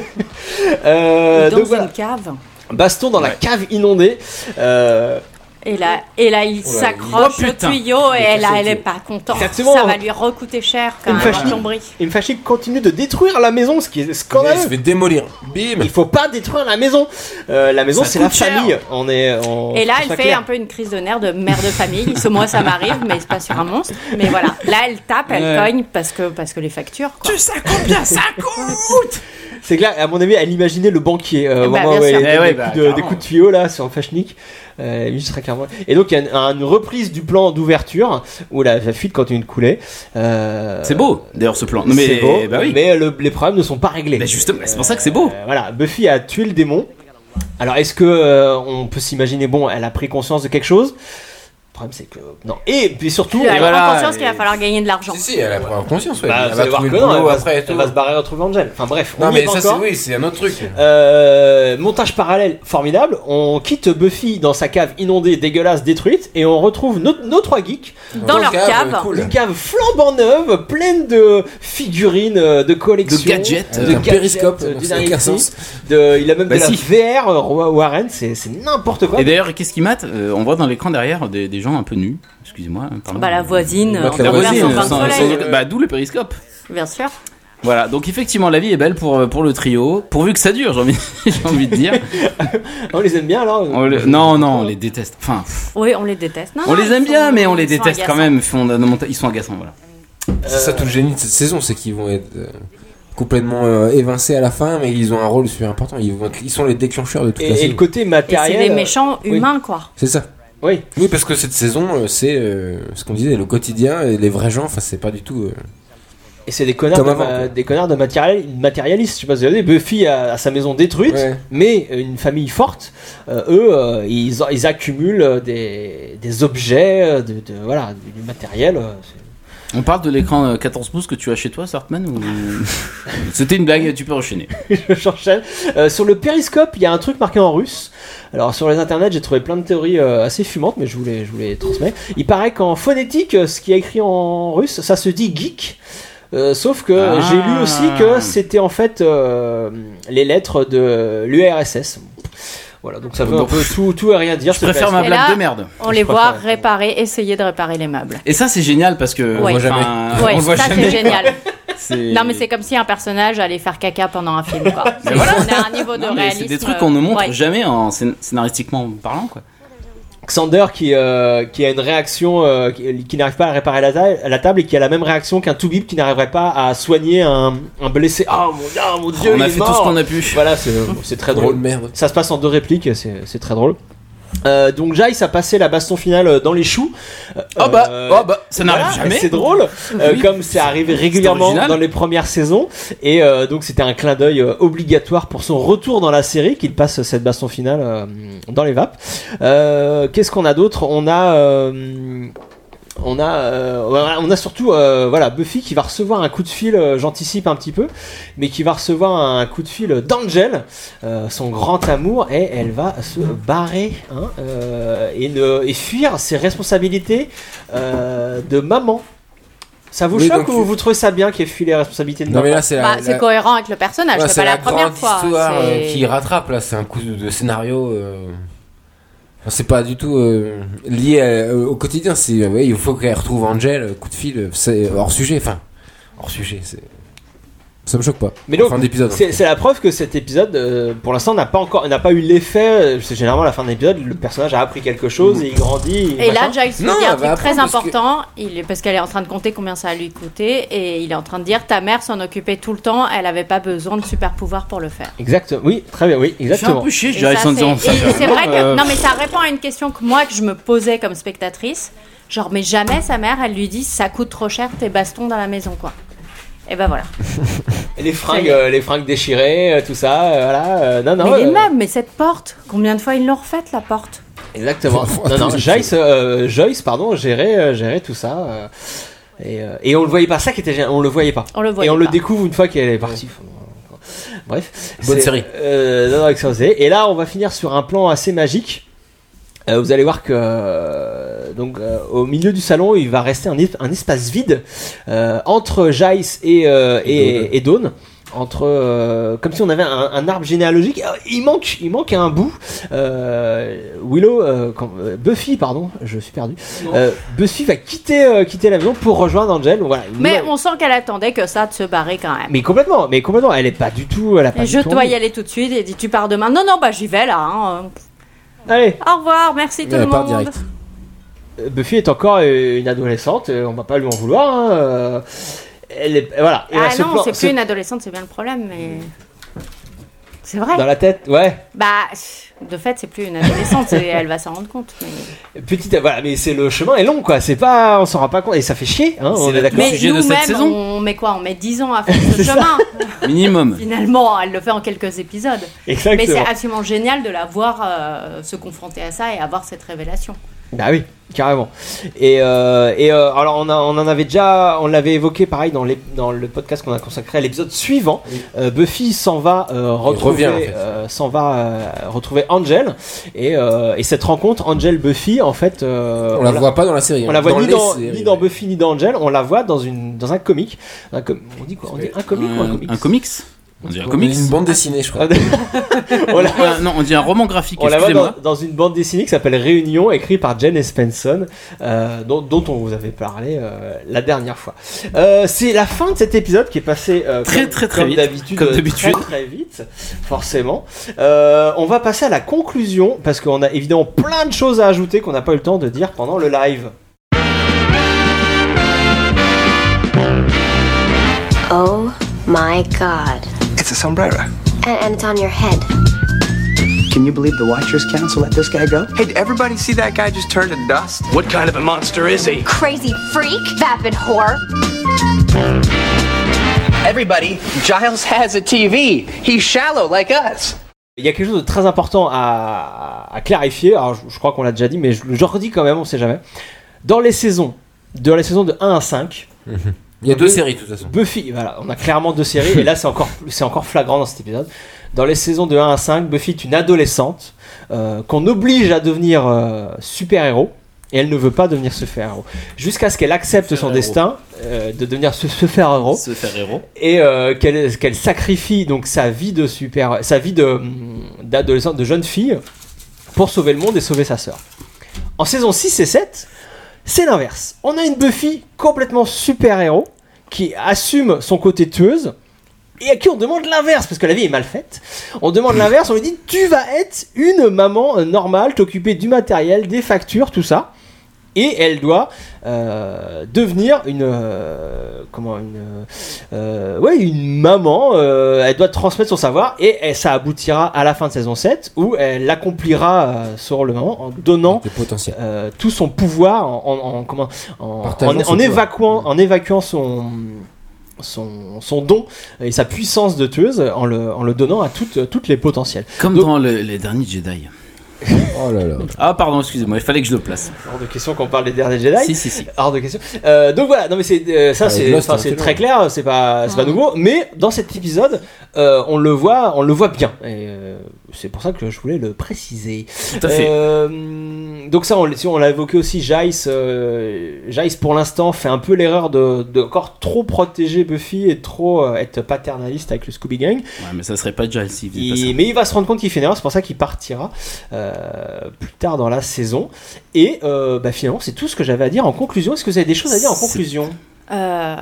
Speaker 2: Euh,
Speaker 1: dans
Speaker 2: donc
Speaker 1: une
Speaker 2: voilà,
Speaker 1: cave.
Speaker 2: baston dans la cave inondée. Euh,
Speaker 1: Et là, et là il
Speaker 2: Oh là,
Speaker 1: s'accroche
Speaker 2: il- Oh,
Speaker 1: au
Speaker 2: putain.
Speaker 1: tuyau
Speaker 2: Il est
Speaker 1: et
Speaker 2: cassé
Speaker 1: là,
Speaker 2: le
Speaker 1: elle
Speaker 2: tuyau.
Speaker 1: est pas contente.
Speaker 2: Exactement.
Speaker 1: Ça va lui recouter cher quand
Speaker 2: Une
Speaker 1: même.
Speaker 2: fâchée.
Speaker 1: la plomberie.
Speaker 2: Une fâchée continue de détruire la maison, ce qui est scandaleux.
Speaker 4: Elle se fait démolir. Bim
Speaker 2: Il faut pas détruire la maison. Euh, la maison,
Speaker 4: Ça
Speaker 2: c'est la
Speaker 4: coûte cher.
Speaker 2: famille. On est. on-
Speaker 1: Et là,
Speaker 2: on
Speaker 1: elle
Speaker 2: soit
Speaker 1: fait
Speaker 2: clair.
Speaker 1: un peu une crise de nerfs de mère de famille. Ce moi, ça m'arrive, mais c'est pas sur un monstre. Mais voilà, là, elle tape, elle
Speaker 2: Ouais.
Speaker 1: cogne parce que parce que les factures. Quoi.
Speaker 4: Tu sais combien ça coûte
Speaker 2: C'est clair. À mon avis, elle imaginait le banquier euh, au
Speaker 1: Bah,
Speaker 2: moment
Speaker 1: bien
Speaker 2: où elle
Speaker 1: sûr.
Speaker 2: était
Speaker 1: Eh
Speaker 2: des,
Speaker 1: ouais,
Speaker 2: coups
Speaker 1: bah,
Speaker 2: de, des coups de tuyau là sur Fashnik. Euh, lui, ce serait clairement. Et donc, il y a une, une reprise du plan d'ouverture où la, la fuite continue de couler. Euh,
Speaker 10: C'est beau, d'ailleurs, ce plan. Non, mais,
Speaker 2: c'est beau,
Speaker 10: bah oui.
Speaker 2: mais euh, le- les problèmes ne sont pas réglés.
Speaker 10: Bah, justement, c'est pour ça que c'est beau.
Speaker 2: Euh, voilà, Buffy a tué le démon. Alors, est-ce que euh, on peut s'imaginer, bon, elle a pris conscience de quelque chose Le problème, c'est que non. Et puis surtout, bah,
Speaker 1: Puis elle
Speaker 2: et
Speaker 1: prend
Speaker 2: voilà,
Speaker 1: conscience qu'il va falloir gagner de l'argent.
Speaker 4: Si, elle a pris conscience, ouais.
Speaker 2: Bah,
Speaker 4: elle
Speaker 2: vous allez
Speaker 4: va
Speaker 2: voir
Speaker 4: trouver
Speaker 2: que
Speaker 4: le
Speaker 2: non, elle
Speaker 4: boulot
Speaker 2: va,
Speaker 4: après et
Speaker 2: elle
Speaker 4: tout.
Speaker 2: va se barrer à retrouver Angel. Enfin bref, on
Speaker 4: Non,
Speaker 2: y est
Speaker 4: mais
Speaker 2: pas
Speaker 4: ça, c'est
Speaker 2: encore.
Speaker 4: oui, c'est un autre truc.
Speaker 2: Euh, montage parallèle formidable. On quitte Buffy dans sa cave inondée, dégueulasse, détruite, et on retrouve nos, nos trois geeks
Speaker 1: Dans Dans leur
Speaker 4: euh,
Speaker 1: cave, cave. cool.
Speaker 2: Une cave flambant neuve, pleine de figurines euh, de collection,
Speaker 4: De gadgets,
Speaker 2: de
Speaker 4: avec un
Speaker 2: gadgets,
Speaker 4: périscope,
Speaker 2: euh, du
Speaker 4: ça n'a
Speaker 2: dernier
Speaker 4: aucun
Speaker 2: cri.
Speaker 4: sens.
Speaker 2: De- il a même
Speaker 10: Bah
Speaker 2: de
Speaker 10: si.
Speaker 2: la VR, euh, Roi Warren, c'est c'est n'importe quoi.
Speaker 10: Et d'ailleurs, qu'est-ce qui mate Euh, On voit dans l'écran derrière des, des gens un peu nus. Excusez-moi. hein, pardon.
Speaker 1: Bah la voisine,
Speaker 10: Bah,
Speaker 1: euh, en
Speaker 10: la
Speaker 1: train de faire
Speaker 10: voisine,
Speaker 1: son bain de
Speaker 10: sans-
Speaker 1: soleil.
Speaker 10: sans- bah, d'où le périscope.
Speaker 1: Bien sûr.
Speaker 10: Voilà, donc effectivement, la vie est belle pour, pour le trio, pourvu que ça dure, j'ai envie, [laughs] j'ai envie de dire.
Speaker 2: on les aime bien alors
Speaker 10: On le- Non, non, on les déteste. Enfin, pff,
Speaker 1: Oui, on les déteste. Non,
Speaker 10: on
Speaker 2: Ah,
Speaker 1: non,
Speaker 10: les
Speaker 1: ils
Speaker 10: aime
Speaker 1: sont-
Speaker 10: bien, mais on les
Speaker 1: ils sont
Speaker 10: déteste quand
Speaker 1: agaçants.
Speaker 10: même. Fondamenta- Ils sont agaçants, voilà.
Speaker 4: C'est ça tout le génie de cette saison, c'est qu'ils vont être euh, complètement euh, évincés à la fin, mais ils ont un rôle super important. Ils, vont être- ils sont les déclencheurs de toute la
Speaker 2: Et, et
Speaker 4: saison.
Speaker 2: le côté
Speaker 1: Et c'est
Speaker 2: matériel. euh,
Speaker 1: des méchants
Speaker 2: oui.
Speaker 1: humains, quoi.
Speaker 4: C'est ça.
Speaker 2: Oui.
Speaker 4: Oui, parce que cette saison, euh, c'est euh, ce qu'on disait, le quotidien et les vrais gens. Enfin, c'est pas du tout. euh,
Speaker 2: Et c'est des connards,
Speaker 4: Comme
Speaker 2: de,
Speaker 4: avant,
Speaker 2: ma-
Speaker 4: quoi.
Speaker 2: des connards de matériel, matérialistes. Je sais pas si vous avez vu, Buffy a, a sa maison détruite,
Speaker 4: Ouais.
Speaker 2: mais une famille forte. euh, eux, euh, ils, ils accumulent euh, des, des objets, euh, de, de- voilà, du- du matériel. euh, c'est-
Speaker 10: On parle de l'écran euh, 14 pouces que tu as chez toi, Sartman ou...
Speaker 1: [laughs]
Speaker 10: C'était une blague, tu peux enchaîner.
Speaker 2: [laughs] J'enchaîne. Euh, sur le périscope, il y a un truc marqué en russe. Alors sur les internets, j'ai trouvé plein de théories euh, assez fumantes, mais je voulais, je voulais transmettre. Il paraît qu'en phonétique, euh, ce qui est écrit en russe, ça se dit geek. Euh, sauf que
Speaker 10: Ah.
Speaker 2: j'ai lu aussi que c'était en fait euh, les lettres de l'URSS. Voilà,
Speaker 10: Ah,
Speaker 2: donc ça veut un peu tout, tout et rien dire.
Speaker 10: Je
Speaker 2: ce
Speaker 10: préfère ma
Speaker 2: PSP.
Speaker 1: Et
Speaker 10: blague
Speaker 1: là,
Speaker 10: de merde.
Speaker 1: On
Speaker 2: Je
Speaker 1: les voit
Speaker 2: préfère.
Speaker 1: réparer, essayer de réparer les meubles.
Speaker 10: Et ça, c'est génial parce que.
Speaker 1: Ouais.
Speaker 10: enfin,
Speaker 1: Ouais,
Speaker 10: Ah, on le voit
Speaker 1: ça
Speaker 10: jamais.
Speaker 1: c'est génial.
Speaker 10: C'est-
Speaker 1: Non mais c'est comme si un personnage allait faire caca pendant un film quoi.
Speaker 10: Mais voilà.
Speaker 1: On a un niveau de
Speaker 10: Non, mais
Speaker 1: réalisme.
Speaker 10: C'est des trucs qu'on ne montre
Speaker 1: ouais.
Speaker 10: jamais en scén- scénaristiquement parlant, quoi.
Speaker 2: Xander qui, euh, qui a une réaction, euh, qui, qui n'arrive pas à réparer la, ta- la table et qui a la même réaction qu'un Toubib qui n'arriverait pas à soigner un, un blessé. Oh mon, ah, mon dieu,
Speaker 10: on
Speaker 2: il
Speaker 10: a
Speaker 2: est
Speaker 10: fait
Speaker 2: mort.
Speaker 10: tout ce qu'on a pu.
Speaker 2: Voilà, c'est bon, c'est très
Speaker 4: drôle
Speaker 2: drôle.
Speaker 4: de merde.
Speaker 2: Ça se passe en deux répliques, c'est c'est très drôle. Euh, donc Jace a passé la baston finale dans les choux. Euh,
Speaker 10: Oh bah,
Speaker 2: euh,
Speaker 10: oh bah, ça n'arrive
Speaker 2: voilà,
Speaker 10: jamais.
Speaker 2: C'est drôle, euh,
Speaker 10: Oui.
Speaker 2: comme c'est arrivé régulièrement
Speaker 10: original.
Speaker 2: dans les premières saisons. Et euh, donc c'était un clin d'œil euh, obligatoire pour son retour dans la série qu'il passe cette baston finale euh, dans les vapes. Euh, Qu'est-ce qu'on a d'autre On a euh, on a, euh, voilà, on a surtout euh, voilà Buffy qui va recevoir un coup de fil, euh, j'anticipe un petit peu, mais qui va recevoir un coup de fil d'Angel, euh, son grand amour, et elle va se barrer hein, euh, et, ne- et fuir ses responsabilités euh, de maman. Ça vous
Speaker 4: Oui,
Speaker 2: choque
Speaker 4: donc
Speaker 2: ou
Speaker 4: tu-
Speaker 2: vous trouvez ça bien qu'elle fuit les responsabilités de
Speaker 4: Non, mais
Speaker 2: maman
Speaker 4: là, c'est la.
Speaker 1: Bah,
Speaker 4: la-
Speaker 1: c'est cohérent avec le personnage.
Speaker 4: ouais,
Speaker 1: c'est
Speaker 4: c'est
Speaker 1: pas la,
Speaker 4: la
Speaker 1: première
Speaker 4: grande
Speaker 1: fois.
Speaker 4: histoire euh,
Speaker 1: c'est-
Speaker 4: qui rattrape là. C'est un coup de, de scénario. euh, enfin, c'est pas du tout euh, lié à- au quotidien. C'est euh, ouais, il faut qu'elle retrouve Angel. euh, Coup de fil. euh, C'est hors sujet. Enfin, hors sujet. C'est. Ça me choque pas.
Speaker 2: Mais
Speaker 4: En
Speaker 2: donc,
Speaker 4: fin hein. d'épisode.
Speaker 2: c'est c'est la preuve que cet épisode, euh, pour l'instant, n'a pas encore, n'a pas eu l'effet. euh, C'est généralement à la fin de l'épisode, le personnage a appris quelque chose et il grandit.
Speaker 1: Et là,
Speaker 2: machin.
Speaker 1: Giles
Speaker 4: Non,
Speaker 1: lui dit un
Speaker 4: elle va
Speaker 1: truc très
Speaker 4: apprendre parce que-
Speaker 1: important, il est, parce qu'elle est en train de compter combien ça a lui coûté, et il est en train de dire ta mère s'en occupait tout le temps, elle avait pas besoin de super pouvoir pour le faire.
Speaker 2: Exact. Oui, très bien. Oui,
Speaker 10: Je suis un
Speaker 2: exactement.
Speaker 10: peu chier, je
Speaker 1: Et
Speaker 10: dirais,
Speaker 1: ça,
Speaker 10: sans
Speaker 1: c'est-
Speaker 10: dire. ça,
Speaker 1: et c'est vrai que
Speaker 10: euh,
Speaker 1: non, mais ça répond à une question que moi que je me posais comme spectatrice, genre mais jamais sa mère elle lui dit ça coûte trop cher tes bastons dans la maison quoi. Et ben voilà.
Speaker 2: Les fringues,
Speaker 1: Ça y est.
Speaker 2: euh, les fringues déchirées, euh, tout ça, euh, voilà. euh, non, non.
Speaker 1: mais les
Speaker 2: euh,
Speaker 1: meubles, mais cette porte, combien de fois ils l'ont refaite la porte
Speaker 2: exactement. non, non. Joyce, euh, Joyce, pardon, gérer, euh, gérer tout ça. euh. Et, euh, et on le voyait pas, ça qui était gênant, on le voyait pas.
Speaker 1: On le voyait
Speaker 2: et on le
Speaker 1: pas.
Speaker 2: découvre une fois qu'elle est partie. Bref.
Speaker 4: Bonne
Speaker 2: C'est-
Speaker 4: série.
Speaker 2: euh, non, non, excellente série. Et là, on va finir sur un plan assez magique. Euh, vous allez voir que euh, donc euh, au milieu du salon, il va rester un, es- un espace vide euh, entre Jace et, euh, et, et Dawn. Entre euh, comme si on avait un, un arbre généalogique, Euh, il manque, il manque un bout. Euh, Willow, euh, quand- euh, Buffy, pardon, je suis perdu. Euh, Buffy va quitter euh, quitter la maison pour rejoindre Angel. Donc voilà.
Speaker 1: Mais on sent qu'elle attendait que ça de se barrer quand même.
Speaker 2: mais complètement, mais complètement, elle est pas du tout, elle a pas
Speaker 1: Et
Speaker 2: du
Speaker 1: je
Speaker 2: tout
Speaker 1: dois
Speaker 2: envie.
Speaker 1: y aller tout de suite et dit tu pars demain. Non, non, bah j'y vais là. hein.
Speaker 2: Allez.
Speaker 1: Au revoir, merci tout le monde.
Speaker 2: Euh, Buffy est encore euh, une adolescente, euh, on va pas lui en vouloir. hein, euh, Elle est, voilà. Et
Speaker 1: Ah
Speaker 2: ce
Speaker 1: non,
Speaker 2: plan-
Speaker 1: c'est
Speaker 2: ce-
Speaker 1: plus une adolescente, c'est bien le problème, mais. C'est vrai.
Speaker 2: Dans la tête, ouais.
Speaker 1: Bah, de fait, c'est plus une adolescente, c'est- elle va s'en rendre compte. mais-
Speaker 2: Petite, voilà, mais c'est le chemin est long, quoi. C'est pas, on s'en rend pas compte et ça fait chier. Hein, on est d'accord.
Speaker 1: Mais nous-mêmes, on met quoi On met
Speaker 2: [laughs]
Speaker 1: 10 ans à faire ce
Speaker 2: C'est ça.
Speaker 1: chemin.
Speaker 10: Minimum.
Speaker 1: Finalement, elle le fait en quelques épisodes.
Speaker 2: Exactement.
Speaker 1: Mais c'est absolument génial de la voir euh, se confronter à ça et avoir cette révélation.
Speaker 2: Bah oui, carrément. Et, euh, et euh, alors on, a- on en avait déjà, on l'avait évoqué pareil dans, l'ép- dans le podcast qu'on a consacré à l'épisode suivant. Euh, Buffy s'en va euh, retrouver,
Speaker 4: revient, en fait.
Speaker 2: euh, s'en va euh, retrouver Angel et, euh, et cette rencontre Angel Buffy en fait. euh,
Speaker 4: On la voit pas dans la série,
Speaker 2: On
Speaker 4: hein.
Speaker 2: la voit
Speaker 4: Dans
Speaker 2: ni
Speaker 4: les
Speaker 2: dans,
Speaker 4: séries,
Speaker 2: ni dans Buffy ni dans Angel. On la voit dans une dans un comic. Un com- on dit quoi On dit un comic ou un comic
Speaker 10: Euh, Un comics On dirait un
Speaker 2: Ouais,
Speaker 10: comics
Speaker 2: une
Speaker 4: bande dessinée, je
Speaker 2: crois.
Speaker 4: [laughs]
Speaker 10: on la- Non, on dit un roman graphique,
Speaker 2: On la voit dans,
Speaker 10: excusez-moi.
Speaker 2: dans une bande dessinée qui s'appelle Réunion, écrite par Jen Espenson, euh, dont, dont on vous avait parlé euh, la dernière fois. Euh, c'est la fin de cet épisode qui est passé euh,
Speaker 10: Très,
Speaker 2: comme,
Speaker 10: très, très
Speaker 2: comme
Speaker 10: vite.
Speaker 2: d'habitude,
Speaker 10: Comme
Speaker 2: euh,
Speaker 10: d'habitude.
Speaker 2: très, très vite, forcément. Euh, on va passer à la conclusion parce qu'on a évidemment plein de choses à ajouter qu'on n'a pas eu le temps de dire pendant le live.
Speaker 11: Oh my god.
Speaker 12: It's a sombrero.
Speaker 11: And, and it's on your head.
Speaker 12: Can you believe the Watchers Council let this guy go? Hey, did everybody see that guy just turn to dust?
Speaker 9: What kind of a monster is he?
Speaker 11: Crazy freak, vapid whore.
Speaker 6: Everybody, Giles has a TV. He's shallow like us.
Speaker 2: Il y a quelque chose de très important à, à clarifier. Alors, je, je crois qu'on l'a déjà dit, mais je, je le redis quand même, on sait jamais. Dans les saisons, dans les saisons de 1 à 5, Euh,
Speaker 4: Il y a deux séries, de toute façon.
Speaker 2: Buffy, voilà, on a clairement deux séries, et là c'est encore, plus- c'est encore flagrant dans cet épisode. Dans les saisons de 1 à 5, Buffy est une adolescente euh, qu'on oblige à devenir euh, super-héros, et elle ne veut pas devenir super-héros. Jusqu'à ce qu'elle accepte son destin euh, de devenir ce super-héros.
Speaker 10: Se faire héros.
Speaker 2: Et euh, qu'elle qu'elle sacrifie donc sa vie de super, sa vie de hum, d'adolescente, de jeune fille, pour sauver le monde et sauver sa sœur. En saison 6 et 7, c'est l'inverse. On a une Buffy complètement super-héros qui assume son côté tueuse et à qui on demande l'inverse parce que la vie est mal faite. On demande l'inverse, on lui dit tu vas être une maman euh, normale, t'occuper du matériel, des factures, tout ça. Et elle doit euh, devenir une euh, comment une euh, ouais une maman. euh, elle doit transmettre son savoir et, elle- ça aboutira à la fin de saison 7 où elle l'accomplira euh, sur le moment en donnant euh, tout son pouvoir en, en- en- comment en,
Speaker 4: Partageant
Speaker 2: en-
Speaker 4: son
Speaker 2: en
Speaker 4: pouvoir.
Speaker 10: Mm.
Speaker 2: évacuant en évacuant son son, son don et sa puissance de tueuse en le, en le donnant à toutes, toutes les potentielles.
Speaker 10: Comme dans le- les derniers Jedi.
Speaker 4: Oh là là.
Speaker 10: Ah, pardon, excusez-moi, il fallait que je le place.
Speaker 2: Hors de question qu'on parle des derniers Jedi.
Speaker 10: Si, si, si.
Speaker 2: Hors de question. Euh, donc voilà, non mais c'est euh, ça
Speaker 10: Ah,
Speaker 2: c'est
Speaker 10: Lost,
Speaker 2: enfin,
Speaker 10: hein,
Speaker 2: c'est
Speaker 10: c'est
Speaker 2: très
Speaker 10: long.
Speaker 2: clair, c'est pas c'est pas nouveau, mais dans cet épisode euh, on le voit on le voit bien. Et, euh, c'est pour ça que je voulais le préciser.
Speaker 10: Tout à fait.
Speaker 2: Euh, donc ça on, l'a- si on l'a évoqué aussi, Jace euh, Jace, pour l'instant fait un peu l'erreur de, de encore trop protéger Buffy et trop euh, être paternaliste avec le Scooby Gang.
Speaker 10: Ouais, mais ça serait pas Giles s'il faisait
Speaker 2: Il-
Speaker 10: pas ça.
Speaker 2: mais il va se rendre compte qu'il fait une erreur, c'est pour ça qu'il partira euh, plus tard dans la saison. Et euh, bah, finalement, c'est tout ce que j'avais à dire en conclusion. Est-ce que vous avez des choses à dire en
Speaker 1: C'est-
Speaker 2: conclusion
Speaker 1: Euh,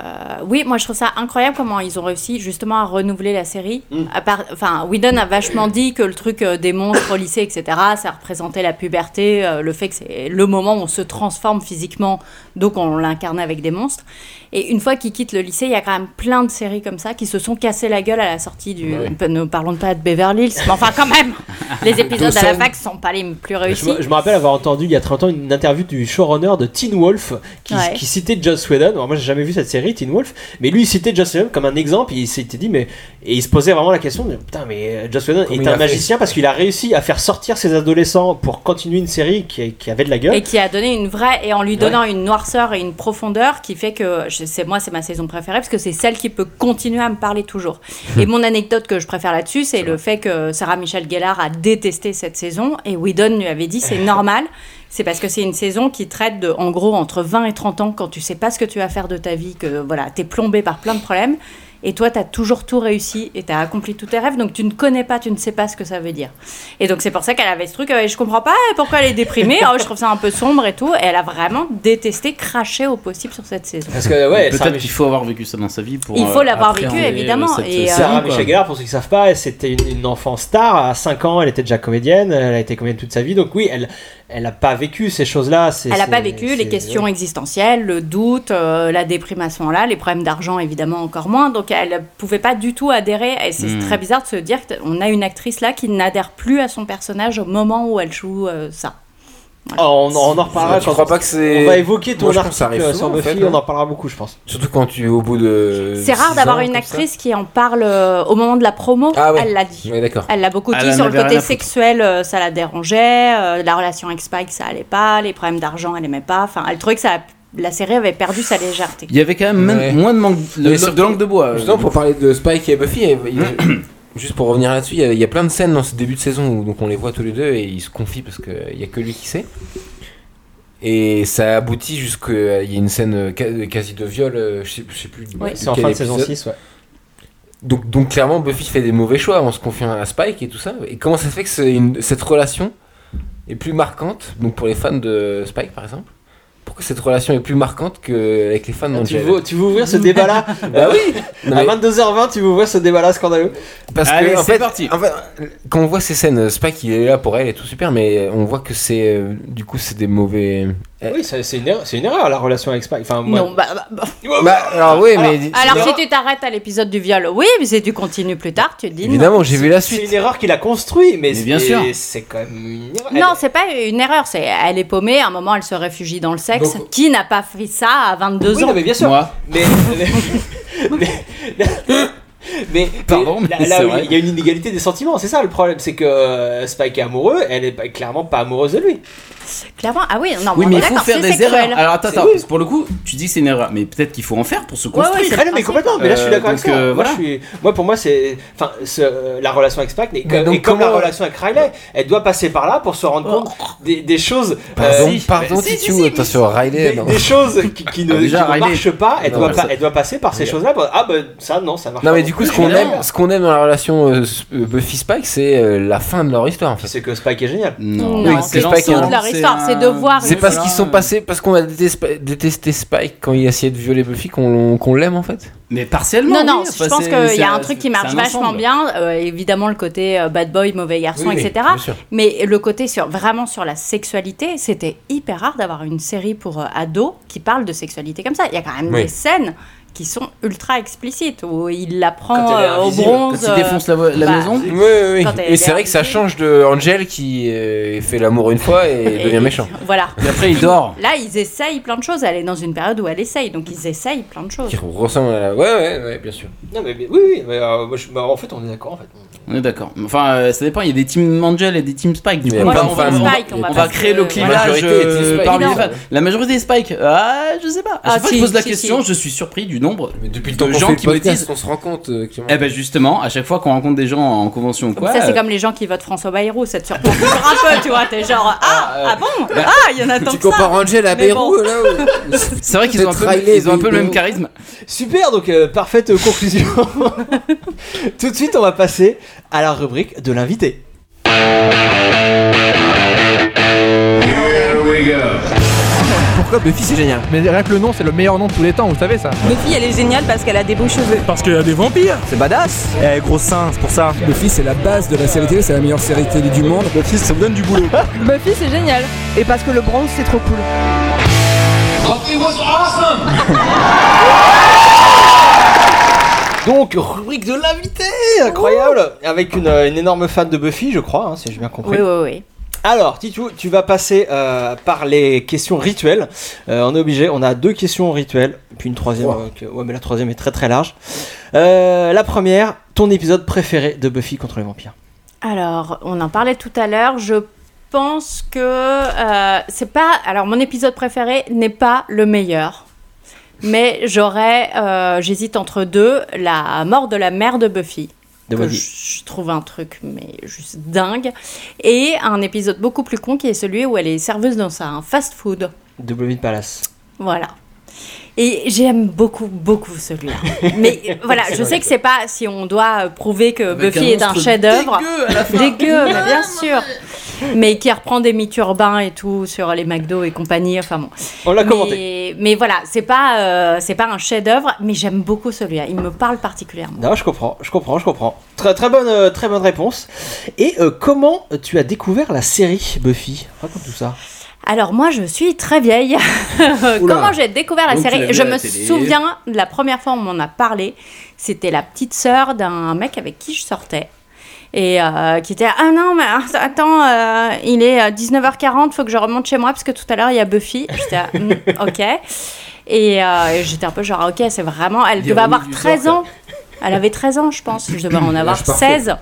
Speaker 1: oui, moi je trouve ça incroyable comment ils ont réussi justement à renouveler la série.
Speaker 2: Mm.
Speaker 1: À part, enfin, Whedon a vachement dit que le truc euh, des monstres au lycée, etc., ça représentait la puberté, euh, le fait que c'est le moment où on se transforme physiquement, donc on l'incarne avec des monstres. Et une fois qu'ils quittent le lycée, il y a quand même plein de séries comme ça qui se sont cassées la gueule à la sortie du.
Speaker 2: Bah oui.
Speaker 1: Pe- Ne parlons pas de Beverly Hills, mais enfin
Speaker 2: [laughs]
Speaker 1: quand même, les épisodes à la
Speaker 2: Dawson.
Speaker 1: fac sont pas les plus
Speaker 2: je,
Speaker 1: réussis.
Speaker 2: me- je me rappelle avoir entendu il y a 30 ans une interview du showrunner de Teen Wolf qui,
Speaker 1: Ouais.
Speaker 2: qui citait Joss Whedon. Alors, moi, j'ai jamais vu cette série, Teen Wolf, mais lui il citait Joss Whedon comme un exemple, il s'était dit, mais. Et il se posait vraiment la question, de, putain, mais euh, Joss Whedon
Speaker 4: Comment
Speaker 2: est
Speaker 4: il a
Speaker 2: un
Speaker 4: fait
Speaker 2: magicien parce qu'il a réussi à faire sortir ses adolescents pour continuer une série qui, qui avait de la gueule.
Speaker 1: Et qui a donné une vraie, et en lui donnant une noirceur et une profondeur qui fait que, je- c'est moi, c'est ma saison préférée, parce que c'est celle qui peut continuer à me parler toujours. et mon anecdote que je préfère là-dessus, c'est le fait que Sarah Michelle Gellar a détesté cette saison, et Whedon lui avait dit, c'est normal, c'est parce que c'est une saison qui traite de, en gros, entre 20 et 30 ans, quand tu sais pas ce que tu vas faire de ta vie, que voilà, t'es plombé par plein de problèmes. Et toi, tu as toujours tout réussi et tu as accompli tous tes rêves, donc tu ne connais pas, tu ne sais pas ce que ça veut dire. Et donc c'est pour ça qu'elle avait ce truc, euh, je comprends pas pourquoi elle est déprimée, oh, je trouve ça un peu sombre et tout. Et elle a vraiment détesté, craché au possible sur cette saison.
Speaker 2: Parce que, ouais, Sarah
Speaker 10: peut-être qu'il faut avoir vécu ça dans sa vie pour.
Speaker 1: Il faut
Speaker 10: euh,
Speaker 1: l'avoir vécu,
Speaker 10: appréhender, euh,
Speaker 1: évidemment,
Speaker 10: cette
Speaker 1: et, euh,
Speaker 10: série,
Speaker 4: Ah,
Speaker 2: Sarah
Speaker 10: quoi.
Speaker 2: Michel Gellar, pour ceux qui ne savent pas, c'était une, une enfant star. À 5 ans, elle était déjà comédienne. Elle a été comédienne toute sa vie. Donc oui, elle elle n'a pas vécu ces choses-là. c'est-
Speaker 1: Elle n'a
Speaker 2: c'est-
Speaker 1: pas vécu les
Speaker 2: c'est-
Speaker 1: questions existentielles, le doute, euh, la déprime à ce moment-là, les problèmes d'argent évidemment encore moins. Donc elle ne pouvait pas du tout adhérer. Et c'est
Speaker 15: Mm.
Speaker 1: très bizarre de se dire qu'on a une actrice là qui n'adhère plus à son personnage au moment où elle joue euh, ça.
Speaker 2: Ah, on, on en reparlera.
Speaker 4: Tu
Speaker 2: quand
Speaker 4: crois
Speaker 2: on-
Speaker 4: pas que c'est-
Speaker 2: On va évoquer ton
Speaker 4: Moi, je pense que ça
Speaker 2: article
Speaker 4: arrive
Speaker 2: sur
Speaker 4: souvent, en
Speaker 2: Buffy.
Speaker 4: fait,
Speaker 2: on
Speaker 4: hein.
Speaker 2: en parlera beaucoup, je pense.
Speaker 4: Surtout quand tu es au bout de.
Speaker 1: C'est rare
Speaker 4: six
Speaker 1: d'avoir
Speaker 4: ans,
Speaker 1: une
Speaker 4: Euh, comme
Speaker 1: actrice qui en parle euh, au moment de la promo.
Speaker 4: Ah ouais.
Speaker 1: Elle l'a dit.
Speaker 4: Ouais, d'accord.
Speaker 1: Elle l'a beaucoup
Speaker 4: Elle
Speaker 1: dit
Speaker 4: en
Speaker 1: sur
Speaker 4: avait
Speaker 1: le
Speaker 4: rien
Speaker 1: côté
Speaker 4: à foutre.
Speaker 1: sexuel, euh, ça la dérangeait. euh, la relation avec Spike, ça allait pas. Les problèmes d'argent, elle aimait pas. Enfin, elle trouvait que ça, la série avait perdu sa légèreté.
Speaker 10: Il y avait quand même, même
Speaker 4: Ouais.
Speaker 10: moins de, manque, le-
Speaker 4: Mais
Speaker 10: de,
Speaker 4: surtout-
Speaker 10: langue de bois. euh,
Speaker 4: Justement, pour parler de Spike et Buffy,
Speaker 2: [coughs]
Speaker 4: il y a- [coughs] juste pour revenir là-dessus, il y a- il y a plein de scènes dans ce début de saison où donc on les voit tous les deux et ils se confient parce qu'il n'y a que lui qui sait. Et ça aboutit jusqu'à. Il y a une scène euh, ca- quasi de viol, euh, je sais, je sais plus.
Speaker 2: Ouais.
Speaker 4: de
Speaker 2: C'est en
Speaker 4: quel
Speaker 2: fin de saison
Speaker 4: épisode.
Speaker 2: 6, ouais.
Speaker 4: Donc, donc clairement, Buffy fait des mauvais choix en se confiant à Spike et tout ça. Et comment ça se fait que c'est une- cette relation est plus marquante, donc pour les fans de Spike par exemple Pourquoi cette relation est plus marquante qu'avec les fans
Speaker 2: Ah, Tu
Speaker 4: d'Angela
Speaker 2: veux, tu veux ouvrir [laughs] ce débat-là
Speaker 4: Bah
Speaker 2: [laughs]
Speaker 4: oui Non,
Speaker 2: À
Speaker 4: mais-
Speaker 2: 22h20, tu veux ouvrir ce débat-là scandaleux
Speaker 4: Parce que, en fait, en fait, quand on voit ces scènes, euh, Spike il est là pour elle et tout super, mais on voit que c'est euh, du coup c'est des mauvais.
Speaker 2: Euh, Oui, ça- c'est une, erreur- c'est une erreur la relation avec Spike. Enfin, moi-
Speaker 1: Non, bah, bah, bah.
Speaker 4: Bah, alors oui, mais
Speaker 1: Alors si tu t'arrêtes à l'épisode du viol, oui, mais si tu continues plus tard, tu te dis non.
Speaker 4: j'ai vu la suite.
Speaker 2: C'est une erreur qu'il a construite, mais,
Speaker 10: Mais bien
Speaker 2: c'est-
Speaker 10: sûr.
Speaker 2: c'est quand même une erreur.
Speaker 1: Non, c'est pas une erreur. C'est elle est paumée. À un moment, elle se réfugie dans le sexe. Qui n'a pas fait ça à 22
Speaker 2: Oui,
Speaker 1: ans
Speaker 2: non, mais bien sûr.
Speaker 10: Moi.
Speaker 2: Mais,
Speaker 1: [laughs]
Speaker 2: mais- mais- mais-
Speaker 10: Pardon,
Speaker 2: mais
Speaker 10: mais
Speaker 2: là,
Speaker 10: c'est
Speaker 2: là où
Speaker 10: vrai.
Speaker 2: il y a une inégalité des sentiments, c'est ça le problème, c'est que euh, Spike est amoureux, elle est pas- clairement pas amoureuse de lui.
Speaker 1: Clairement, ah oui, non,
Speaker 10: Oui,
Speaker 1: bon,
Speaker 10: mais il faut
Speaker 1: d'accord,
Speaker 10: faire
Speaker 1: c'est
Speaker 10: des
Speaker 1: sexuel.
Speaker 10: erreurs. Alors attends,
Speaker 1: C'est-
Speaker 10: attends,
Speaker 1: oui.
Speaker 10: parce que pour le coup, tu dis que c'est une erreur, mais peut-être qu'il faut en faire pour se
Speaker 1: ouais,
Speaker 10: construire.
Speaker 1: c'est le
Speaker 2: Ah non, mais complètement, mais là je suis
Speaker 10: Euh,
Speaker 2: d'accord avec
Speaker 10: donc,
Speaker 2: ça.
Speaker 10: euh,
Speaker 2: moi,
Speaker 10: voilà.
Speaker 2: je suis- moi, pour moi c'est enfin ce- euh, la relation avec Spike n'est-
Speaker 4: Mais
Speaker 2: et
Speaker 4: donc,
Speaker 2: comme la
Speaker 4: comment-
Speaker 2: relation avec Riley, elle doit passer par là pour se rendre compte des, des choses
Speaker 4: Pardon,
Speaker 2: euh,
Speaker 4: pardon,
Speaker 2: si,
Speaker 4: Titu,
Speaker 2: si, si,
Speaker 4: attention, Riley.
Speaker 2: des,
Speaker 4: non.
Speaker 2: des choses qui, qui ne,
Speaker 4: Ah, déjà,
Speaker 2: qui ne
Speaker 4: Riley-
Speaker 2: marchent pas, elle,
Speaker 4: Non,
Speaker 2: doit,
Speaker 4: mais
Speaker 2: pas-
Speaker 4: ça-
Speaker 2: elle doit passer par ces
Speaker 4: Regarde.
Speaker 2: choses-là. pour- Ah bah ça non, ça marche
Speaker 4: Non
Speaker 2: pas.
Speaker 4: mais du coup ce qu'on aime, ce qu'on aime dans la relation euh, Sp- euh, Buffy Spike, c'est euh, la fin de leur histoire. En fait.
Speaker 2: C'est que Spike est génial.
Speaker 1: Non,
Speaker 4: Oui,
Speaker 1: c'est
Speaker 4: Spike
Speaker 1: l'ensemble
Speaker 4: est-
Speaker 1: de leur histoire, c'est de voir.
Speaker 4: Ah, C'est
Speaker 1: une-
Speaker 4: parce qu'ils sont passés, parce qu'on a détesté, détesté Spike quand il essayait de violer Buffy qu'on qu'on l'aime en fait.
Speaker 10: Mais partiellement.
Speaker 1: Non, non,
Speaker 10: oui,
Speaker 1: je
Speaker 10: enfin,
Speaker 1: pense
Speaker 10: c'est-
Speaker 1: qu'il y
Speaker 10: c'est
Speaker 1: a un
Speaker 10: un-
Speaker 1: truc qui
Speaker 10: c'est
Speaker 1: marche
Speaker 10: un
Speaker 1: vachement
Speaker 10: ensemble.
Speaker 1: bien. euh, évidemment, le côté euh, bad boy, mauvais garçon,
Speaker 4: Oui, oui,
Speaker 1: etc.
Speaker 4: bien sûr.
Speaker 1: mais le côté sur, vraiment sur la sexualité, c'était hyper rare d'avoir une série pour euh, ados qui parle de sexualité comme ça. Il y a quand même
Speaker 10: Oui.
Speaker 1: des scènes qui sont ultra explicites où il la prend
Speaker 10: Quand elle est
Speaker 1: euh, au
Speaker 10: invisible,
Speaker 1: bronze. euh, bah,
Speaker 10: quand il défonce la vo- la maison.
Speaker 4: Oui, oui, oui.
Speaker 1: Quand elle est
Speaker 4: Et c'est vrai que ça change de Angel qui euh, fait l'amour une fois [laughs] et devient méchant.
Speaker 1: Voilà.
Speaker 10: Et après il dort.
Speaker 1: Là, ils essayent plein de choses. Elle est dans une période où elle essaye, donc ils essayent plein de choses.
Speaker 4: Qui ressemble à la... Ouais, ouais, ouais, bien sûr.
Speaker 2: Non mais, mais- oui, oui, mais, euh, moi, je- bah, en fait on est d'accord en fait.
Speaker 10: On est d'accord. Enfin, euh, ça dépend. Il y a des teams Angel et des teams Spike. Du coup,
Speaker 4: Il y a
Speaker 10: on
Speaker 4: plein
Speaker 10: va-
Speaker 4: de
Speaker 10: on va-
Speaker 4: fans.
Speaker 10: on va-
Speaker 4: Spike, on va
Speaker 10: on
Speaker 4: pas
Speaker 10: va
Speaker 4: se-
Speaker 10: créer le
Speaker 4: La
Speaker 10: clivage
Speaker 4: majorité est team
Speaker 10: euh,
Speaker 4: Spike.
Speaker 10: parmi les
Speaker 4: Non.
Speaker 10: fans. La majorité est Spike. Ah, je sais pas.
Speaker 4: Ah,
Speaker 10: À chaque fois que
Speaker 4: si,
Speaker 10: je pose la
Speaker 4: si,
Speaker 10: question,
Speaker 4: si.
Speaker 10: je suis surpris du nombre
Speaker 4: Mais depuis le temps
Speaker 10: de
Speaker 4: qu'on fait
Speaker 10: gens
Speaker 4: le
Speaker 10: qui me
Speaker 4: podcast,
Speaker 10: disent.
Speaker 4: on se rend compte. euh, Clément.
Speaker 10: Eh ben justement, à chaque fois qu'on rencontre des gens en convention ou quoi.
Speaker 1: ça, c'est
Speaker 10: euh,
Speaker 1: comme les gens qui votent François Bayrou, ça te surprend toujours un peu, tu vois. T'es
Speaker 10: [laughs]
Speaker 1: genre, ah, ah bon Ah, il y en a tant
Speaker 4: tu
Speaker 1: que ça.
Speaker 4: compares Angel à
Speaker 1: Mais
Speaker 4: Bérou
Speaker 1: bon.
Speaker 4: là [laughs] ou-
Speaker 10: euh, C'est vrai qu'ils ont un peu,
Speaker 4: Riley,
Speaker 10: ils ont un peu le
Speaker 4: Bérou.
Speaker 10: même charisme.
Speaker 2: Super, donc euh, parfaite euh, conclusion. [laughs] Tout de suite on va passer à la rubrique de l'invité.
Speaker 16: Pourquoi Buffy c'est génial Mais rien que le nom, c'est le meilleur nom de tous les temps, vous savez ça
Speaker 17: Buffy, elle est géniale parce qu'elle a des beaux cheveux.
Speaker 16: Parce qu'il y a des vampires C'est badass Eh gros sein, c'est pour ça Buffy c'est la base de la série télé, c'est la meilleure série télé du monde. Buffy ça me donne du boulot
Speaker 17: Buffy, c'est génial. Et parce que le bronze, c'est trop cool.
Speaker 5: Buffy was awesome!
Speaker 2: Donc rubrique de l'invité, incroyable, avec une, euh, une énorme fan de Buffy, je crois, hein, si j'ai bien compris.
Speaker 1: Oui, oui, oui.
Speaker 2: Alors, Titou, tu vas passer euh, par les questions rituelles. Euh, on est obligé, on a deux questions rituelles, puis une troisième.
Speaker 4: Trois.
Speaker 2: euh, que- ouais, mais la troisième est très très large. Euh, la première, ton épisode préféré de Buffy contre les vampires.
Speaker 1: Alors, on en parlait tout à l'heure. Je pense que euh, c'est pas. Alors, mon épisode préféré n'est pas le meilleur. Mais j'aurais. euh, J'hésite entre deux. La mort de la mère de Buffy.
Speaker 2: De
Speaker 1: que
Speaker 2: Wendy.
Speaker 1: je trouve un truc, mais juste dingue. Et un épisode beaucoup plus con qui est celui où elle est serveuse dans un fast-food.
Speaker 2: W de Palace.
Speaker 1: Voilà. Et j'aime beaucoup, beaucoup celui-là. Mais euh, voilà, je sais que c'est pas si on doit euh, prouver que
Speaker 17: Avec
Speaker 1: Buffy
Speaker 17: un
Speaker 1: est un
Speaker 17: monstre
Speaker 1: chef-d'œuvre.
Speaker 17: dégueu à la fin.
Speaker 1: Dégueu,
Speaker 17: Non,
Speaker 1: mais bah, bien sûr. Mais qui reprend des mythes urbains et tout sur les McDo et compagnie. Enfin bon.
Speaker 2: On l'a
Speaker 1: Mais-
Speaker 2: commenté.
Speaker 1: Mais voilà, c'est pas, euh, c'est pas un chef-d'œuvre, mais j'aime beaucoup celui-là. Il me parle particulièrement.
Speaker 2: Non, je comprends, je comprends, je comprends. Très très bonne, euh, très bonne réponse. Et euh, comment tu as découvert la série Buffy Raconte tout ça.
Speaker 1: Alors moi, je suis
Speaker 2: [laughs]
Speaker 1: très vieille. Comment j'ai découvert la
Speaker 2: Donc, tu l'as
Speaker 1: série
Speaker 2: vu
Speaker 1: Je
Speaker 2: à la
Speaker 1: me
Speaker 2: télé.
Speaker 1: souviens de la première fois où on m'en a parlé. C'était la petite sœur d'un mec avec qui je sortais. Et euh, qui était Ah non, mais attends, euh, il est euh, 19h40, faut que je remonte chez moi parce que tout à l'heure il y a Buffy. J'étais Ah, hmm, [laughs] Ok. Et euh, j'étais un peu genre Ah, Ok, c'est vraiment. Elle
Speaker 17: L'ironie
Speaker 1: devait avoir
Speaker 17: du
Speaker 1: 13
Speaker 17: sort,
Speaker 1: ans. Elle avait 13 ans, je pense. Je [coughs] devais en
Speaker 17: L'âge
Speaker 1: avoir
Speaker 17: parfait.
Speaker 1: 16.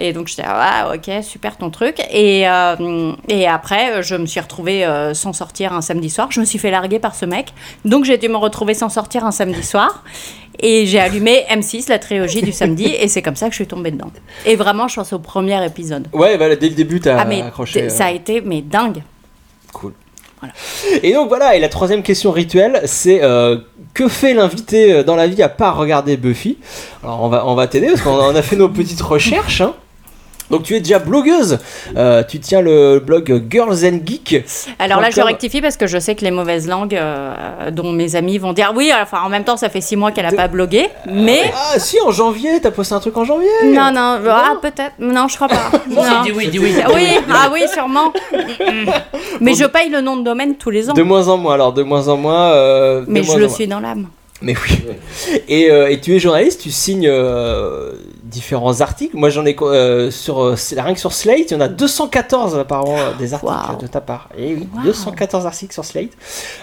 Speaker 1: Et donc j'étais, ah ok, super ton truc. Et, euh, et après, euh, je me suis retrouvée euh, sans sortir un samedi soir. Je me suis fait larguer par ce mec. Donc j'ai dû me retrouver sans sortir un samedi soir. Et j'ai allumé M6, la trilogie du samedi. Et c'est comme ça que je suis tombée dedans. Et vraiment, je pense au premier épisode.
Speaker 2: Ouais, bah, dès le début, t'as
Speaker 1: ah mais
Speaker 2: accroché.
Speaker 1: t-
Speaker 2: euh,
Speaker 1: ça a été mais dingue.
Speaker 2: Cool. Et donc voilà, et la troisième question rituelle, c'est euh, que fait l'invité euh, dans la vie à part regarder Buffy Alors on va, on va t'aider parce qu'on a- on a fait nos petites recherches. hein. Donc tu es déjà blogueuse, Euh, tu tiens le blog Girls and Geek.
Speaker 1: Alors là, je
Speaker 2: .com.
Speaker 1: rectifie parce que je sais que les mauvaises langues, euh, dont mes amis vont dire oui, enfin en même temps, ça fait six mois qu'elle a pas blogué, mais.
Speaker 2: Ah si, en janvier, t'as posté un truc en janvier
Speaker 1: Non, non, ah, peut-être. Non, je
Speaker 2: [laughs]
Speaker 1: crois pas. Non.
Speaker 2: dis oui, dis oui.
Speaker 1: Oui, ah oui,
Speaker 2: [laughs]
Speaker 1: sûrement. Mais je paye le nom de domaine tous les ans.
Speaker 2: De moins en moins alors, de moins en moins. euh, de
Speaker 1: Mais
Speaker 2: moins
Speaker 1: je
Speaker 2: en
Speaker 1: le
Speaker 2: moins.
Speaker 1: suis dans l'âme.
Speaker 2: Mais oui. Et, euh, et tu es journaliste, tu signes euh, différents articles. Moi, j'en ai euh, sur euh, rien que sur Slate, il y en a 214 apparemment
Speaker 4: Ah,
Speaker 2: euh, des articles de ta part. Et oui, 214 articles sur Slate,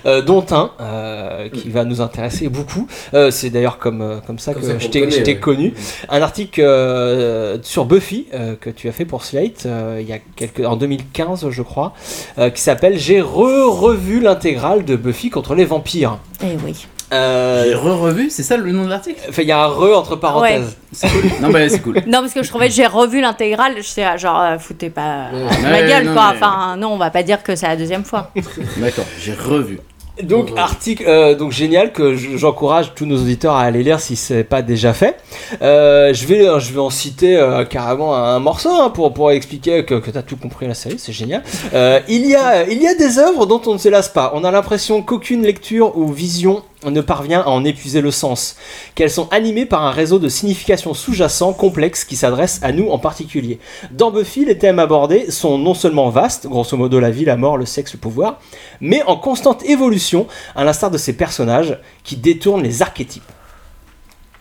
Speaker 2: euh, dont un euh, qui va nous intéresser beaucoup. Euh, C'est d'ailleurs comme euh, comme ça
Speaker 4: Mm. Comme
Speaker 2: que
Speaker 4: ça qu'on
Speaker 2: je t'ai
Speaker 4: connaît,
Speaker 2: je t'ai
Speaker 4: ouais. Mm.
Speaker 2: connu. Un article euh, sur Buffy euh, que tu as fait pour Slate euh, il y a quelques en 2015, je crois, euh, qui s'appelle J'ai re-revu l'intégrale de Buffy contre les vampires. Euh,
Speaker 1: Eh oui.
Speaker 10: Euh, J'ai re-revu, c'est ça le nom de l'article
Speaker 2: Enfin, il y a un re entre parenthèses.
Speaker 1: Ouais.
Speaker 10: C'est cool. Non, bah c'est cool.
Speaker 1: Non, parce que je trouvais, j'ai revu l'intégrale, je sais, genre, euh, foutez pas euh,
Speaker 10: Ouais,
Speaker 1: [laughs] ma gueule,
Speaker 10: non,
Speaker 1: quoi.
Speaker 10: mais-
Speaker 1: Enfin, non, on va pas dire que c'est la deuxième fois.
Speaker 10: D'accord, j'ai revu.
Speaker 2: Donc article euh, donc génial que je- j'encourage tous nos auditeurs à aller lire si c'est pas déjà fait. Euh, je vais je vais en citer euh, carrément un morceau hein, pour pour expliquer que, que tu as tout compris la série, c'est génial. Euh, il y a il y a des œuvres dont on ne se lasse pas. On a l'impression qu'aucune lecture ou vision ne parvient à en épuiser le sens, qu'elles sont animées par un réseau de significations sous-jacents complexes qui s'adressent à nous en particulier. Dans Buffy, les thèmes abordés sont non seulement vastes, grosso modo la vie, la mort, le sexe, le pouvoir, mais en constante évolution, à l'instar de ces personnages qui détournent les archétypes.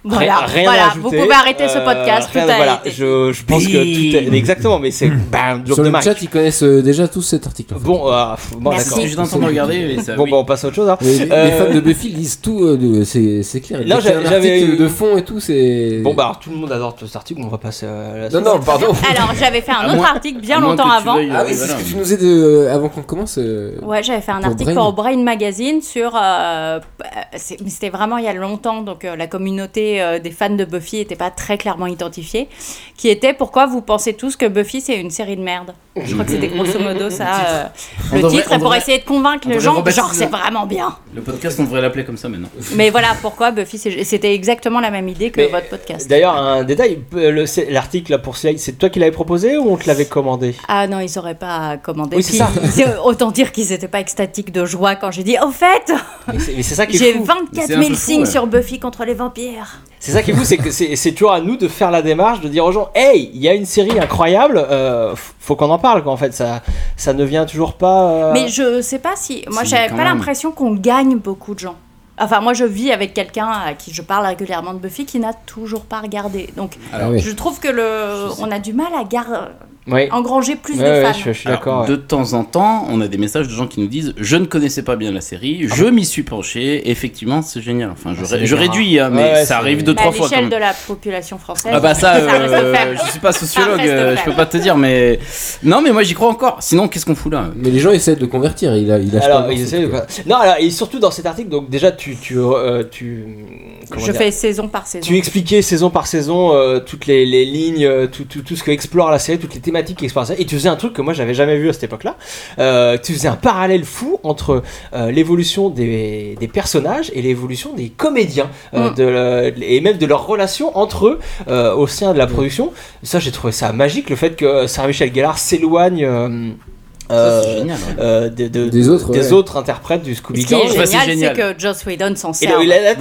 Speaker 1: Voilà,
Speaker 2: Rien- rien à
Speaker 1: voilà,
Speaker 2: ajouter.
Speaker 1: vous pouvez arrêter ce
Speaker 2: Euh,
Speaker 1: podcast, tout
Speaker 2: rien-
Speaker 1: a
Speaker 2: voilà,
Speaker 1: été
Speaker 2: je, je pense que tout est... Exactement, mais c'est... Bam, drop
Speaker 15: Hmm. Sur
Speaker 2: the
Speaker 15: le
Speaker 2: mic.
Speaker 15: chat, ils connaissent euh, déjà tous cet article. en fait.
Speaker 2: Bon, ah, pff, bon
Speaker 15: Merci.
Speaker 2: d'accord.
Speaker 15: J'étais en train de regarder, mais ça,
Speaker 2: Bon,
Speaker 15: oui.
Speaker 2: bah, on passe à autre chose. hein.
Speaker 15: Les, les
Speaker 2: Euh,
Speaker 15: fans de Buffy lisent tout, euh, de- c'est c'est clair. Ils
Speaker 2: Là,
Speaker 15: lisent un
Speaker 2: j'a- j'avais
Speaker 15: article
Speaker 2: eu-
Speaker 15: de fond et tout, c'est.
Speaker 2: Bon, bah, alors, tout le monde adore cet article, on va passer euh, à la
Speaker 15: Non,
Speaker 2: suite.
Speaker 15: non, pardon.
Speaker 1: Alors, j'avais fait un
Speaker 15: À
Speaker 1: autre
Speaker 15: moins-
Speaker 1: article bien
Speaker 15: à moins
Speaker 1: longtemps
Speaker 15: que tu
Speaker 1: avant.
Speaker 15: veuilles, euh, Ah oui, c'est ce que tu nous aides euh, avant qu'on commence. euh,
Speaker 1: Ouais, j'avais fait un
Speaker 15: pour
Speaker 1: article
Speaker 15: Brain.
Speaker 1: pour Brain Magazine sur. euh, p- euh, c'est- mais C'était vraiment il y a longtemps, donc euh, la communauté euh, des fans de Buffy n'était pas très clairement identifiée. Qui était pourquoi vous pensez tous que Buffy c'est une série de merde Je crois que c'était grosso modo
Speaker 15: [laughs]
Speaker 1: ça. euh,
Speaker 10: On
Speaker 1: le
Speaker 10: devrait-
Speaker 1: titre,
Speaker 10: on
Speaker 1: et pour
Speaker 10: devrait-
Speaker 1: essayer de
Speaker 10: on
Speaker 1: convaincre les
Speaker 10: devrait
Speaker 1: gens,
Speaker 10: rebaptiser
Speaker 1: genre
Speaker 10: le-
Speaker 1: c'est vraiment bien.
Speaker 10: Le podcast, on devrait l'appeler comme ça maintenant.
Speaker 1: Mais voilà pourquoi Buffy, c'est- c'était exactement la même idée que votre podcast.
Speaker 2: D'ailleurs, un détail, euh, le- c'est- l'article là, pour Slide, c'est toi qui l'avais proposé ou on te l'avait
Speaker 1: [laughs]
Speaker 2: commandé
Speaker 1: Ah non, ils auraient pas commandé.
Speaker 2: Oui, c'est
Speaker 1: Puis,
Speaker 2: ça.
Speaker 1: c'est- Autant dire qu'ils n'étaient pas extatiques de joie quand j'ai dit au fait,
Speaker 2: Mais c'est mais c'est ça qui est
Speaker 1: j'ai
Speaker 2: fou.
Speaker 1: 24 000 signes sur Buffy contre les vampires.
Speaker 2: C'est ça qui est fou, c'est que c'est c'est toujours à nous de faire la démarche, de dire aux gens, hey, il y a une série incroyable, euh, f- faut qu'on en parle, quoi. En fait, ça, ça ne vient toujours pas. euh,
Speaker 1: Mais je sais pas si. Moi,
Speaker 2: Si,
Speaker 1: j'avais
Speaker 2: quand
Speaker 1: pas
Speaker 2: même.
Speaker 1: l'impression qu'on gagne beaucoup de gens. Enfin, moi, je vis avec quelqu'un à qui je parle
Speaker 2: Ah
Speaker 1: régulièrement de Buffy qui n'a toujours pas regardé. Donc,
Speaker 15: Ah oui.
Speaker 1: je trouve que le, on a du mal à gar-
Speaker 2: Oui.
Speaker 1: engranger plus
Speaker 2: Ouais,
Speaker 1: de
Speaker 2: ouais,
Speaker 1: fans.
Speaker 2: je- je suis
Speaker 10: Alors,
Speaker 2: d'accord, ouais.
Speaker 10: De temps en temps, on a des messages de gens qui nous disent Je ne connaissais pas bien la série, je m'y suis penché, effectivement, c'est génial. Enfin, je,
Speaker 2: Ah c'est
Speaker 10: ré- je
Speaker 2: bien,
Speaker 10: réduis,
Speaker 2: hein.
Speaker 10: hein, mais
Speaker 2: Ouais, ouais,
Speaker 10: ça
Speaker 2: c'est-
Speaker 10: arrive deux,
Speaker 1: Mais
Speaker 10: trois
Speaker 1: à
Speaker 10: fois. quand
Speaker 1: Bah, l'échelle
Speaker 10: même.
Speaker 1: de la population française.
Speaker 10: Ah bah
Speaker 1: [laughs]
Speaker 10: ça,
Speaker 1: reste
Speaker 10: euh,
Speaker 1: faible.
Speaker 10: je suis pas sociologue,
Speaker 1: Ça reste
Speaker 10: euh, je
Speaker 1: faible.
Speaker 10: peux pas te dire, mais non, mais moi j'y crois encore. Sinon, qu'est-ce qu'on fout là
Speaker 15: Mais les gens essaient de le convertir. Il a, il a
Speaker 2: Alors, ils essaient de- Non, alors, et surtout dans cet article, donc déjà, tu. tu, euh, tu comment
Speaker 1: Je
Speaker 2: dire
Speaker 1: fais saison par saison.
Speaker 2: Tu expliquais saison par saison euh, toutes les, les lignes, euh, tout, tout, tout ce que explore la série, toutes les thématiques qu'explore la série. Et tu faisais un truc que moi j'avais jamais vu à cette époque-là. Euh, tu faisais un parallèle fou entre euh, l'évolution des, des personnages et l'évolution des comédiens euh, de le- et même de leur relation entre eux euh, au sein de la production. Ça, j'ai trouvé ça magique, le fait que Sarah Michel Gellar s'éloigne. euh,
Speaker 10: Ça, c'est
Speaker 2: euh,
Speaker 10: génial, ouais.
Speaker 2: euh, de- de-
Speaker 15: Des autres, ouais.
Speaker 2: interprètes du
Speaker 1: Ce qui
Speaker 2: Scooby-Doo.
Speaker 1: est génial, c'est que Joss Whedon s'en
Speaker 2: Et
Speaker 1: sert.
Speaker 2: là, il a-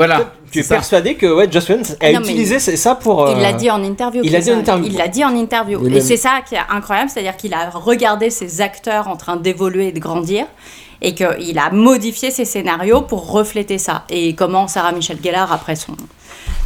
Speaker 2: tu es
Speaker 1: C'est ça.
Speaker 2: persuadé que ouais, Joss Whedon a
Speaker 1: Ah non, mais
Speaker 2: utilisé c'est ça pour.
Speaker 1: Il l'a
Speaker 2: euh,
Speaker 1: dit en interview.
Speaker 2: il l'a dit en
Speaker 1: Chris,
Speaker 2: interview.
Speaker 1: Il l'a dit en interview.
Speaker 2: Mais
Speaker 1: et
Speaker 2: même-
Speaker 1: c'est ça qui est incroyable, c'est-à-dire qu'il a regardé ses acteurs en train d'évoluer et de grandir. Et qu'il a modifié ses scénarios pour refléter ça. Et comment Sarah Michelle Gellar, après son,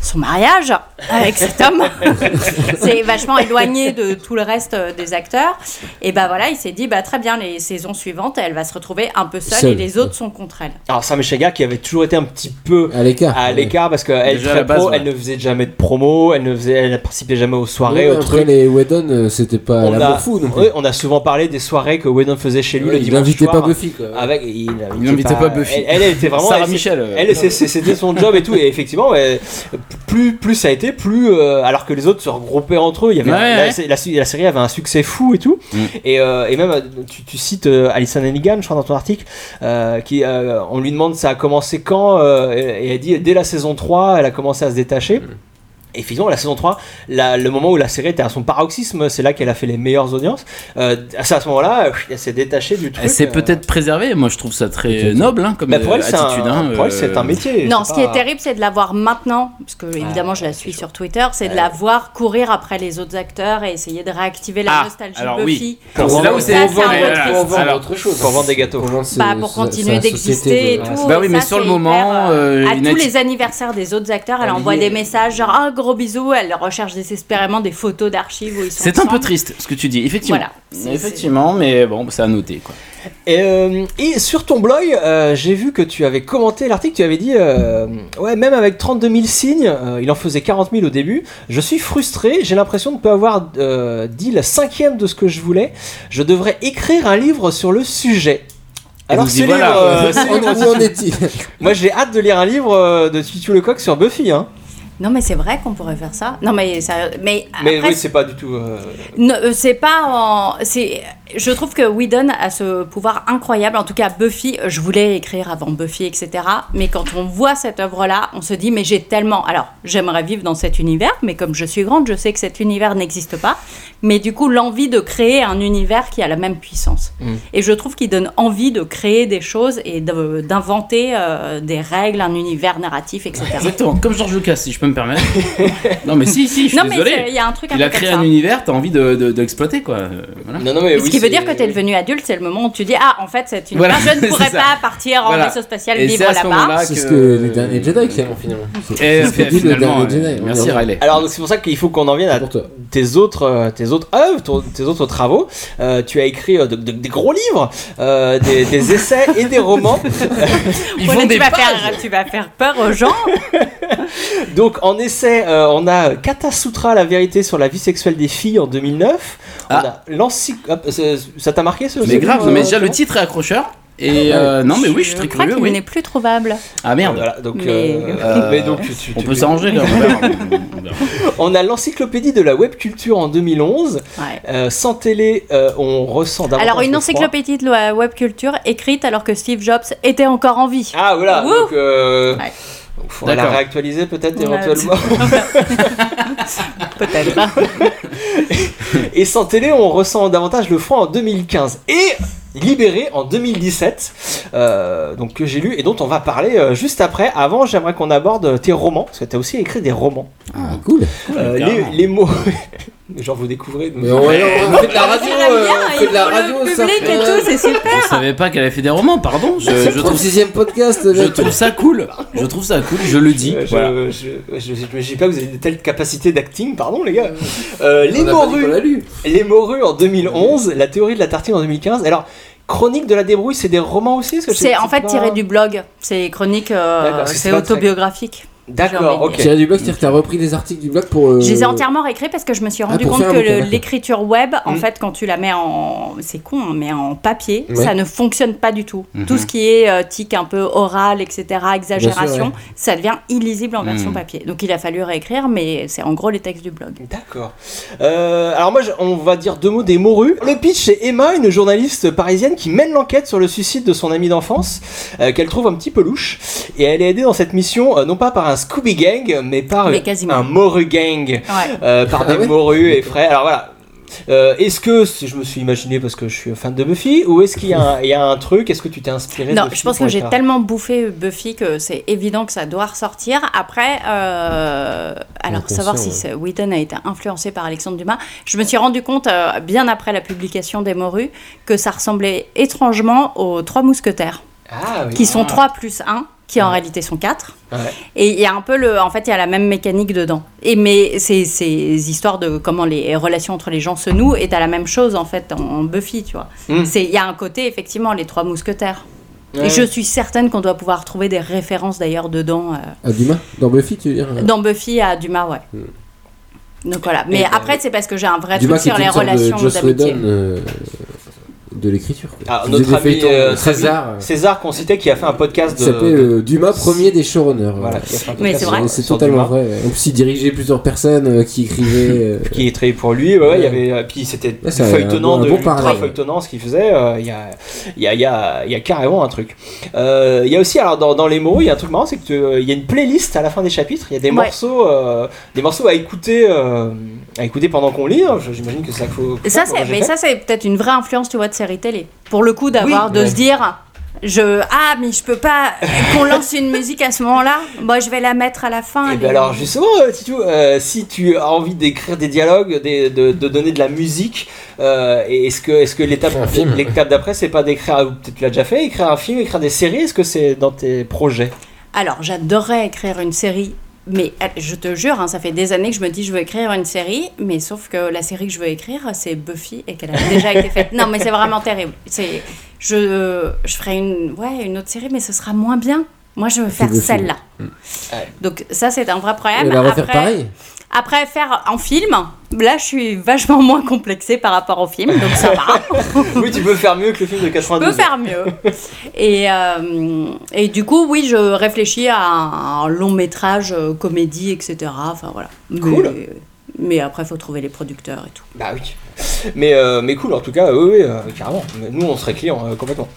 Speaker 1: son mariage avec cet homme, [laughs] s'est vachement éloignée de tout le reste euh, des acteurs. Et bah voilà, il s'est dit, bah très bien, les saisons suivantes, elle va se retrouver un peu seule,
Speaker 2: Seule,
Speaker 1: et les autres sont contre elle.
Speaker 2: Alors Sam Echaga qui avait toujours été un petit peu à l'écart, parce qu'elle
Speaker 15: Ah, Déjà, à la base, ouais.
Speaker 2: elle ne faisait jamais de promo, elle ne faisait, elle ne participait jamais aux soirées,
Speaker 15: Ouais,
Speaker 2: aux
Speaker 15: après
Speaker 2: trucs.
Speaker 15: les Whedon, euh, c'était pas
Speaker 2: On a,
Speaker 15: l'amour fou non plus.
Speaker 2: ouais, on a souvent parlé des soirées que Whedon faisait chez lui
Speaker 15: Ouais,
Speaker 2: le
Speaker 15: il
Speaker 2: dimanche
Speaker 15: invitait
Speaker 2: soir.
Speaker 15: pas Buffy, quoi.
Speaker 2: Avec, il
Speaker 15: Il invitait pas Buffy.
Speaker 2: Elle, elle, elle était vraiment.
Speaker 10: Sarah
Speaker 2: elle,
Speaker 10: Michel, euh.
Speaker 2: Elle, c'est- c'est- c'était son job et tout. Et effectivement, ouais, plus, plus ça a été, plus. euh, alors que les autres se regroupaient entre eux. Il y avait
Speaker 10: Ouais,
Speaker 2: la,
Speaker 10: ouais.
Speaker 2: la- la- la série avait un succès fou et tout. Et, euh, et même, euh, tu, tu cites euh, Alison Hennigan, je crois, dans ton article, euh, qui, euh, on lui demande ça a commencé quand, euh, et et elle dit dès la saison 3, elle a commencé à se détacher. Et finalement, la saison 3, la- le moment où la série était à son paroxysme, c'est là qu'elle a fait les meilleures audiences. Euh, c'est à ce moment-là, euh, elle s'est détachée du truc.
Speaker 10: Elle s'est
Speaker 2: euh,
Speaker 10: peut-être préservée. Moi, je trouve ça très noble hein, comme
Speaker 2: Bah, pour
Speaker 10: euh,
Speaker 2: elle, c'est un-
Speaker 10: attitude. hein,
Speaker 2: pour elle,
Speaker 10: euh,
Speaker 2: c'est un métier.
Speaker 1: Non,
Speaker 2: c'est
Speaker 1: ce qui
Speaker 2: pas-
Speaker 1: est terrible, c'est de la voir maintenant, parce que évidemment je la suis sur Twitter, c'est de la voir courir après les autres acteurs et essayer de réactiver la nostalgie
Speaker 10: Ah, alors
Speaker 1: Buffy.
Speaker 10: oui.
Speaker 2: Pour
Speaker 10: C'est là où
Speaker 2: vendre-
Speaker 10: c'est
Speaker 2: pour
Speaker 10: un peu
Speaker 2: vendre-
Speaker 10: triste.
Speaker 2: pour vendre
Speaker 10: Alors,
Speaker 2: autre chose. Pour vendre des gâteaux.
Speaker 1: Bah, pour continuer d'exister et tout.
Speaker 10: Bah
Speaker 1: et
Speaker 10: oui,
Speaker 1: ça,
Speaker 10: mais sur le
Speaker 1: c'est
Speaker 10: moment,
Speaker 1: hyper,
Speaker 10: euh,
Speaker 1: à
Speaker 10: une
Speaker 1: tous
Speaker 10: atti- Ah,
Speaker 1: les anniversaires des autres acteurs, elle
Speaker 10: Elle
Speaker 1: envoie
Speaker 10: y
Speaker 1: des
Speaker 10: est.
Speaker 1: messages genre un gros bisou, elle recherche désespérément des photos d'archives où ils sont.
Speaker 10: C'est un peu
Speaker 1: ensemble.
Speaker 10: triste ce que tu dis, effectivement.
Speaker 1: Voilà. C'est-
Speaker 10: Effectivement, mais bon, c'est à noter quoi.
Speaker 2: Et, euh, et sur ton blog, euh, j'ai vu que tu avais commenté l'article, tu avais dit euh, Ouais, même avec 32 000 signes, euh, il en faisait 40 000 au début, je suis frustré, j'ai l'impression de ne pas avoir euh, dit la cinquième de ce que je voulais, je devrais écrire un livre sur le sujet.
Speaker 15: Et
Speaker 2: Alors,
Speaker 15: nous y
Speaker 2: ce
Speaker 15: voilà.
Speaker 2: livre,
Speaker 15: [laughs]
Speaker 2: euh, ce
Speaker 15: On-
Speaker 2: livre-
Speaker 15: où en est-il
Speaker 2: Moi, j'ai hâte de lire un livre euh, de Titu Lecoq sur Buffy. Hein.
Speaker 1: Non, mais c'est vrai qu'on pourrait faire ça. Non, mais ça. Mais,
Speaker 2: Mais
Speaker 1: Ah, après,
Speaker 2: oui, c'est pas du tout. euh,
Speaker 1: Ne- euh, c'est pas en. C'est. Je trouve que Whedon a ce pouvoir incroyable. En tout cas, Buffy, euh, je voulais écrire avant Buffy, etc. Mais quand on voit cette œuvre-là, on se dit, mais j'ai tellement. Alors, j'aimerais vivre dans cet univers, mais comme je suis grande, je sais que cet univers n'existe pas. Mais du coup, l'envie de créer un univers qui a la même puissance.
Speaker 10: Mm.
Speaker 1: Et je trouve qu'il donne envie de créer des choses et de- d'inventer euh, des règles, un univers narratif, etc.
Speaker 10: Exactement, comme George Lucas, si je peux me permettre. non, mais si, si, je suis
Speaker 1: Non, mais
Speaker 10: désolé.
Speaker 1: c'est- il y a un truc un
Speaker 10: Il a
Speaker 1: peu comme
Speaker 10: créé
Speaker 1: ça.
Speaker 10: un univers, t'as envie de, de, de l'exploiter quoi. euh, voilà.
Speaker 1: Et ce qui veut dire que tu es devenu adulte, c'est le moment où tu dis Ah, en fait, c'est une.
Speaker 10: Voilà,
Speaker 1: Ah, je ne
Speaker 10: c'est
Speaker 1: pourrais
Speaker 10: ça.
Speaker 1: pas partir en
Speaker 10: Voilà.
Speaker 1: vaisseau spatial
Speaker 10: Et
Speaker 1: vivre
Speaker 10: c'est à ce
Speaker 1: là-bas.
Speaker 10: moment-là
Speaker 15: C'est
Speaker 10: que-
Speaker 15: ce que les derniers Jedi qui finalement. C'est-
Speaker 10: Et
Speaker 15: c'est ce que dit le
Speaker 10: finalement,
Speaker 15: dernier
Speaker 10: euh,
Speaker 15: Jedi, on
Speaker 10: merci
Speaker 15: est-
Speaker 10: Riley.
Speaker 2: Alors donc c'est pour ça qu'il faut qu'on en vienne à tes autres, euh, tes autres œuvres, ton- tes autres travaux. Euh, tu as écrit euh, de- de- des gros livres, euh, des,
Speaker 10: [laughs]
Speaker 2: des essais et des romans.
Speaker 1: Bon, là, tu, vas faire, tu vas faire peur aux gens.
Speaker 2: Donc en essai, euh, on a Katasutra, la vérité sur la vie sexuelle des filles en 2009. On a l'encycl- hop, ça- Ça t'a marqué ce
Speaker 10: Ah. Mais
Speaker 2: ce
Speaker 10: grave,
Speaker 2: livre,
Speaker 10: non, mais
Speaker 2: euh,
Speaker 10: déjà le
Speaker 2: Florent
Speaker 10: titre est accrocheur. Et euh, non, mais oui, je suis très
Speaker 1: crois
Speaker 10: curieux.
Speaker 1: qu'il
Speaker 10: oui.
Speaker 1: n'est plus trouvable.
Speaker 10: Ah merde.
Speaker 2: Voilà, donc,
Speaker 1: Mais-
Speaker 2: euh,
Speaker 10: Euh,
Speaker 2: mais donc, tu- tu-
Speaker 10: on
Speaker 2: tu-
Speaker 10: peut s'arranger quand
Speaker 2: On a l'encyclopédie de la web culture en 2011. Euh, sans télé, euh, on ressent davantage.
Speaker 1: Alors, une
Speaker 2: le froid.
Speaker 1: encyclopédie de la web culture écrite alors que Steve Jobs était encore en vie.
Speaker 2: Ah, voilà.
Speaker 1: Wouh
Speaker 2: donc, euh,
Speaker 1: Ouais.
Speaker 2: faudra la
Speaker 10: D'accord.
Speaker 2: réactualiser peut-être
Speaker 1: Ouais. [laughs]
Speaker 2: éventuellement. [laughs] peut-être.
Speaker 1: hein.
Speaker 2: et sans télé, on ressent davantage le froid en 2015. Et libéré en 2017, euh, donc que j'ai lu et dont on va parler euh, juste après. Avant, j'aimerais qu'on aborde tes romans, parce que tu as aussi écrit des romans.
Speaker 15: Cool.
Speaker 2: Euh, les,
Speaker 15: Ah, carrément.
Speaker 2: les mots. [laughs]
Speaker 4: Genre, vous découvrez. donc-
Speaker 15: Mais on, on fait de la
Speaker 4: Ah,
Speaker 15: radio, euh,
Speaker 4: hein,
Speaker 15: on fait de la radio, ça fait-
Speaker 10: Je savais pas qu'elle avait fait des romans, pardon.
Speaker 2: Euh,
Speaker 10: Je,
Speaker 15: C'est
Speaker 10: je
Speaker 15: le
Speaker 10: trouve
Speaker 15: 36e podcast.
Speaker 10: Je trouve ça cool. Je trouve ça cool. Je le dis.
Speaker 2: Euh, Je,
Speaker 10: voilà.
Speaker 2: je, je- je- je sais pas, vous avez de telles capacités d'acting, pardon les gars. Euh, les,
Speaker 15: On n'a pas dit qu'on l'a
Speaker 2: morues, les morues en 2011, la théorie de la tartine en 2015. Alors, Chronique de la débrouille, c'est des romans aussi parce que je sais-
Speaker 1: C'est en fait
Speaker 2: pas-
Speaker 1: tiré du blog. C'est chronique, euh,
Speaker 2: D'accord, parce que c'est
Speaker 1: c'est
Speaker 2: pas très-
Speaker 1: autobiographique.
Speaker 2: D'accord, ok.
Speaker 15: Tiré du blog, c'est-à-dire que t'as repris des articles du blog pour. euh, Ah,
Speaker 1: Je les ai entièrement réécrits parce que je me suis rendu
Speaker 15: pour
Speaker 1: compte
Speaker 15: faire un
Speaker 1: que
Speaker 15: bouquin,
Speaker 1: le-
Speaker 15: d'accord.
Speaker 1: l'écriture web, en
Speaker 15: Mhm.
Speaker 1: fait, quand tu la mets en. C'est con, hein, mais en papier,
Speaker 15: Ouais.
Speaker 1: ça ne fonctionne pas du tout.
Speaker 15: Mhm.
Speaker 1: Tout ce qui est euh, tic un peu oral, etc., exagération,
Speaker 2: ouais.
Speaker 1: ça devient illisible en version
Speaker 15: Hmm.
Speaker 2: Mhm.
Speaker 1: papier. Donc il a fallu réécrire, mais c'est en gros les textes du blog.
Speaker 2: D'accord. Euh, alors moi, je- on va dire deux mots des morues. Le pitch, c'est Emma, une journaliste parisienne qui mène l'enquête sur le suicide de son amie d'enfance, euh, qu'elle trouve un petit peu louche. Et elle est aidée dans cette mission, euh, non pas par un Scooby Gang, mais par
Speaker 1: Mais
Speaker 2: euh,
Speaker 1: quasiment.
Speaker 2: un Morue Gang, euh, par
Speaker 15: Ah
Speaker 2: des morues et frères. Alors voilà. Euh, est-ce que, si je me suis imaginé parce que je suis fan de Buffy, ou est-ce qu'il y a un, il y a un truc, est-ce que tu t'es inspiré de
Speaker 1: Non,
Speaker 2: Buffy
Speaker 1: je pense
Speaker 2: pour
Speaker 1: que
Speaker 2: écrire
Speaker 1: j'ai tellement bouffé Buffy que c'est évident que ça doit ressortir. Après, euh, alors
Speaker 2: Inconscient,
Speaker 1: savoir si
Speaker 2: ouais.
Speaker 1: ce- Whedon a été influencé par Alexandre Dumas, je me suis rendu compte, euh, bien après la publication des Morues, que ça ressemblait étrangement aux Trois Mousquetaires,
Speaker 2: Ah oui.
Speaker 1: qui sont
Speaker 2: Ah.
Speaker 1: 3 plus 1, qui en réalité sont 4.
Speaker 2: Ouais.
Speaker 1: Et il y a un peu le. En fait, il y a la même mécanique dedans. Et mais ces, ces histoires de comment les relations entre les gens se nouent est à la même chose en fait en, en Buffy, tu vois.
Speaker 2: Mm.
Speaker 1: C'est il y a un côté effectivement les trois mousquetaires.
Speaker 15: Hmm. Ouais.
Speaker 1: Et je suis certaine qu'on doit pouvoir trouver des références d'ailleurs dedans euh,
Speaker 15: Ah, Dumas Dans Buffy, tu veux dire euh,
Speaker 1: dans Buffy à Dumas, ouais. Donc voilà. Mais après, c'est parce que j'ai un vrai
Speaker 15: Hmm. euh, Dumas qui
Speaker 1: truc
Speaker 15: était
Speaker 1: sur les
Speaker 15: une sorte
Speaker 1: relations
Speaker 15: de Joss
Speaker 1: d'amitié.
Speaker 15: Whedon euh, de l'écriture. quoi.
Speaker 2: Ah,
Speaker 15: Il faisait
Speaker 2: notre
Speaker 15: des
Speaker 2: ami
Speaker 15: feuilletons,
Speaker 2: euh,
Speaker 15: euh, César. euh,
Speaker 2: César qu'on citait, qui a fait un podcast
Speaker 15: Il
Speaker 2: de.
Speaker 15: s'appelait euh, Dumas, premier des showrunners.
Speaker 2: Voilà, il a fait un
Speaker 1: Mais
Speaker 2: podcast
Speaker 1: c'est vrai.
Speaker 2: sur-
Speaker 15: C'est
Speaker 2: sur
Speaker 15: totalement
Speaker 2: Dumas.
Speaker 15: vrai. En plus, il dirigeait plusieurs personnes euh, qui écrivaient. euh,
Speaker 2: qui est très pour lui. ouais, ouais, il y avait, euh, puis c'était
Speaker 15: Ouais, c'est un
Speaker 2: feuilletonnant,
Speaker 15: bon- un
Speaker 2: de
Speaker 15: bon
Speaker 2: ultra
Speaker 15: parallèle.
Speaker 2: feuilletonnant ce qu'il faisait. euh, Il y, a, il y, a, il y a- il y a carrément un truc. Euh, Il y a aussi, alors dans, dans les mots, il y a un truc marrant, c'est que euh, il y a une playlist à la fin des chapitres. Il y a des
Speaker 1: Ouais.
Speaker 2: morceaux, euh, des morceaux à écouter, euh, à écouter pendant qu'on lit. hein. Je- J'imagine que c'est ça qu'il faut.
Speaker 1: Et ça,
Speaker 2: faut faire,
Speaker 1: c'est,
Speaker 2: moi,
Speaker 1: mais
Speaker 2: j'ai
Speaker 1: ça,
Speaker 2: fait.
Speaker 1: c'est peut-être une vraie influence, tu vois, de série télé. Pour le coup, d'avoir,
Speaker 2: Oui,
Speaker 1: de
Speaker 2: ouais.
Speaker 1: se dire, je, ah, mais je
Speaker 2: [laughs]
Speaker 1: peux pas qu'on lance une musique à ce moment-là. Moi, je vais la mettre à la fin.
Speaker 2: Eh
Speaker 1: elle
Speaker 2: ben
Speaker 1: est-
Speaker 2: alors justement, euh, Titou, euh, si tu as envie d'écrire des dialogues, des- de, de donner de la musique, euh, et est-ce que, est-ce que l'étape,
Speaker 15: film.
Speaker 2: l'étape d'après, c'est pas d'écrire, ou peut-être tu l'as déjà fait, écrire un film, écrire des séries, est-ce que c'est dans tes
Speaker 15: [laughs]
Speaker 2: projets
Speaker 1: Alors, j'adorerais écrire une série, mais euh, je te jure, hein, ça fait des années que je me dis je veux écrire une série, mais sauf que la série que je veux écrire, c'est Buffy et qu'elle a déjà été faite. Non, mais c'est vraiment terrible. C'est, je, je ferai une, ouais, une autre série, mais ce sera moins bien. Moi, je veux faire
Speaker 15: Buffy.
Speaker 1: celle-là.
Speaker 2: Mm.
Speaker 1: Donc ça, c'est un vrai problème.
Speaker 2: Eh
Speaker 15: Et
Speaker 2: ben,
Speaker 15: la refaire
Speaker 1: Après-
Speaker 15: pareil
Speaker 1: Après, faire en film, là, je suis vachement moins complexée par rapport au film, donc ça va.
Speaker 2: Oui, tu peux faire mieux que le film de
Speaker 1: Je
Speaker 2: 92.
Speaker 1: peux faire mieux. Et, euh, et du coup, oui, je réfléchis à un, un long métrage, euh, comédie, etc. Enfin, voilà. Mais-
Speaker 2: Cool.
Speaker 1: Mais après, il faut trouver les producteurs et tout.
Speaker 2: Bah oui. Mais, euh, mais cool, en tout cas, oui, oui, euh, carrément. Mais Nous, on serait clients, euh, complètement.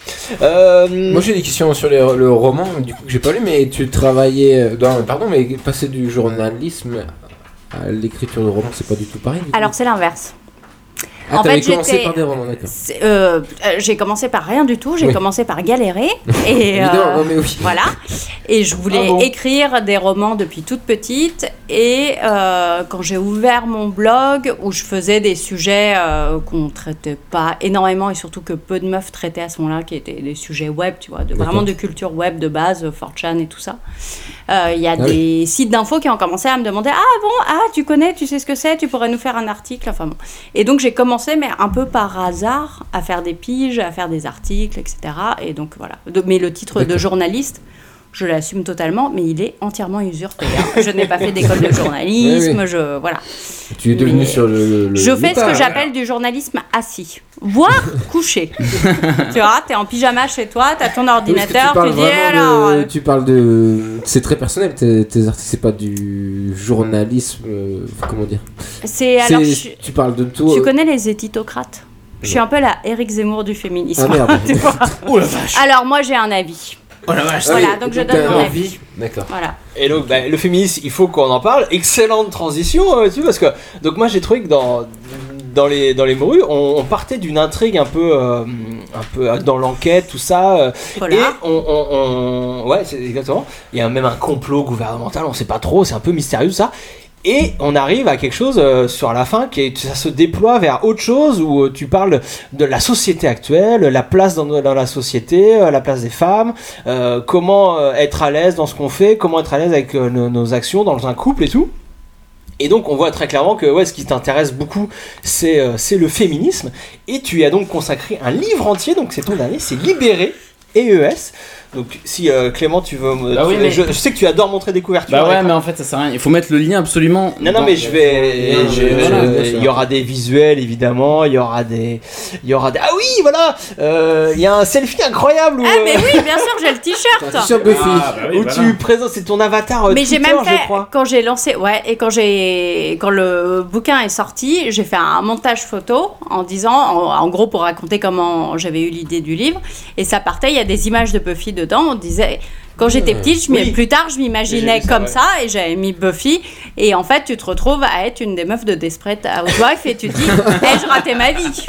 Speaker 2: Euh,
Speaker 15: Moi j'ai des questions sur les- le roman, du coup que j'ai pas lu, mais tu travaillais. euh, dans- pardon, mais passer du journalisme à l'écriture de roman, c'est pas du tout pareil. du coup.
Speaker 1: Alors, c'est l'inverse.
Speaker 15: ah,
Speaker 1: en
Speaker 15: t'avais
Speaker 1: fait,
Speaker 15: commencé
Speaker 1: j'étais-
Speaker 15: par des romans, d'accord.
Speaker 1: C'est- euh, euh, j'ai commencé par rien du tout, j'ai
Speaker 15: Oui.
Speaker 1: commencé par galérer.
Speaker 15: [laughs]
Speaker 1: et, euh,
Speaker 15: Évidemment, non, mais oui. Ah
Speaker 1: Voilà. Et je voulais écrire des romans depuis toute petite. Et euh, quand j'ai ouvert mon blog, où je faisais des sujets euh, qu'on traitait pas énormément et surtout que peu de meufs traitaient à ce moment-là, qui étaient des sujets web, tu vois, de,
Speaker 17: D'accord.
Speaker 1: vraiment de culture web de base, euh, 4chan et tout ça. Euh, Il y a
Speaker 17: Ah
Speaker 1: des
Speaker 17: oui.
Speaker 1: sites d'infos qui ont commencé à me demander Ah bon, ah tu connais, tu sais ce que c'est, tu pourrais nous faire un article. Enfin bon. Et donc j'ai commencé, mais un peu par hasard, à faire des piges, à faire des articles, etc. Et donc voilà. De- mais le titre de
Speaker 17: D'accord.
Speaker 1: journaliste, je l'assume totalement, mais il est entièrement usurpé. hein. Je n'ai pas fait
Speaker 15: [laughs]
Speaker 1: d'école de journalisme,
Speaker 15: Oui, oui.
Speaker 1: je. Voilà.
Speaker 15: Tu es devenu sur le. le- le-
Speaker 1: Je fais ce
Speaker 15: l'État.
Speaker 1: que j'appelle du journalisme assis,
Speaker 15: [laughs]
Speaker 1: voire couché. tu vois, t'es en pyjama chez toi, t'as ton
Speaker 15: Ah Oui, parce que
Speaker 1: ordinateur,
Speaker 15: tu parles
Speaker 1: tu dis
Speaker 15: vraiment de-
Speaker 1: alors. euh,
Speaker 15: Tu parles de. C'est très personnel, tes, tes articles, c'est pas du journalisme. euh, comment dire
Speaker 1: C'est alors.
Speaker 15: C'est-
Speaker 1: je-
Speaker 15: Tu parles de tout.
Speaker 1: Tu
Speaker 15: euh,
Speaker 1: connais les éditocrates Je suis un peu la Eric Zemmour du féminisme.
Speaker 15: Ah, merde.
Speaker 1: [laughs] tu vois.
Speaker 15: Oh, la vache.
Speaker 1: Alors moi j'ai un avis.
Speaker 15: Oh la vache,
Speaker 1: Voilà,
Speaker 15: oui.
Speaker 1: donc je
Speaker 15: Donc, t'as
Speaker 1: donne mon
Speaker 15: un
Speaker 1: avis.
Speaker 15: D'accord.
Speaker 1: Voilà.
Speaker 2: Et donc, bah, le féminisme, il faut qu'on en parle. Excellente transition, euh, tu vois, parce que donc moi j'ai trouvé que dans dans les dans les morues, on, on partait d'une intrigue un peu euh, un peu euh, dans l'enquête, tout ça. euh,
Speaker 1: Polar.
Speaker 2: Et on, on- on- ouais, c'est exactement. Il y a même un complot gouvernemental, on sait pas trop, c'est un peu mystérieux tout ça. Et on arrive à quelque chose euh, sur la fin qui est, ça se déploie vers autre chose où euh, tu parles de la société actuelle, la place dans, dans la société, euh, la place des femmes, euh, comment euh, être à l'aise dans ce qu'on fait, comment être à l'aise avec euh, nos, nos actions dans un couple et tout. Et donc on voit très clairement que ouais, ce qui t'intéresse beaucoup, c'est euh, c'est le féminisme. Et tu y as donc consacré un livre entier, donc c'est ton dernier, c'est Libéré, EES. Donc si euh, Clément, tu veux... me-
Speaker 10: Bah oui,
Speaker 2: tu-
Speaker 10: mais-
Speaker 2: je, je sais que tu adores montrer des couvertures.
Speaker 10: Bah
Speaker 2: avec
Speaker 10: ouais, mais en fait, ça sert à rien. Il faut mettre le lien absolument.
Speaker 2: non, non,
Speaker 10: dans-
Speaker 2: mais je vais.
Speaker 10: Non,
Speaker 2: je-
Speaker 10: mais voilà, bien
Speaker 2: je-
Speaker 10: sûr.
Speaker 2: Il y aura des visuels, évidemment. Il y aura des. Il y aura des. Ah oui, voilà euh, Il y a un selfie incroyable où,
Speaker 1: Ah, mais
Speaker 2: euh,
Speaker 1: oui, bien sûr, j'ai le t-shirt.
Speaker 10: Ah
Speaker 2: où tu présentes. C'est ton avatar. euh,
Speaker 1: Mais j'ai
Speaker 2: Twitter,
Speaker 1: même fait
Speaker 2: je crois.
Speaker 1: quand j'ai lancé ouais et quand j'ai quand le bouquin est sorti, j'ai fait un montage photo en disant en, en gros pour raconter comment j'avais eu l'idée du livre et ça partait, il y a des images de Buffy dedans, on disait quand j'étais
Speaker 17: Euh,
Speaker 1: petite, je m'y-
Speaker 17: oui.
Speaker 1: plus tard, je
Speaker 17: J'ai
Speaker 1: m'imaginais
Speaker 17: vu ça,
Speaker 1: comme
Speaker 17: ouais.
Speaker 1: ça et j'avais mis Buffy et en fait, tu te retrouves à être une des meufs de Desperate Housewives et tu te dis "Ai-je raté ma vie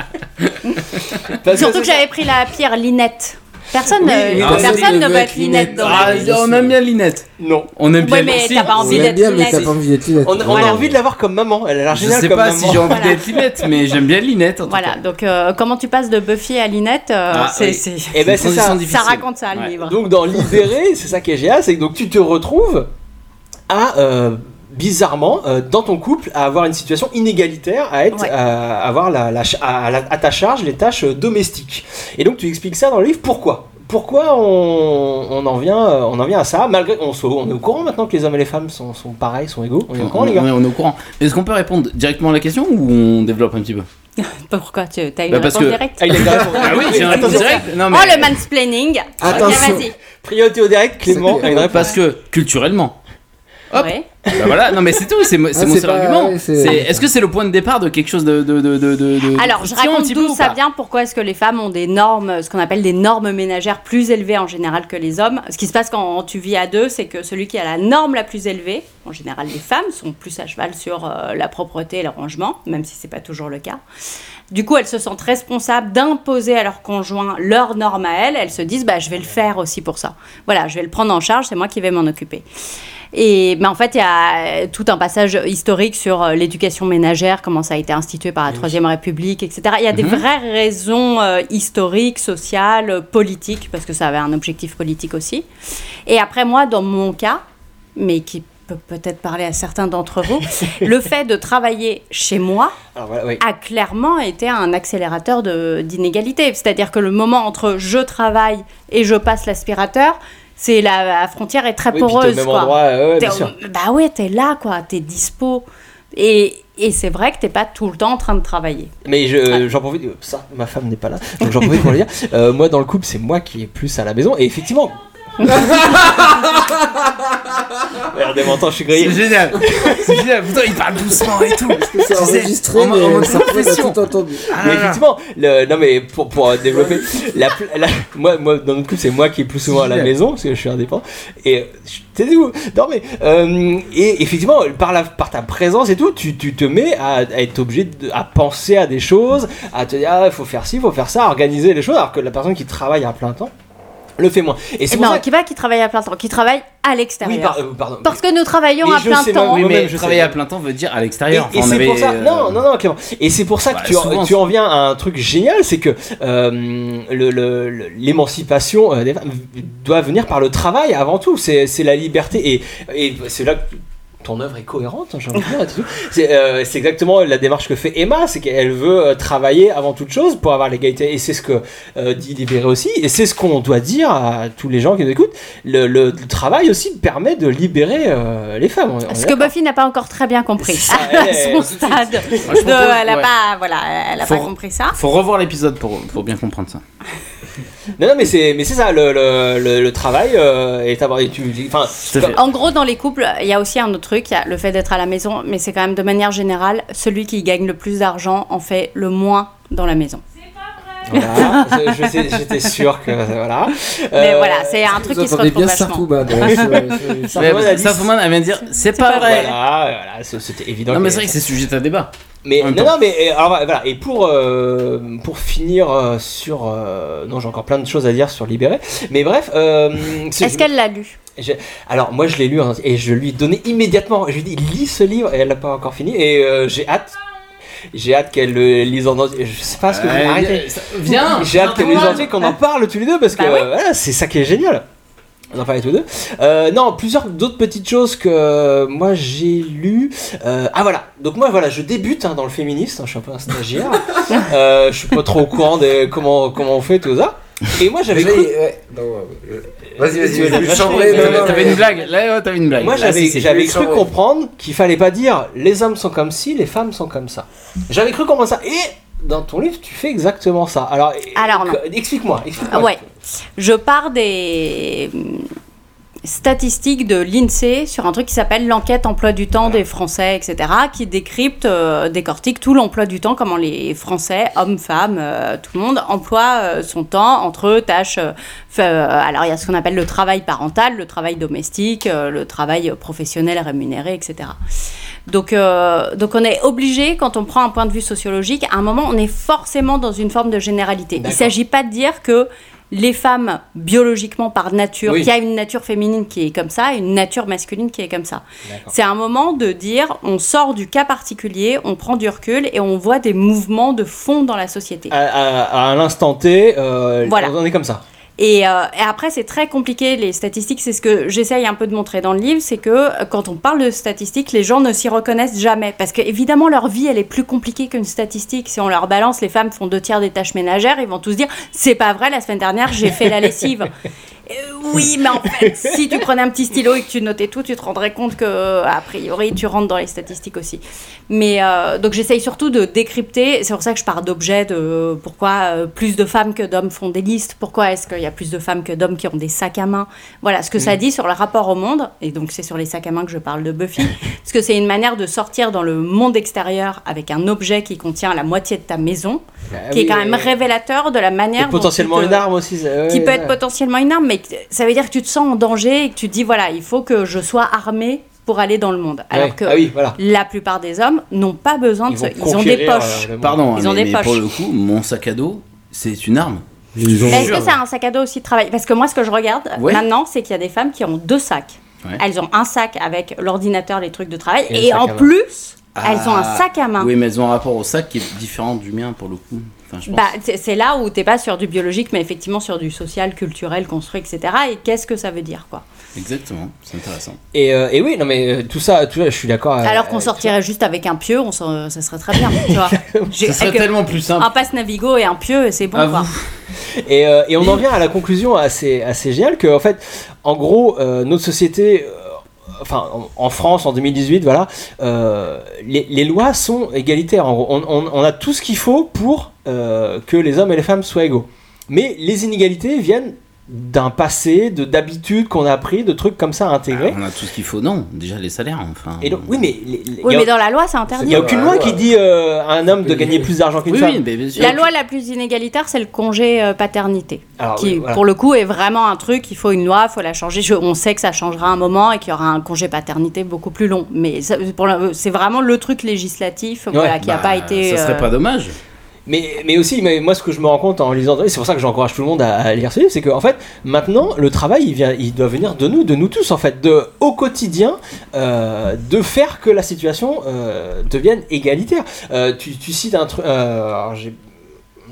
Speaker 2: Parce que
Speaker 1: Surtout que
Speaker 2: c'est-
Speaker 1: j'avais pris la pierre Linette. Personne,
Speaker 10: Oui,
Speaker 1: euh,
Speaker 10: mais
Speaker 1: personne ne veut être Linette dans
Speaker 10: Ah,
Speaker 1: la vie.
Speaker 10: on aime bien Linette.
Speaker 2: Non.
Speaker 10: On aime bien
Speaker 1: Ouais, mais
Speaker 10: Si.
Speaker 1: t'as pas envie
Speaker 10: On aime
Speaker 1: d'être
Speaker 10: bien, mais
Speaker 1: Linette.
Speaker 10: t'as pas envie d'être Linette.
Speaker 2: On, on a
Speaker 10: Voilà.
Speaker 2: envie de l'avoir comme maman. Elle a l'air
Speaker 10: Je
Speaker 2: géniale
Speaker 10: sais
Speaker 2: comme
Speaker 10: pas
Speaker 2: maman.
Speaker 10: si j'ai envie d'être Linette, mais j'aime bien Linette. en tout
Speaker 1: Voilà, donc euh, comment tu passes de Buffy à Linette euh,
Speaker 2: Ah,
Speaker 1: c'est,
Speaker 2: oui.
Speaker 1: c'est-
Speaker 2: Eh ben, c'est ça.
Speaker 1: ça.
Speaker 2: difficile.
Speaker 1: raconte ça, le livre.
Speaker 2: Donc dans Libéré, c'est ça qui est génial, c'est que donc tu te retrouves à euh, bizarrement euh, dans ton couple à avoir une situation inégalitaire, à être à avoir la, la ch- à, à la- à ta charge les tâches euh, domestiques. Et donc tu expliques ça dans le livre pourquoi. Pourquoi on, on en vient, euh, on en vient à ça malgré on, se- on est au courant maintenant que les hommes et les femmes sont, sont pareils, sont égaux. On est
Speaker 10: cas.
Speaker 2: au
Speaker 10: On,
Speaker 2: courant les gars.
Speaker 10: on est au courant. Est-ce qu'on peut répondre directement à la question ou on développe un petit peu
Speaker 1: Pourquoi tu as une
Speaker 10: Bah, parce
Speaker 1: réponse
Speaker 10: que-
Speaker 1: directe
Speaker 10: Ah, il a une réponse. Ah oui, j'ai une réponse directe. Non, mais-
Speaker 1: Oh, le mansplaining
Speaker 10: Attention.
Speaker 1: Ok, vas-y.
Speaker 2: Priorité au direct, Clément. a une réponse.
Speaker 10: Parce que culturellement,
Speaker 1: Ouais.
Speaker 10: Bah voilà, non mais c'est tout, c'est mo- c'est
Speaker 2: Ah,
Speaker 10: mon
Speaker 2: c'est
Speaker 10: seul
Speaker 2: pas-
Speaker 10: argument.
Speaker 2: ouais,
Speaker 10: C'est-
Speaker 2: c'est-
Speaker 10: Est-ce que c'est le point de départ de quelque chose de. de, de, de, de- de-
Speaker 1: Alors,
Speaker 10: de
Speaker 1: je
Speaker 10: tiens un
Speaker 1: raconte
Speaker 10: petit peu
Speaker 1: d'où
Speaker 10: ou
Speaker 1: ça
Speaker 10: pas
Speaker 1: vient, pourquoi est-ce que les femmes ont des normes, ce qu'on appelle des normes ménagères plus élevées en général que les hommes. Ce qui se passe quand tu vis à deux, c'est que celui qui a la norme la plus élevée, en général les femmes, sont plus à cheval sur euh, la propreté et le rangement, même si c'est pas toujours le cas. Du coup, elles se sentent responsables d'imposer à leur conjoint leur norme à elles. Elles se disent, bah, je vais le faire aussi pour ça. Voilà, je vais le prendre en charge, c'est moi qui vais m'en occuper. Et bah, en fait, il y a euh, tout un passage historique sur euh, l'éducation ménagère, comment ça a été institué par la Troisième République, etc. Il y a des
Speaker 17: Mhm.
Speaker 1: vraies raisons euh, historiques, sociales, euh, politiques, parce que ça avait un objectif politique aussi. Et après, moi, dans mon cas, mais qui peut peut-être parler à certains d'entre vous, le fait de travailler chez moi
Speaker 2: Alors, voilà, oui.
Speaker 1: a clairement été un accélérateur de- d'inégalité. C'est-à-dire que le moment entre je travaille et je passe l'aspirateur, c'est la, la frontière est très
Speaker 2: Oui, puis t'es au
Speaker 1: poreuse.
Speaker 2: même
Speaker 1: quoi.
Speaker 2: endroit, ouais, ouais,
Speaker 1: T'es
Speaker 2: bien
Speaker 1: au-
Speaker 2: sûr.
Speaker 1: Bah ouais, t'es là, quoi, t'es dispo. Et, et c'est vrai que t'es pas tout le temps en train de travailler.
Speaker 2: Mais je- j'en profite, euh, ça, ma femme n'est pas là, donc j'en profite pour le dire. Euh, moi, dans le couple, c'est moi qui est plus à la maison, et effectivement. Regardez mon temps, je suis grillé.
Speaker 10: C'est génial! [laughs] C'est génial! Putain, il parle doucement et tout!
Speaker 2: c'est
Speaker 10: Tu sais,
Speaker 2: enregistré,
Speaker 10: en- en
Speaker 2: mais
Speaker 10: mode
Speaker 2: ça peut être
Speaker 10: confession.
Speaker 2: tout
Speaker 10: Ah
Speaker 2: mais effectivement, le- non mais pour, pour euh, développer, la, pl- la- moi, moi dans notre couple c'est moi qui est plus souvent à la
Speaker 10: Génial.
Speaker 2: maison parce que je suis indépendant et je- t'es où Non mais euh, et effectivement par la par ta présence et tout, tu, tu te mets à, à être obligé de, à penser à des choses, à te dire ah, faut faire ci, faut faire ça, à organiser les choses alors que la personne qui travaille à plein temps le fait moins. Et c'est
Speaker 1: Et
Speaker 2: pour
Speaker 1: non,
Speaker 2: ça que-
Speaker 1: qui va qui travaille à plein temps, qui travaille à l'extérieur.
Speaker 2: oui, par- euh, pardon.
Speaker 1: Parce que nous travaillons
Speaker 2: Mais
Speaker 1: à
Speaker 2: je
Speaker 1: plein
Speaker 2: sais,
Speaker 1: temps.
Speaker 2: moi-
Speaker 10: Oui, mais
Speaker 2: Moi-même, je
Speaker 10: travailler
Speaker 2: sais.
Speaker 10: à plein temps veut dire à
Speaker 2: Et,
Speaker 10: l'extérieur.
Speaker 2: et
Speaker 10: Enfin, on
Speaker 2: c'est pour
Speaker 10: avait,
Speaker 2: ça.
Speaker 10: euh,
Speaker 2: Non, non, non, clairement. Et c'est pour ça que
Speaker 10: Bah,
Speaker 2: tu, en-
Speaker 10: souvent,
Speaker 2: tu en viens à un truc génial, c'est que euh, le- le- le- l'émancipation euh, des femmes doit venir par le travail avant tout. C'est c'est la liberté et, et c'est là que ton œuvre est cohérente, hein, j'ai envie de dire, et tout. C'est euh, c'est exactement la démarche que fait Emma, c'est qu'elle veut euh, travailler avant toute chose pour avoir l'égalité. Et c'est ce que euh, dit Libéré aussi, et c'est ce qu'on doit dire à tous les gens qui nous écoutent. Le, le- le travail aussi permet de libérer euh, les femmes. on- on est
Speaker 1: Ce que
Speaker 2: d'accord. eh,
Speaker 1: Buffy n'a pas encore très bien compris [laughs] à
Speaker 2: elle,
Speaker 1: son
Speaker 2: tout de suite.
Speaker 1: stade.
Speaker 10: Moi, je
Speaker 1: de- elle a
Speaker 10: propose, ouais.
Speaker 1: pas, voilà, elle a
Speaker 10: Faut
Speaker 1: pas
Speaker 10: re-
Speaker 1: compris ça.
Speaker 10: Faut revoir l'épisode pour, pour bien comprendre ça.
Speaker 2: Non, non, mais c'est, mais c'est ça, le, le, le, le travail euh, est abordé. Tu, tu- enfin, comme-
Speaker 1: En gros, dans les couples, il y a aussi un autre truc, il y a le fait d'être à la maison, mais c'est quand même de manière générale, celui qui gagne le plus d'argent en fait le moins dans la maison.
Speaker 2: voilà, [laughs] je- je sais- j'étais sûr que voilà.
Speaker 1: Mais
Speaker 2: Euh,
Speaker 1: voilà, c'est un truc qui se retrouve vachement. [laughs]
Speaker 15: bah,
Speaker 1: Bah,
Speaker 2: Sarfouman a dit-
Speaker 10: Sarfouman, elle vient de dire c'est pas vrai!
Speaker 2: Voilà, voilà, c'est- c'était évident.
Speaker 10: Non, mais
Speaker 2: que-
Speaker 10: c'est vrai que c'est sujet à débat.
Speaker 2: Mais non,
Speaker 10: En même temps.
Speaker 2: non, mais euh, alors, voilà. Et pour euh, pour finir euh, sur euh, non, j'ai encore plein de choses à dire sur Libéré. Mais bref, euh, c'est-
Speaker 1: Est-ce qu'elle l'a lu
Speaker 2: Je j'ai- Alors moi je l'ai lu hein, et je lui ai donné immédiatement. Je lui ai dit lis ce livre et elle l'a pas encore fini et euh, j'ai hâte. J'ai hâte qu'elle le lise en entier. Je sais pas ce que vous
Speaker 18: Euh,
Speaker 2: m'arrêtez.
Speaker 18: ça- viens,
Speaker 2: J'ai hâte qu'elle le lise en
Speaker 18: Antoine.
Speaker 2: entier, qu'on en parle tous les deux parce que
Speaker 18: Bah oui.
Speaker 2: euh, voilà, c'est ça qui est génial. On en parlait tous les deux. Euh, non, plusieurs d'autres petites choses que euh, moi j'ai lues. Euh, ah voilà, donc moi voilà, je débute hein, dans le féministe, hein, je suis un peu un stagiaire.
Speaker 1: [laughs]
Speaker 2: Euh, je suis pas trop au courant de comment, comment on fait tout ça. Et moi j'avais cru-
Speaker 15: Vas-y, vas-y,
Speaker 2: Tu vas
Speaker 15: vas-y,
Speaker 2: lâcher,
Speaker 15: chambrer,
Speaker 2: euh,
Speaker 15: non, non,
Speaker 10: T'avais
Speaker 15: mais-
Speaker 10: une blague Là, ouais, t'avais une blague.
Speaker 2: Moi,
Speaker 10: Là,
Speaker 2: j'avais
Speaker 10: c'est-
Speaker 2: j'avais
Speaker 10: c'est-
Speaker 2: cru comprendre qu'il fallait pas dire les hommes sont comme ci, les femmes sont comme ça. J'avais cru comprendre ça. Et dans ton livre, tu fais exactement ça. Alors,
Speaker 1: Alors, non.
Speaker 2: euh, explique-moi.
Speaker 1: Ah
Speaker 2: explique-moi.
Speaker 1: ouais. Je pars des hum, statistiques de l'INSEE sur un truc qui s'appelle l'enquête emploi du temps des Français, etc., qui décrypte, euh, décortique tout l'emploi du temps, comment les Français, hommes, femmes, euh, tout le monde, emploie euh, son temps entre tâches. euh, fa- euh, alors, il y a ce qu'on appelle le travail parental, le travail domestique, euh, le travail professionnel rémunéré, etc. Donc, euh, donc on est obligé, quand on prend un point de vue sociologique, à un moment, on est forcément dans une forme de généralité. Il ne s'agit pas de dire que les femmes, biologiquement par nature,
Speaker 19: Oui.
Speaker 1: qu'il y a une nature féminine qui est comme ça et une nature masculine qui est comme ça.
Speaker 19: D'accord.
Speaker 1: C'est un moment de dire, on sort du cas particulier, on prend du recul et on voit des mouvements de fond dans la société.
Speaker 2: À, à- à l'instant T, euh,
Speaker 1: Voilà.
Speaker 2: on est comme ça.
Speaker 1: Et, euh, et après, c'est très compliqué, les statistiques. C'est ce que j'essaye un peu de montrer dans le livre, c'est que euh, quand on parle de statistiques, les gens ne s'y reconnaissent jamais. Parce que, évidemment, leur vie, elle est plus compliquée qu'une statistique. Si on leur balance, les femmes font deux tiers des tâches ménagères, ils vont tous dire C'est pas vrai, la semaine dernière, j'ai fait la lessive. Euh, oui, mais en fait, si tu prenais un petit stylo et que tu notais tout, tu te rendrais compte que, a priori, tu rentres dans les statistiques aussi. Mais euh, donc, j'essaye surtout de décrypter. C'est pour ça que je pars d'objets de pourquoi euh, plus de femmes que d'hommes font des listes, pourquoi est-ce qu'il y a plus de femmes que d'hommes qui ont des sacs à main. Voilà ce que ça
Speaker 19: Mm.
Speaker 1: dit sur le rapport au monde. Et donc, c'est sur les sacs à main que je parle
Speaker 2: [laughs]
Speaker 1: de Buffy. parce que c'est une manière de sortir dans le monde extérieur avec un objet qui contient la moitié de ta maison,
Speaker 2: Ah
Speaker 1: qui est quand même hein, révélateur de la
Speaker 2: euh, Et
Speaker 1: manière. dont tu
Speaker 2: potentiellement
Speaker 1: te-
Speaker 2: une arme aussi. ça-
Speaker 1: euh, qui
Speaker 2: ouais,
Speaker 1: peut être
Speaker 2: ouais.
Speaker 1: potentiellement une arme, mais que- ça veut dire que tu te sens en danger et que tu te dis voilà, il faut que je sois armé pour aller dans le monde. Alors
Speaker 2: Ouais.
Speaker 1: que
Speaker 2: Ah oui, voilà.
Speaker 1: la plupart des hommes n'ont pas besoin de ça. Ils ont des
Speaker 10: conquérir,
Speaker 1: poches.
Speaker 10: euh, le monde. Pardon,
Speaker 1: ils
Speaker 10: hein,
Speaker 1: ont
Speaker 10: mais,
Speaker 1: des
Speaker 10: mais pour
Speaker 1: poches.
Speaker 10: le coup, mon sac à dos, c'est une arme.
Speaker 1: Mais Est-ce que ça a un sac à dos aussi de travail Parce que moi, ce que je regarde
Speaker 10: Ouais.
Speaker 1: maintenant, c'est qu'il y a des femmes qui ont deux sacs.
Speaker 10: Ouais.
Speaker 1: Elles ont un sac avec l'ordinateur, les trucs de travail,
Speaker 10: Et le
Speaker 1: et,
Speaker 10: sac à
Speaker 1: en
Speaker 10: main. Ah,
Speaker 1: plus, elles ont un sac à main.
Speaker 10: Oui, mais elles ont un rapport au sac qui est différent du mien pour le coup. Enfin, je pense.
Speaker 1: Bah, c'est- c'est là où t'es pas sur du biologique, mais effectivement sur du social, culturel, construit, etc. Et qu'est-ce que ça veut dire, quoi
Speaker 10: Exactement, c'est intéressant.
Speaker 2: Et, euh, et oui, non mais euh, tout ça, tout ça, je suis d'accord. euh,
Speaker 1: Alors qu'on sortirait juste avec un pieu, on s'en- ça serait très bien, tu vois. J'ai-
Speaker 2: Ça serait
Speaker 1: avec, euh,
Speaker 2: tellement plus simple.
Speaker 1: Un passe Navigo et un pieu, et c'est bon,
Speaker 2: À
Speaker 1: quoi.
Speaker 2: vous. Et, euh, et on en vient à la conclusion assez, assez géniale que, en fait, en gros, euh, notre société, euh, enfin, en, en France, en 2018, voilà, euh, les, les lois sont égalitaires. En gros, on, on- on a tout ce qu'il faut pour euh, que les hommes et les femmes soient égaux. Mais les inégalités viennent d'un passé, de d'habitudes qu'on a appris, de trucs comme ça intégrés.
Speaker 10: On a tout ce qu'il faut, non Déjà les salaires, enfin.
Speaker 2: Et donc, oui, mais les- les-
Speaker 1: Oui,
Speaker 2: y a-
Speaker 1: mais dans la loi, c'est interdit.
Speaker 2: il n'y a aucune loi qui dit euh, à un homme de gagner plus d'argent qu'une
Speaker 10: Oui,
Speaker 2: femme.
Speaker 10: oui, mais bien sûr.
Speaker 1: La loi la plus inégalitaire, c'est le congé euh, paternité,
Speaker 2: Alors,
Speaker 1: qui
Speaker 2: Ah oui, voilà.
Speaker 1: pour le coup est vraiment un truc. Il faut une loi, il faut la changer. Je- on sait que ça changera un moment et qu'il y aura un congé paternité beaucoup plus long. Mais ça- pour la- euh, c'est vraiment le truc législatif, voilà, qui n'a
Speaker 10: Bah,
Speaker 2: bah,
Speaker 1: pas été. euh,
Speaker 10: dommage.
Speaker 2: Mais, mais aussi, mais moi, ce que je me rends compte en lisant, et c'est pour ça que j'encourage tout le monde à, à lire ce livre, c'est qu'en fait, maintenant, le travail, il, vient, il doit venir de nous, de nous tous, en fait, de, au quotidien, euh, de faire que la situation euh, devienne égalitaire. Euh, tu, tu cites un truc. euh, alors, j'ai-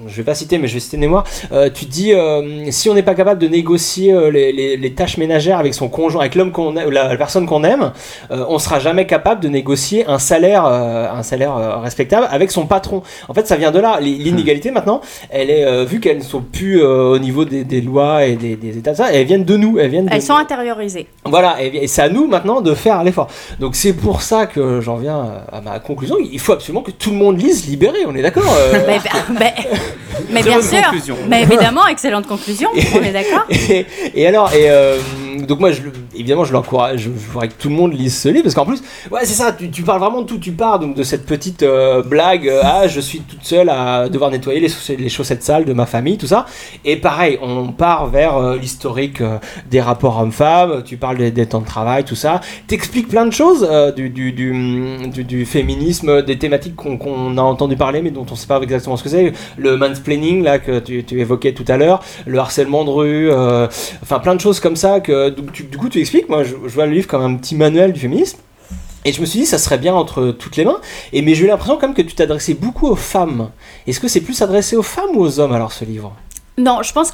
Speaker 2: je vais pas citer, mais je vais citer de mémoire. Euh, tu dis euh, si on n'est pas capable de négocier euh, les, les- les tâches ménagères avec son conjoint, avec l'homme qu'on a- ou la, la personne qu'on aime, euh, on sera jamais capable de négocier un salaire, euh, un salaire euh, respectable avec son patron. En fait, ça vient de là. Les- L'inégalité maintenant, elle est euh, vu qu'elles ne sont plus euh, au niveau des, des lois et des, des États, ça, elles viennent de nous. Elles viennent. de
Speaker 1: elles
Speaker 2: nous.
Speaker 1: sont intériorisées.
Speaker 2: Voilà, et, et c'est à nous maintenant de faire l'effort. Donc c'est pour ça que j'en viens euh, à ma conclusion. Il faut absolument que tout le monde lise Libéré, on est d'accord euh, [laughs]
Speaker 1: Mais, bah, mais- mais
Speaker 2: Très
Speaker 1: bien
Speaker 2: bonne
Speaker 1: sûr,
Speaker 2: conclusion.
Speaker 1: mais évidemment, excellente conclusion. on est d'accord.
Speaker 2: et, et alors, et euh, donc moi, je, le- évidemment, je l'encourage, je voudrais que tout le monde lise ce livre, parce qu'en plus, ouais, c'est ça, tu, tu parles vraiment de tout, tu pars donc de cette petite euh, blague, euh, ah, je suis toute seule à devoir nettoyer les, chauss- les chaussettes sales de ma famille, tout ça, et pareil, on part vers euh, l'historique euh, des rapports hommes-femmes, tu parles des, des temps de travail, tout ça, t'expliques plein de choses euh, du, du, du, du- du féminisme, des thématiques qu'on qu'on a entendu parler, mais dont on sait pas exactement ce que c'est, le mansplaining, là, que tu, tu évoquais tout à l'heure, le harcèlement de rue, euh, enfin plein de choses comme ça que donc, tu- du coup tu t'explique, moi je, je vois le livre comme un petit manuel du féminisme. Et je me suis dit, ça serait bien entre toutes les mains. Et mais j'ai eu l'impression quand même que tu t'adressais beaucoup aux femmes. Est-ce que c'est plus adressé aux femmes ou aux hommes alors ce livre
Speaker 1: Non, je pense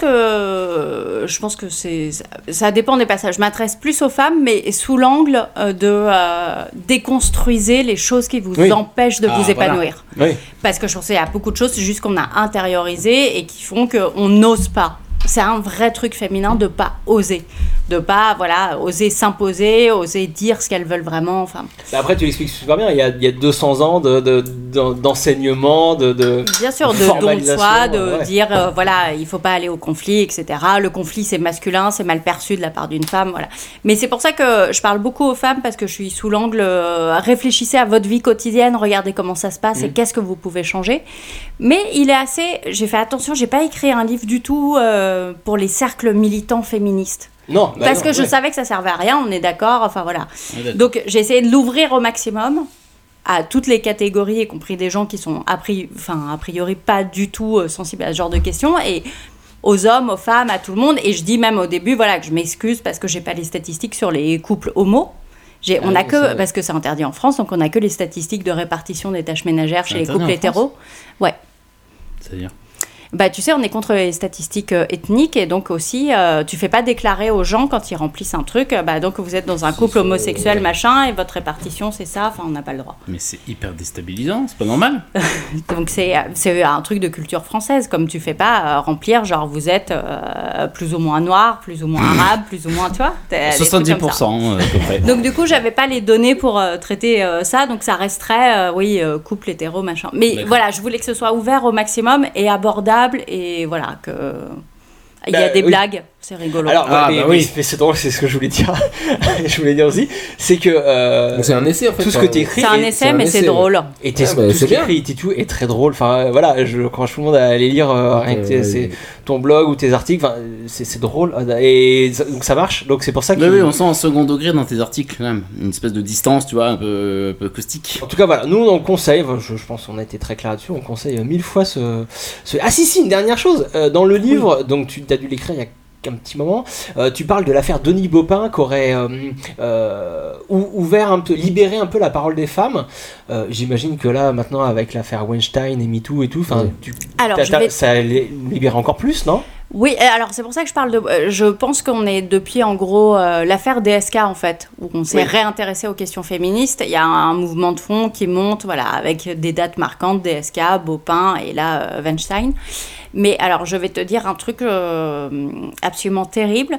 Speaker 1: que je pense que c'est ça, ça dépend des passages. Je m'adresse plus aux femmes, mais sous l'angle euh, de euh, déconstruisez les choses qui vous
Speaker 2: Oui.
Speaker 1: empêchent de
Speaker 2: Ah,
Speaker 1: vous
Speaker 2: voilà.
Speaker 1: épanouir.
Speaker 2: Oui.
Speaker 1: Parce que je pense qu'il y a beaucoup de choses juste qu'on a intériorisées et qui font qu'on n'ose pas. C'est un vrai truc féminin de pas oser, de pas voilà oser s'imposer, oser dire ce qu'elles veulent vraiment. Enfin,
Speaker 2: Bah Après, tu l'expliques super bien. Il y a, il y a 200 ans de- de- d'en- d'enseignement, de, de,
Speaker 1: Bien sûr, de don de
Speaker 2: formalisation,
Speaker 1: soi, de
Speaker 2: ouais.
Speaker 1: dire euh, voilà, il faut pas aller au conflit, etc. Le conflit c'est masculin, c'est mal perçu de la part d'une femme, voilà. Mais c'est pour ça que je parle beaucoup aux femmes parce que je suis sous l'angle euh, réfléchissez à votre vie quotidienne, regardez comment ça se passe et
Speaker 2: Mm.
Speaker 18: Mhm.
Speaker 1: qu'est-ce que vous pouvez changer. Mais il est assez, j'ai fait attention, j'ai pas écrit un livre du tout euh, pour les cercles militants féministes.
Speaker 2: Non, bah
Speaker 1: Parce
Speaker 2: non,
Speaker 1: que je
Speaker 2: ouais.
Speaker 1: savais que ça servait à rien, on est d'accord, enfin voilà.
Speaker 2: On est d'accord.
Speaker 1: Donc j'ai essayé de l'ouvrir au maximum à toutes les catégories, y compris des gens qui sont a priori, enfin, a priori pas du tout euh, sensibles à ce genre de questions, et aux hommes, aux femmes, à tout le monde. Et je dis même au début voilà, que je m'excuse parce que j'ai pas les statistiques sur les couples homo. J'ai-
Speaker 18: Ah
Speaker 1: on
Speaker 18: oui,
Speaker 1: a
Speaker 18: c'est
Speaker 1: que,
Speaker 18: vrai.
Speaker 1: parce que c'est interdit en France, donc on a que les statistiques de répartition des tâches ménagères chez
Speaker 10: C'est
Speaker 1: les
Speaker 10: interdit
Speaker 1: couples
Speaker 10: en France
Speaker 1: hétéros. Ouais.
Speaker 10: C'est-à-dire
Speaker 1: Bah, tu sais, on est contre les statistiques euh, ethniques et donc aussi, euh, tu fais pas déclarer aux gens quand ils remplissent un truc, euh, bah, donc vous êtes dans un couple homosexuel, machin, et votre répartition, c'est ça, enfin, on n'a pas le droit.
Speaker 10: Mais c'est hyper déstabilisant, c'est pas normal.
Speaker 1: Bah, Donc c'est euh, c'est un truc de culture française, comme tu fais pas euh, remplir, genre vous êtes euh, plus ou moins noir, plus ou moins arabe, plus ou moins, tu vois t'as des trucs comme ça.
Speaker 10: 70% euh, à peu près.
Speaker 1: [laughs] Donc du coup, j'avais pas les données pour euh, traiter euh, ça, donc ça resterait, euh, oui, euh, couple hétéro, machin. Mais
Speaker 10: D'accord.
Speaker 1: voilà, je voulais que ce soit ouvert au maximum et abordable, et voilà, que... Il y a
Speaker 2: Bah,
Speaker 1: des
Speaker 2: oui.
Speaker 1: blagues, c'est rigolo.
Speaker 2: Alors,
Speaker 15: Ah,
Speaker 2: mais,
Speaker 15: bah
Speaker 2: mais- mais c'est drôle, c'est ce que je voulais dire. [laughs] je voulais dire aussi, c'est que. euh,
Speaker 15: Donc c'est un essai, en fait,
Speaker 2: Tout ce
Speaker 15: hein.
Speaker 2: que t'écris.
Speaker 1: C'est un
Speaker 2: est-
Speaker 1: essai, mais c'est drôle.
Speaker 2: Et t'es-
Speaker 15: Ah, bah,
Speaker 2: tout
Speaker 15: c'est
Speaker 2: ce
Speaker 15: bien.
Speaker 2: qu'écrit Titou est très drôle. Enfin, euh, voilà, je encourage tout le monde à aller lire euh, rien que
Speaker 15: ouais,
Speaker 2: t'es-
Speaker 15: ouais.
Speaker 2: c'est ton blog ou tes articles. Enfin, euh, c'est c'est drôle. Et ça- donc ça marche. Donc c'est pour ça que.
Speaker 10: Oui, oui, on sent un second degré dans tes articles, quand même. Une espèce de distance, tu vois, un peu, un peu caustique.
Speaker 2: En tout cas, voilà, nous on conseille, enfin, je, je pense qu'on a été très clair là-dessus, on conseille euh, mille fois ce, ce- Ah si, si, une dernière chose, euh, dans le livre, donc tu as dû l'écrire il y a qu'un petit moment, euh, tu parles de l'affaire Denis Baupin qui aurait euh, euh, ou- ouvert un peu, libéré un peu la parole des femmes. Euh, J'imagine que là, maintenant, avec l'affaire Weinstein et MeToo et tout, enfin, tu-
Speaker 1: Alors,
Speaker 2: t'as-
Speaker 1: je
Speaker 2: t'as-
Speaker 1: vais-
Speaker 2: ça les libère encore plus, non
Speaker 1: Oui, euh, alors c'est pour ça que je parle de. euh, Je pense qu'on est depuis en gros euh, l'affaire DSK en fait, où on s'est
Speaker 2: Oui.
Speaker 1: réintéressé aux questions féministes. Il y a un mouvement de fond qui monte, voilà, avec des dates marquantes DSK, Baupin et là euh, Weinstein. Mais alors je vais te dire un truc euh, absolument terrible.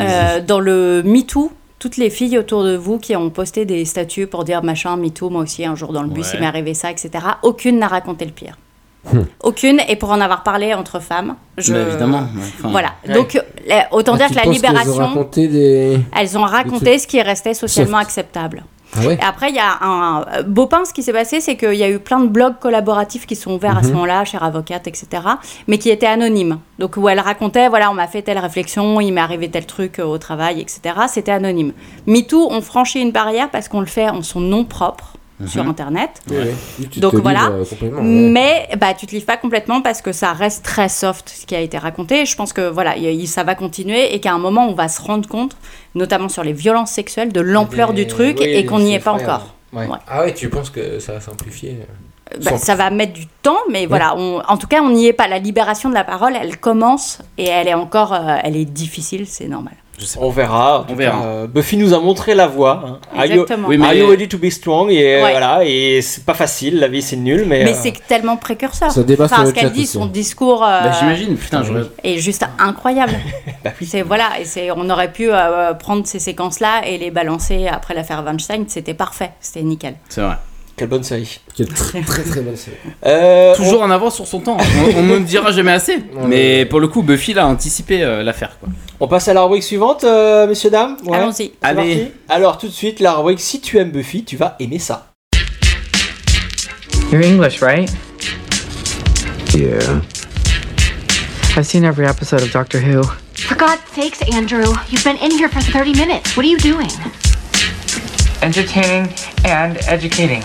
Speaker 1: Euh, dans le MeToo, toutes les filles autour de vous qui ont posté des statuts pour dire machin, MeToo, moi aussi un jour dans le bus
Speaker 18: Ouais.
Speaker 1: il m'est arrivé ça, etc. Aucune n'a raconté le pire. Aucune, et pour en avoir parlé entre femmes, je...
Speaker 10: Mais évidemment, ouais, enfin.
Speaker 1: voilà.
Speaker 10: Ouais.
Speaker 1: Donc, la- autant dire
Speaker 15: Tu
Speaker 1: que la
Speaker 15: penses qu'elles ont
Speaker 1: libération,
Speaker 15: raconté des.
Speaker 1: elles ont raconté ce qui restait socialement acceptable.
Speaker 15: Ah ouais
Speaker 1: Et après, il y a un. euh, Beaupin, ce qui s'est passé, c'est qu'il y a eu plein de blogs collaboratifs qui sont ouverts à ce
Speaker 18: Mhm.
Speaker 1: moment-là, chère avocate, etc., mais qui étaient anonymes. Donc, où elle racontait, voilà, on m'a fait telle réflexion, il m'est arrivé tel truc euh, au travail, etc. C'était anonyme. MeToo, on franchit une barrière parce qu'on le fait en son nom propre
Speaker 15: Mhm.
Speaker 1: sur Internet.
Speaker 15: Ouais. Tu te
Speaker 1: Donc
Speaker 15: livres,
Speaker 1: voilà.
Speaker 15: euh, complètement, ouais.
Speaker 1: Mais bah, tu te livres pas complètement parce que ça reste très soft ce qui a été raconté. Et Je pense que voilà, y- y- ça va continuer et qu'à un moment on va se rendre compte, notamment sur les violences sexuelles, de l'ampleur
Speaker 15: Des-
Speaker 1: du truc
Speaker 15: oui,
Speaker 1: et qu'on n'y est pas
Speaker 15: effrayant.
Speaker 1: encore.
Speaker 15: Ah ouais, tu penses que ça va simplifier
Speaker 1: Euh, bah, ça va mettre du temps, mais voilà, on- en tout cas on n'y est pas. La libération de la parole, elle commence et elle est encore, euh, elle est difficile, c'est normal.
Speaker 2: On verra. en tout
Speaker 10: On verra.
Speaker 2: cas, euh, Buffy nous a montré la voie. hein. Are you-
Speaker 1: Exactement. Oui, mais-
Speaker 2: Are you ready to be strong Et euh,
Speaker 1: Ouais.
Speaker 2: voilà, et c'est pas facile, la vie c'est nul, mais.
Speaker 1: Mais
Speaker 2: euh,
Speaker 1: c'est tellement précurseur.
Speaker 2: Ça débat
Speaker 1: Enfin,
Speaker 2: sur le
Speaker 1: ce qu'elle
Speaker 2: chat
Speaker 1: dit,
Speaker 2: aussi. hein.
Speaker 15: hein,
Speaker 1: son discours. euh,
Speaker 10: Bah, j'imagine, putain, je.
Speaker 1: est juste incroyable. C'est voilà, et c'est on aurait pu euh, prendre ces séquences là et les balancer après l'affaire Weinstein, c'était parfait, c'était nickel.
Speaker 10: C'est vrai.
Speaker 2: Quelle bonne série. Euh,
Speaker 15: Quelle très très très bonne série.
Speaker 10: Toujours en avance sur son temps. On, on ne le dira
Speaker 2: [laughs]
Speaker 10: jamais assez. Mais pour le coup, Buffy l'a anticipé euh, l'affaire, quoi.
Speaker 2: On passe à la rubrique suivante, euh, messieurs, dames Ouais.
Speaker 10: Allons-y.
Speaker 2: C'est
Speaker 10: Allez.
Speaker 2: parti Alors, tout de suite, la rubrique Si tu aimes Buffy, tu vas aimer ça.
Speaker 19: You're English, right?
Speaker 14: Yeah.
Speaker 19: I've seen every episode of Doctor Who.
Speaker 8: For God's sakes, Andrew, you've been in here for 30 minutes. What are you doing?
Speaker 19: Entertaining and educating.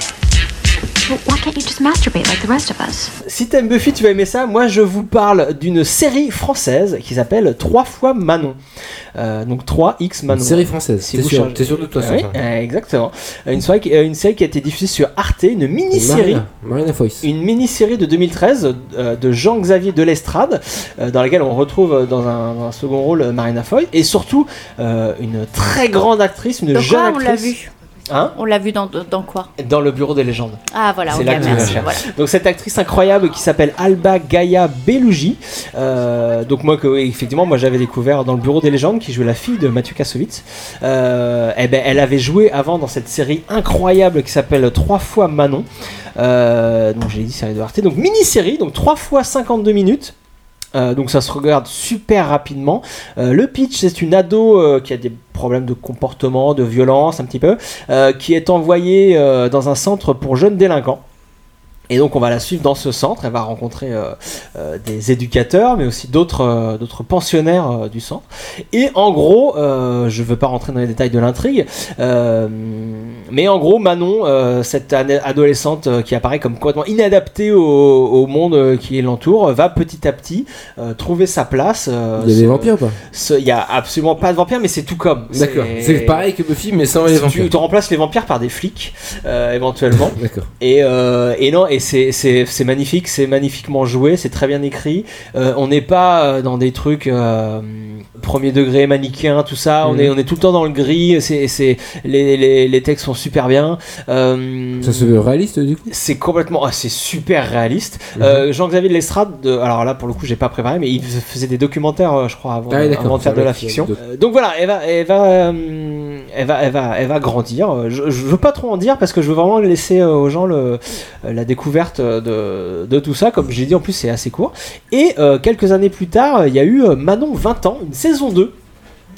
Speaker 13: Well, why can't you just masturbate like the rest of us?
Speaker 2: Si t'aimes Buffy, tu vas aimer ça. Moi, je vous parle d'une série française qui s'appelle 3 fois Manon. Euh, donc 3x Manon.
Speaker 15: Une série française,
Speaker 2: hein. Si
Speaker 15: t'es
Speaker 2: vous
Speaker 15: sûr-
Speaker 2: cherchez-
Speaker 15: t'es sûr de toi, ça,
Speaker 2: Oui,
Speaker 15: toi
Speaker 2: euh, exactement. Euh, Une, soirée qui- euh, une série qui a été diffusée sur Arte, une mini-série.
Speaker 15: Marina, Marina Foïs.
Speaker 2: Une mini-série de 2013 euh, de Jean-Xavier Delestrade, euh, dans laquelle on retrouve euh, dans un, dans un second rôle euh, Marina Foy et surtout euh, une très grande actrice, une
Speaker 1: Dans
Speaker 2: jeune
Speaker 1: quoi on
Speaker 2: actrice.
Speaker 1: l'a vu
Speaker 2: Hein
Speaker 1: On l'a vu dans, dans quoi
Speaker 2: Dans le bureau des légendes.
Speaker 1: Ah voilà,
Speaker 2: C'est
Speaker 1: ok,
Speaker 2: là que tu
Speaker 1: merci.
Speaker 2: vas
Speaker 1: voilà.
Speaker 2: chercher. Donc cette actrice incroyable qui s'appelle Alba Gaia Bellugi. euh, donc moi que oui, effectivement moi j'avais découvert dans le bureau des légendes qui jouait la fille de Mathieu Kassovitz. Euh, eh ben elle avait joué avant dans cette série incroyable qui s'appelle Trois fois Manon. Euh, donc j'ai dit série de Arte. Donc mini série donc trois fois 52 minutes. Euh, donc ça se regarde super rapidement. Euh, le pitch, c'est une ado euh, qui a des problèmes de comportement, de violence un petit peu, euh, qui est envoyée euh, dans un centre pour jeunes délinquants. Et donc on va la suivre dans ce centre, elle va rencontrer euh, euh, des éducateurs, mais aussi d'autres euh, d'autres pensionnaires euh, du centre. Et en gros, euh, je ne veux pas rentrer dans les détails de l'intrigue, euh, mais en gros Manon, euh, cette ane- adolescente euh, qui apparaît comme complètement inadaptée au, au monde euh, qui l'entoure, va petit à petit euh, trouver sa place. euh,
Speaker 15: Il y a
Speaker 2: se-
Speaker 15: des vampires ou pas
Speaker 2: ce- Il n'y a absolument pas de vampires, mais c'est tout comme.
Speaker 15: D'accord. C'est pareil que Buffy, mais sans les
Speaker 2: Tu-
Speaker 15: vampires.
Speaker 2: Tu remplaces les vampires par des flics, euh,
Speaker 15: [laughs]
Speaker 2: éventuellement.
Speaker 15: D'accord.
Speaker 2: Et, euh, et non, et c'est- c'est c'est magnifique, c'est magnifiquement joué, c'est très bien écrit. Euh, on n'est pas euh, dans des trucs euh, premier degré, manichéen, tout ça. On,
Speaker 15: Mhm.
Speaker 2: est, on est tout le temps dans le gris, c'est c'est- les, les, les textes sont super bien. Euh,
Speaker 15: Ça se veut réaliste du coup
Speaker 2: c'est complètement, ah, c'est super réaliste.
Speaker 15: Mhm.
Speaker 2: Euh, Jean-Xavier de Lestrade, de- alors là pour le coup j'ai pas préparé, mais il faisait des documentaires, euh, je crois, avant,
Speaker 15: Ah oui, d'accord,
Speaker 2: avant de
Speaker 15: c'est
Speaker 2: faire de
Speaker 15: vrai
Speaker 2: la
Speaker 15: qu'il y a
Speaker 2: fiction.
Speaker 15: des doc-
Speaker 2: Euh, Donc voilà, elle va, elle va, euh, elle va, elle va, elle va grandir. Euh, Je, je veux pas trop en dire parce que je veux vraiment laisser euh, aux gens le, euh, la découverte de, de tout ça. Comme j'ai dit, en plus c'est assez court. Et euh, quelques années plus tard, il y a eu euh, Manon 20 ans, une saison 2.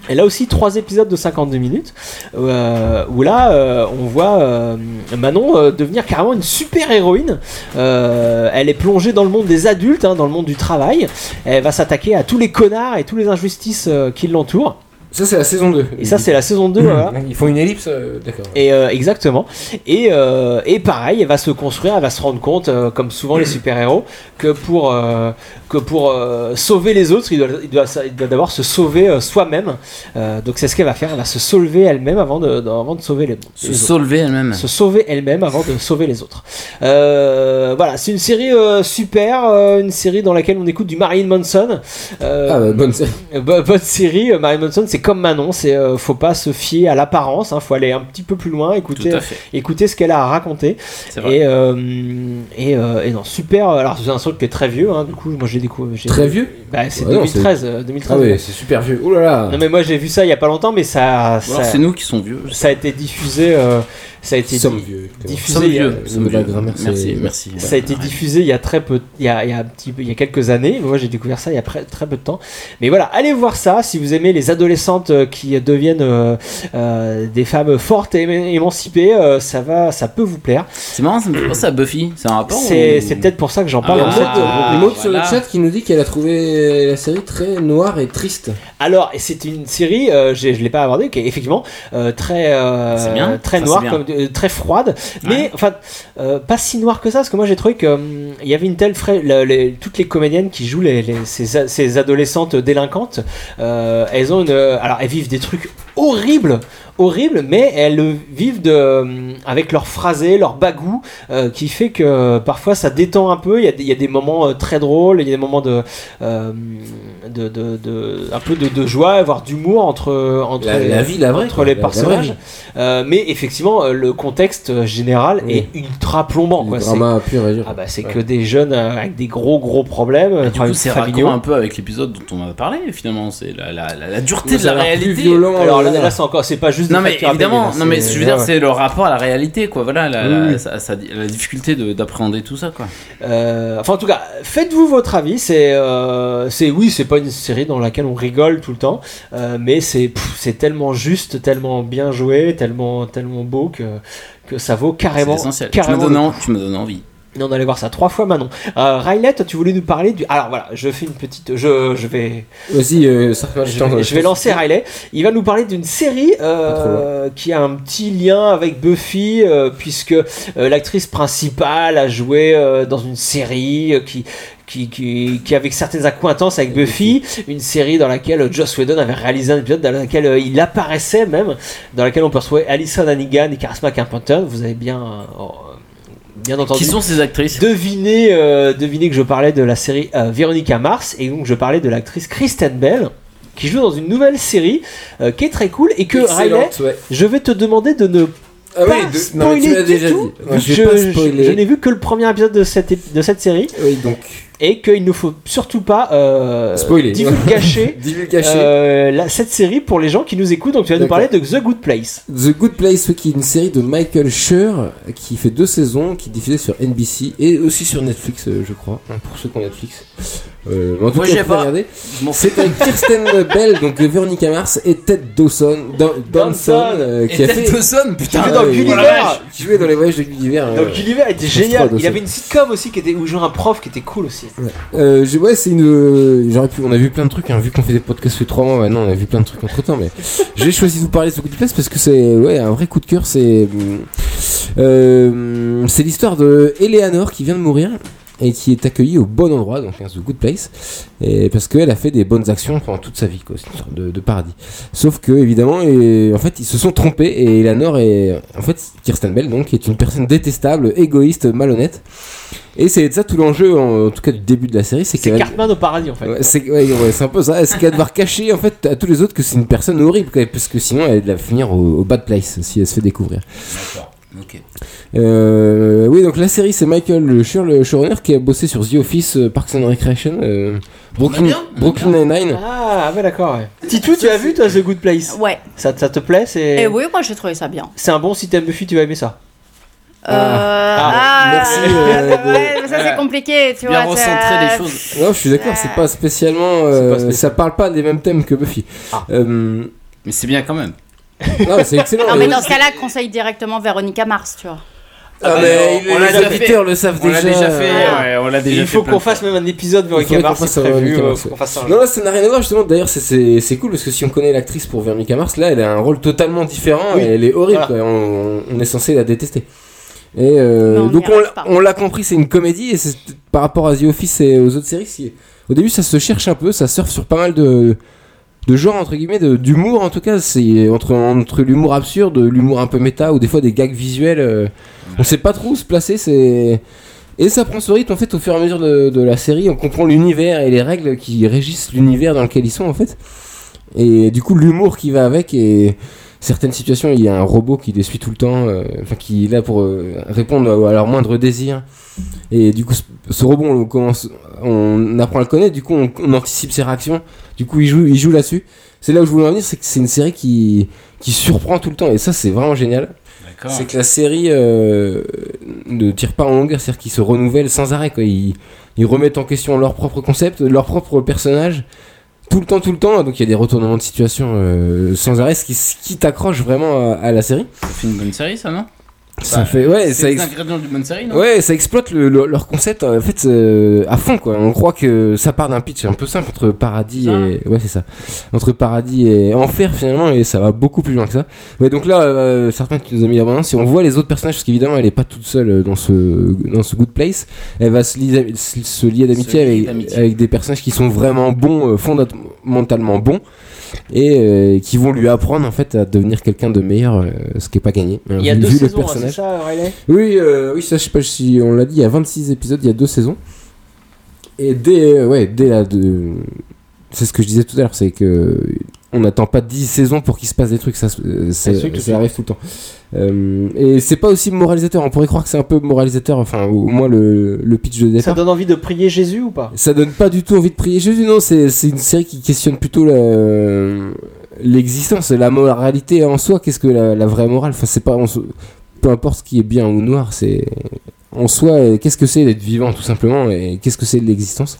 Speaker 2: Et là aussi, trois épisodes de 52 minutes, euh, où là, euh, on voit euh, Manon euh, devenir carrément une super-héroïne. Euh, elle est plongée dans le monde des adultes, hein, dans le monde du travail. Elle va s'attaquer à tous les connards et toutes les injustices euh, qui l'entourent.
Speaker 15: Ça, c'est la saison 2.
Speaker 2: Et ça, c'est la saison 2.
Speaker 4: [laughs]
Speaker 2: voilà.
Speaker 15: Ils font une ellipse, euh, d'accord.
Speaker 2: Et euh, exactement. Et, euh, et pareil, elle va se construire, elle va se rendre compte, euh, comme souvent les super-héros, que pour, euh, que pour euh, sauver les autres, il doit, il doit, il doit d'abord se sauver euh, soi-même. Euh, donc c'est ce qu'elle va faire, elle va se sauver elle-même avant de, de- avant de sauver les,
Speaker 10: Se
Speaker 2: les autres.
Speaker 10: sauver elle-même.
Speaker 2: Se sauver elle-même avant de sauver les autres. Euh, voilà, c'est une série euh, super, euh, une série dans laquelle on écoute du Marilyn Manson. Euh,
Speaker 15: Ah, bah, bonne série.
Speaker 2: euh, bo- bonne série, euh, Marilyn Manson, c'est comme Manon, c'est euh, faut pas se fier à l'apparence, hein, faut aller un petit peu plus loin, écouter,
Speaker 10: Tout à fait.
Speaker 2: écouter ce qu'elle a à raconter.
Speaker 10: vrai.
Speaker 2: Et, euh, et, euh, et non, super. euh, Alors c'est un truc qui est très vieux, hein, du coup, moi j'ai découvert. j'ai-
Speaker 15: Très vieux
Speaker 2: Bah, C'est
Speaker 15: Ah non,
Speaker 2: 2013.
Speaker 15: c'est-
Speaker 2: euh, 2013
Speaker 15: Ah ouais, c'est super vieux. Ouh là là
Speaker 2: Non mais moi j'ai vu ça il y a pas longtemps, mais ça.
Speaker 10: Ou alors
Speaker 2: euh, ça-
Speaker 10: c'est nous qui sommes vieux.
Speaker 2: ça a été diffusé. euh, ça a été
Speaker 15: Sommes
Speaker 2: di-
Speaker 15: vieux, exactement.
Speaker 2: diffusé.
Speaker 10: Sommes
Speaker 2: il y a-
Speaker 10: vieux. Sommes
Speaker 15: la
Speaker 10: vieux.
Speaker 15: grammaire,
Speaker 10: Merci,
Speaker 15: c'est-
Speaker 10: merci.
Speaker 2: Ça a été diffusé il y a très peu, il y a, il y a un petit peu- il y a quelques années. Moi, j'ai découvert ça il y a très, très peu de temps. Mais voilà, allez voir ça si vous aimez les adolescentes euh, qui deviennent euh, euh, des femmes fortes et éman- émancipées. euh, ça va, ça peut vous plaire.
Speaker 10: C'est marrant, ça me fait penser à Buffy. C'est un rapport
Speaker 2: C'est
Speaker 10: ou-
Speaker 2: c'est peut-être pour ça que j'en
Speaker 10: Oh. Ah,
Speaker 2: parle.
Speaker 10: en
Speaker 2: en
Speaker 10: fait,
Speaker 2: fait.
Speaker 10: Ah,
Speaker 15: L'autre euh, sur le
Speaker 10: voilà.
Speaker 15: chat qui nous dit qu'elle a trouvé la série très noire et triste.
Speaker 2: Alors, et c'est une série, euh, j'ai- je ne l'ai pas abordée, qui est effectivement euh, très, euh,
Speaker 10: C'est bien.
Speaker 2: très
Speaker 10: Ça,
Speaker 2: noire,
Speaker 10: c'est
Speaker 2: comme,
Speaker 10: bien.
Speaker 2: euh, très froide, mais enfin, euh, pas si noire que ça, parce que moi j'ai trouvé qu'il y avait une telle fra- la- les- toutes les comédiennes qui jouent les, les- ces, a- ces adolescentes délinquantes, euh, elles ont une. Alors, elles vivent des trucs horribles, horribles, mais elles le vivent de, euh, avec leur phrasé, leur bagou, euh, qui fait que parfois ça détend un peu. Il y a des, il y a des moments euh, très drôles, il y a des moments de, euh, de, de- de- un peu de, de joie, voire d'humour entre entre
Speaker 15: La-
Speaker 2: les,
Speaker 15: la vie, la vraie,
Speaker 2: entre
Speaker 15: quoi,
Speaker 2: les
Speaker 15: la- la vraie
Speaker 2: personnages.
Speaker 15: vie.
Speaker 2: Euh, mais effectivement, euh, le contexte général
Speaker 15: Oui.
Speaker 2: est ultra plombant.
Speaker 15: Le
Speaker 2: quoi.
Speaker 15: drama pur et dur.
Speaker 2: Ah bah, c'est que des jeunes euh, avec des gros gros problèmes,
Speaker 10: Bah,
Speaker 2: euh,
Speaker 10: du coup,
Speaker 2: problèmes
Speaker 10: c'est
Speaker 2: familiaux.
Speaker 10: raccord un peu avec l'épisode dont on a parlé finalement. C'est la, la, la, la dureté
Speaker 15: Oui,
Speaker 10: de
Speaker 15: ça
Speaker 10: la
Speaker 15: a l'air plus
Speaker 10: réalité.
Speaker 15: violent, euh,
Speaker 2: Alors là, là, c'est encore, c'est pas juste.
Speaker 10: euh, Non
Speaker 2: des
Speaker 10: mais
Speaker 2: factures à payer,
Speaker 10: évidemment,
Speaker 2: là,
Speaker 10: non mais je veux dire,
Speaker 2: hein, ouais.
Speaker 10: c'est le rapport à la réalité quoi. Voilà, la, la-
Speaker 2: Oui, oui.
Speaker 10: ça- ça- la difficulté de- d'appréhender tout ça quoi.
Speaker 2: Euh, enfin, en tout cas, faites-vous votre avis. C'est, euh, c'est oui, c'est pas une série dans laquelle on rigole tout le temps, euh, mais c'est, pff, c'est tellement juste, tellement bien joué, tellement, tellement beau que, que ça vaut
Speaker 10: C'est
Speaker 2: carrément,
Speaker 10: essentiel. Tu me
Speaker 2: Ah, carrément.
Speaker 10: donnes en- tu me donnes envie.
Speaker 2: Non, on allait voir ça trois fois, Manon. Euh, Riley, toi, tu voulais nous parler du. Alors voilà, je fais une petite. Je, je vais.
Speaker 4: Vas-y, euh, ça
Speaker 2: Je vais, je vais lancer Riley. Il va nous parler d'une série euh, qui a un petit lien avec Buffy, euh, puisque euh, l'actrice principale a joué euh, dans une série euh, qui. Qui, qui, qui avait certaines accointances avec Buffy, une série dans laquelle euh, Joss Whedon avait réalisé un épisode dans laquelle euh, il apparaissait même, dans laquelle on peut retrouver Alison Hannigan et Charisma Carpenter. Vous avez bien euh, bien entendu.
Speaker 10: Qui sont ces actrices
Speaker 2: Devinez, euh, devinez que je parlais de la série euh, Véronica Mars et donc je parlais de l'actrice Kristen Bell qui joue dans une nouvelle série euh, qui est très cool et que Riley,
Speaker 4: Excellente, ouais.
Speaker 2: je vais te demander de ne
Speaker 4: Ah
Speaker 2: pas
Speaker 4: oui, de- non, mais tu
Speaker 2: spoiler
Speaker 4: l'as
Speaker 2: du
Speaker 4: déjà
Speaker 2: tout.
Speaker 4: dit. Ouais,
Speaker 2: je,
Speaker 4: je vais pas
Speaker 2: je-
Speaker 4: spoiler.
Speaker 2: je n'ai vu que le premier épisode de cette, ép- de cette
Speaker 15: Ah
Speaker 2: série. [laughs]
Speaker 4: donc.
Speaker 2: Et qu'il ne faut surtout pas euh,
Speaker 4: Spoiler.
Speaker 15: [laughs]
Speaker 4: [laughs]
Speaker 2: divulgacher,
Speaker 4: Divulgacher.
Speaker 2: euh, la- cette série pour les gens qui nous écoutent. Donc tu vas nous
Speaker 4: D'accord.
Speaker 2: parler de The Good Place.
Speaker 4: The Good Place, oui, qui est une série de Michael Schur qui fait deux saisons, qui est diffusée sur NBC et aussi sur Netflix, euh, je crois, hein, pour ceux qui ont Netflix. Euh, mais en tout
Speaker 10: Moi,
Speaker 4: cas,
Speaker 10: j'ai
Speaker 4: vous pouvez
Speaker 10: pas.
Speaker 4: regarder.
Speaker 10: Je m'en fous.
Speaker 4: C'est avec Kirsten Bell, donc euh, Veronica Mars et Ted Dawson, Dan- Danson, euh, qui
Speaker 10: Et
Speaker 4: a
Speaker 10: Ted
Speaker 4: fait
Speaker 10: Dawson, putain.
Speaker 4: Qui jouait
Speaker 10: Ah
Speaker 4: dans
Speaker 10: oui.
Speaker 4: Gulliver.
Speaker 10: Oh la vache.
Speaker 4: Qui jouait dans les voyages de Gulliver. euh,
Speaker 2: Donc Gulliver était
Speaker 4: France
Speaker 2: génial.
Speaker 4: 3
Speaker 2: Il
Speaker 4: Dawson.
Speaker 2: avait une sitcom aussi qui était où jouait un prof qui était cool aussi.
Speaker 4: Euh, j'ai- ouais, c'est une. euh, J'aurais pu. On a vu plein de trucs. Hein, vu qu'on fait des podcasts depuis trois mois maintenant, on a vu plein de trucs entre temps. Mais j'ai choisi de vous parler de ce coup de place parce que c'est ouais un vrai coup de cœur. C'est euh, c'est l'histoire de Eleanor qui vient de mourir et qui est accueillie au bon endroit, donc hein, The Good Place, et parce qu'elle a fait des bonnes actions pendant toute sa vie, quoi. C'est une sorte de, de paradis. Sauf que évidemment, et, en fait, ils se sont trompés et Eleanor est en fait Kirsten Bell donc est une personne détestable, égoïste, malhonnête. Et c'est ça tout l'enjeu, en, en tout cas du début de la série, c'est
Speaker 2: C'est
Speaker 4: qu'elle
Speaker 2: Cartman au paradis en fait.
Speaker 4: Ouais, c'est ouais, ouais, c'est un peu ça. Est-ce qu'elle va devoir cacher en fait à tous les autres que c'est une personne horrible quoi, Parce que sinon elle va finir au, au bad place si elle se fait découvrir.
Speaker 10: Ok.
Speaker 4: Euh, oui, donc la série c'est Michael le Schur, le showrunner, qui a bossé sur The Office, euh, Parks and Recreation, euh, Brooklyn, Brooklyn Nine-Nine.
Speaker 1: Euh,
Speaker 2: Ah, ouais, d'accord. Ouais. Titou, tu as vu toi The Good Place
Speaker 1: Ouais.
Speaker 2: Ça, ça te plaît
Speaker 1: Et
Speaker 2: C'est
Speaker 1: Eh oui, moi j'ai trouvé ça bien.
Speaker 2: c'est un bon système Buffy, tu vas aimer ça.
Speaker 1: Euh,
Speaker 2: Ah,
Speaker 1: [laughs]
Speaker 4: merci,
Speaker 1: ouais,
Speaker 4: euh,
Speaker 1: ouais,
Speaker 4: de-
Speaker 1: ça c'est compliqué, tu vois. ça-
Speaker 4: Non, je suis d'accord, c'est pas spécialement. euh, ça parle pas des mêmes thèmes que Buffy.
Speaker 10: Ah. Mais c'est bien quand même.
Speaker 4: Non, mais c'est excellent.
Speaker 1: Non, mais
Speaker 4: Euh,
Speaker 1: dans ce cas-là, conseille directement Véronica Mars, tu vois.
Speaker 4: Ah, mais il- les auditeurs le savent
Speaker 10: on l'a
Speaker 4: déjà.
Speaker 10: déjà fait, ouais, on l'a déjà
Speaker 2: Il
Speaker 10: fait
Speaker 2: faut
Speaker 10: plein
Speaker 2: qu'on
Speaker 10: de
Speaker 2: fasse même un épisode
Speaker 4: Il faudrait
Speaker 2: Veronica Mars,
Speaker 4: qu'on fasse
Speaker 2: c'est
Speaker 4: un
Speaker 2: prévu.
Speaker 4: Veronica
Speaker 2: euh,
Speaker 4: Mars,
Speaker 2: faut
Speaker 4: ouais.
Speaker 2: qu'on fasse ça. un
Speaker 4: Non, là, ça n'a rien à voir justement. D'ailleurs, c'est- c'est c'est cool parce que si on connaît l'actrice pour Veronica Mars, là, elle a un rôle totalement différent
Speaker 2: Oui.
Speaker 4: et elle est horrible.
Speaker 2: Voilà.
Speaker 4: quoi. On, on est censé la détester. Et euh,
Speaker 1: Mais on n'y
Speaker 4: donc on
Speaker 1: arrive
Speaker 4: l'a-
Speaker 1: pas.
Speaker 4: on l'a compris, c'est une comédie et c'est par rapport à The Office et aux autres séries. si- Au début, ça se cherche un peu, ça surfe sur pas mal de de genres entre guillemets, de- d'humour en tout cas. C'est entre entre l'humour absurde, l'humour un peu méta ou des fois des gags visuels. euh, on sait pas trop où se placer. C'est et ça prend ce rythme en fait au fur et à mesure de, de la série, on comprend l'univers et les règles qui régissent l'univers dans lequel ils sont en fait. Et du coup l'humour qui va avec et certaines situations, il y a un robot qui les suit tout le temps, euh, enfin qui est là pour euh, répondre à, à leur moindre désir. Et du coup ce, ce robot on commence, on apprend à le connaître, du coup on, on anticipe ses réactions, du coup il joue, il joue là-dessus. C'est là où je voulais en venir, c'est que c'est une série qui qui surprend tout le temps et ça c'est vraiment génial.
Speaker 10: D'accord.
Speaker 4: C'est que la série euh, ne tire pas en longueur, c'est-à-dire qu'ils se renouvellent sans arrêt. Quoi. Ils, ils remettent en question leur propre concept, leur propre personnage, tout le temps, tout le temps. Donc il y a des retournements de situation euh, sans arrêt, ce qui, ce qui t'accroche vraiment à, à la série.
Speaker 10: Ça fait une bonne série, ça, non
Speaker 4: Ça fait- ouais, ça
Speaker 10: Bah, C'est
Speaker 4: ex-
Speaker 10: l'ingrédient d'une bonne série, non
Speaker 4: Ouais, ça exploite le- le- leur concept en fait euh, à fond quoi. On croit que ça part d'un pitch un peu simple entre paradis et ouais c'est ça. Entre paradis et enfer finalement et ça va beaucoup plus loin que ça. Ouais donc là euh, certains qui nous ont mis l'abondance si on voit les autres personnages parce qu'évidemment elle est pas toute seule euh, dans ce dans ce good place, elle va se lier se- se lier d'amitié
Speaker 10: Se lier
Speaker 4: avec,
Speaker 10: d'amitié.
Speaker 4: avec des personnages qui sont vraiment bons euh, fondamentalement bons et euh, qui vont lui apprendre en fait à devenir quelqu'un de meilleur euh, ce qui est pas gagné.
Speaker 2: Il y a
Speaker 4: Vu
Speaker 2: deux
Speaker 4: le
Speaker 2: saisons, hein, c'est
Speaker 4: personnage.
Speaker 2: ça, Riley
Speaker 4: Oui, euh, oui, ça je sais pas si on l'a dit, il y a 26 épisodes, il y a deux saisons. Et dès, euh, ouais, dès la... de- C'est ce que je disais tout à l'heure, c'est que euh, on n'attend pas 10 saisons pour qu'il se passe des trucs, ça, se- euh, ça-
Speaker 2: Ah, c'est vrai que
Speaker 4: ça
Speaker 2: c'est-
Speaker 4: arrive tout le temps. Euh, et c'est pas aussi moralisateur, on pourrait croire que c'est un peu moralisateur, enfin au moins le, le pitch de
Speaker 2: Ça
Speaker 4: départ.
Speaker 2: donne envie de prier Jésus ou pas
Speaker 4: Ça donne pas du tout envie de prier Jésus, non, c'est c'est une série qui questionne plutôt la- l'existence, la moralité en soi, qu'est-ce que la, la vraie morale Enfin, c'est pas. on se- peu importe ce qui est bien ou noir, c'est. En soi, euh, qu'est-ce que c'est d'être vivant, tout simplement, et qu'est-ce que c'est de l'existence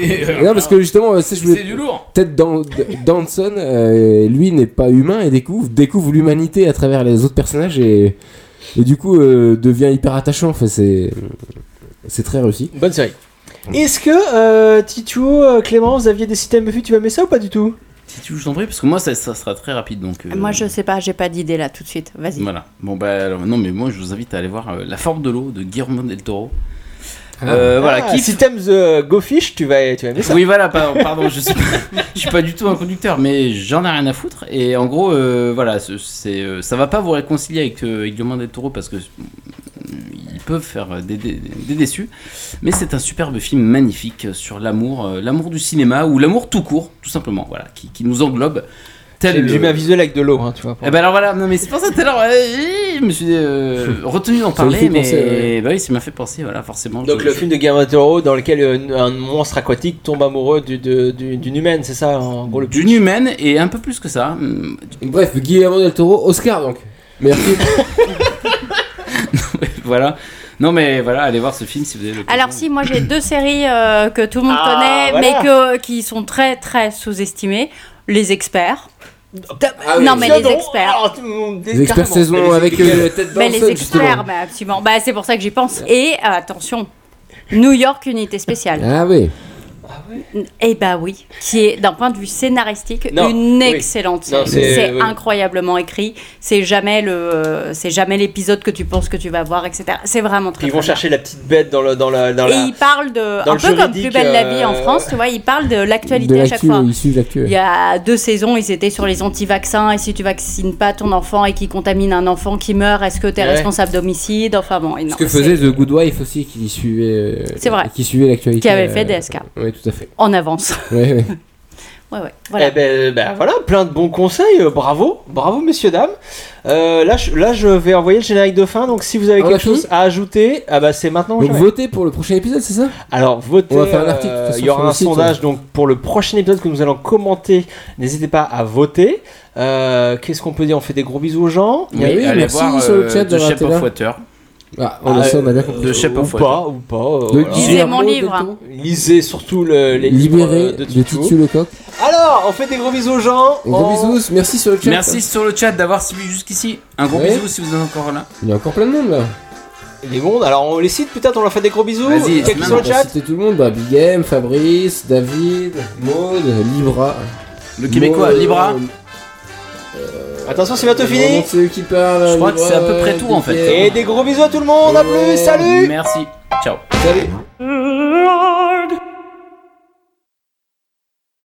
Speaker 4: Et Non, parce que justement, euh, ça, je voulais.
Speaker 10: C'est du lourd.
Speaker 4: Peut-être Dan- Danson, euh, lui, n'est pas humain et découvre, découvre l'humanité à travers les autres personnages et. Et du coup, euh, devient hyper attachant. Enfin, c'est. C'est très réussi.
Speaker 2: Bonne série. Est-ce que euh, Tito, euh, Clément, vous aviez décidé à Buffy, tu aimais ça ou pas du tout
Speaker 10: Si tu veux, je t'en prie, parce que moi, ça, ça sera très rapide. Donc, euh,
Speaker 1: Moi, je sais pas, j'ai pas d'idée là tout de suite. Vas-y.
Speaker 10: Voilà. Bon, bah, alors, non, mais moi, je vous invite à aller voir euh, La forme de l'eau de Guillermo del Toro. Euh, voilà,
Speaker 2: Ah,
Speaker 10: qui
Speaker 2: Si t'aimes The Go Fish, tu vas, tu vas aimer
Speaker 10: [laughs]
Speaker 2: ça.
Speaker 10: Oui, voilà, pardon, pardon, je, suis pas, [laughs] je suis pas du tout un conducteur, mais j'en ai rien à foutre. Et en gros, euh, voilà, ce- c'est, euh, ça va pas vous réconcilier avec, euh, avec Guillermo del Toro parce que euh, ils peuvent faire des, des- des déçus. Mais c'est un superbe film magnifique sur l'amour, euh, l'amour du cinéma ou l'amour tout court, tout simplement, voilà, qui, qui nous englobe.
Speaker 2: J'ai
Speaker 10: Tel
Speaker 2: j'ai
Speaker 10: le-
Speaker 2: mis un visuel avec de l'eau, hein, tu vois. pour-
Speaker 10: eh ben alors voilà, non mais c'est pour ça tout à l'heure, euh, je me suis euh, retenu d'en
Speaker 2: Ça vous fait
Speaker 10: parler, mais
Speaker 2: penser, ouais.
Speaker 10: bah oui, ça m'a fait penser, voilà, forcément.
Speaker 2: Donc
Speaker 10: je-
Speaker 2: le
Speaker 10: je-
Speaker 2: film de Guillermo del Toro dans lequel euh, un monstre aquatique tombe amoureux du- de- du- d'une humaine, c'est ça en gros le
Speaker 10: D'une humaine et un peu plus que ça. Hmm,
Speaker 4: Bref, Guillermo del Toro, Oscar donc. Merci.
Speaker 10: voilà. Non mais voilà, allez voir ce film si vous avez le
Speaker 1: Alors si, moi j'ai deux séries euh, que tout le monde
Speaker 10: Ah,
Speaker 1: connaît,
Speaker 10: voilà.
Speaker 1: mais que, qui sont très très sous-estimées. Les experts. non mais
Speaker 2: Tiens
Speaker 1: les
Speaker 2: donc, Ah,
Speaker 1: experts.
Speaker 2: alors, tu-
Speaker 4: Les experts
Speaker 2: carrément.
Speaker 4: saison
Speaker 2: Mais les
Speaker 4: avec
Speaker 2: experts.
Speaker 4: euh, Ted
Speaker 1: Mais
Speaker 4: Danson.
Speaker 1: les
Speaker 4: justement.
Speaker 1: experts, bah, absolument. Bah, c'est pour ça que j'y pense. Et euh, attention, New York Unité Spéciale.
Speaker 4: Ah oui.
Speaker 1: Eh bah oui, qui est d'un point de vue scénaristique
Speaker 4: Non,
Speaker 1: une
Speaker 4: oui.
Speaker 1: excellente
Speaker 4: Non,
Speaker 1: série.
Speaker 4: c'est-
Speaker 1: C'est
Speaker 4: oui.
Speaker 1: incroyablement écrit. C'est jamais le, c'est jamais l'épisode que tu penses que tu vas voir, etc. C'est vraiment très.
Speaker 2: Ils vont
Speaker 1: très bien.
Speaker 2: chercher la petite bête dans le dans la dans
Speaker 1: Et
Speaker 2: la.
Speaker 1: ils parlent de,
Speaker 2: dans
Speaker 1: un
Speaker 2: le
Speaker 1: peu comme
Speaker 2: juridique,
Speaker 1: Plus belle la vie en
Speaker 2: euh,
Speaker 1: France, tu vois, ils parlent de
Speaker 4: De
Speaker 1: l'actualité à chaque
Speaker 4: l'actu,
Speaker 1: fois.
Speaker 4: ils suivent l'actu. ouais.
Speaker 1: Il y a deux saisons, ils étaient sur les anti-vaccins et si tu vaccines pas ton enfant et qu'il contamine un enfant qui meurt, est-ce que tu es
Speaker 4: Ouais.
Speaker 1: responsable d'homicide Enfin bon, non,
Speaker 4: Ce que
Speaker 1: c'est-
Speaker 4: faisait The Good Wife aussi, qui suivait. euh,
Speaker 1: C'est vrai.
Speaker 4: Qui suivait l'actualité.
Speaker 1: Qui avait fait
Speaker 4: euh,
Speaker 1: DSK.
Speaker 4: Ouais, tout à fait.
Speaker 1: en avance. [laughs]
Speaker 4: Ouais, ouais.
Speaker 1: Ouais, ouais. Voilà.
Speaker 2: Eh ben, ben, voilà, plein de bons conseils, euh, bravo, bravo messieurs dames. Euh, là, je, là, je vais envoyer le générique de fin, donc si vous avez
Speaker 4: On a
Speaker 2: quelque
Speaker 4: fini
Speaker 2: chose à ajouter, ah bah c'est maintenant.
Speaker 4: Ah, bah, Donc
Speaker 2: jamais.
Speaker 4: votez pour le prochain épisode, c'est ça
Speaker 2: Alors votez.
Speaker 4: On va faire un article, de
Speaker 2: euh,
Speaker 4: toute façon,
Speaker 2: il y aura
Speaker 4: sur
Speaker 2: un
Speaker 4: le site, hein.
Speaker 2: sondage
Speaker 4: ouais.
Speaker 2: donc pour le prochain épisode que nous allons commenter. N'hésitez pas à voter. Euh, Qu'est-ce qu'on peut dire On fait des gros bisous aux gens. Il y a-
Speaker 4: Eh Oui,
Speaker 10: allez
Speaker 4: merci
Speaker 10: voir
Speaker 4: sur le
Speaker 10: euh,
Speaker 4: chat
Speaker 10: The
Speaker 4: d'avoir
Speaker 10: Shape
Speaker 4: été là.
Speaker 10: of Water.
Speaker 4: Ah, on a
Speaker 2: Ah,
Speaker 4: ça, on a bien compris.
Speaker 10: de Shape
Speaker 2: ou
Speaker 10: of
Speaker 2: pas,
Speaker 10: Water.
Speaker 2: ou pas. euh,
Speaker 4: De
Speaker 2: voilà.
Speaker 1: Lisez mon livre.
Speaker 2: Lisez surtout le, les livres euh,
Speaker 4: Libéré
Speaker 2: de
Speaker 4: de
Speaker 2: Tutu.
Speaker 4: Titu Lecoq.
Speaker 2: Alors, on fait des gros bisous aux gens.
Speaker 4: Et Gros
Speaker 2: On-
Speaker 4: bisous, merci sur le chat. hein.
Speaker 10: Merci sur le chat d'avoir suivi jusqu'ici. Un gros
Speaker 4: Ouais.
Speaker 10: bisou si vous êtes encore là.
Speaker 4: Il y a encore plein de monde là.
Speaker 2: Les mondes. Alors, on les cite peut-être. On leur fait des gros bisous.
Speaker 10: Vas-y,
Speaker 2: Quelqu'un
Speaker 10: Slimane,
Speaker 2: sur le
Speaker 4: On va
Speaker 2: chat.
Speaker 4: citer tout le monde, bah, Big Game, Fabrice, David, Maud, Libra.
Speaker 10: Le Québécois,
Speaker 4: Maud,
Speaker 10: Libra.
Speaker 2: Attention, c'est bientôt
Speaker 4: vraiment,
Speaker 2: fini.
Speaker 4: C'est eux qui parlent.
Speaker 10: Je crois que c'est à peu près tout, en fait.
Speaker 2: euh, Et des gros bisous à tout le monde. À plus. Salut.
Speaker 10: Merci. Ciao.
Speaker 4: Salut.
Speaker 20: La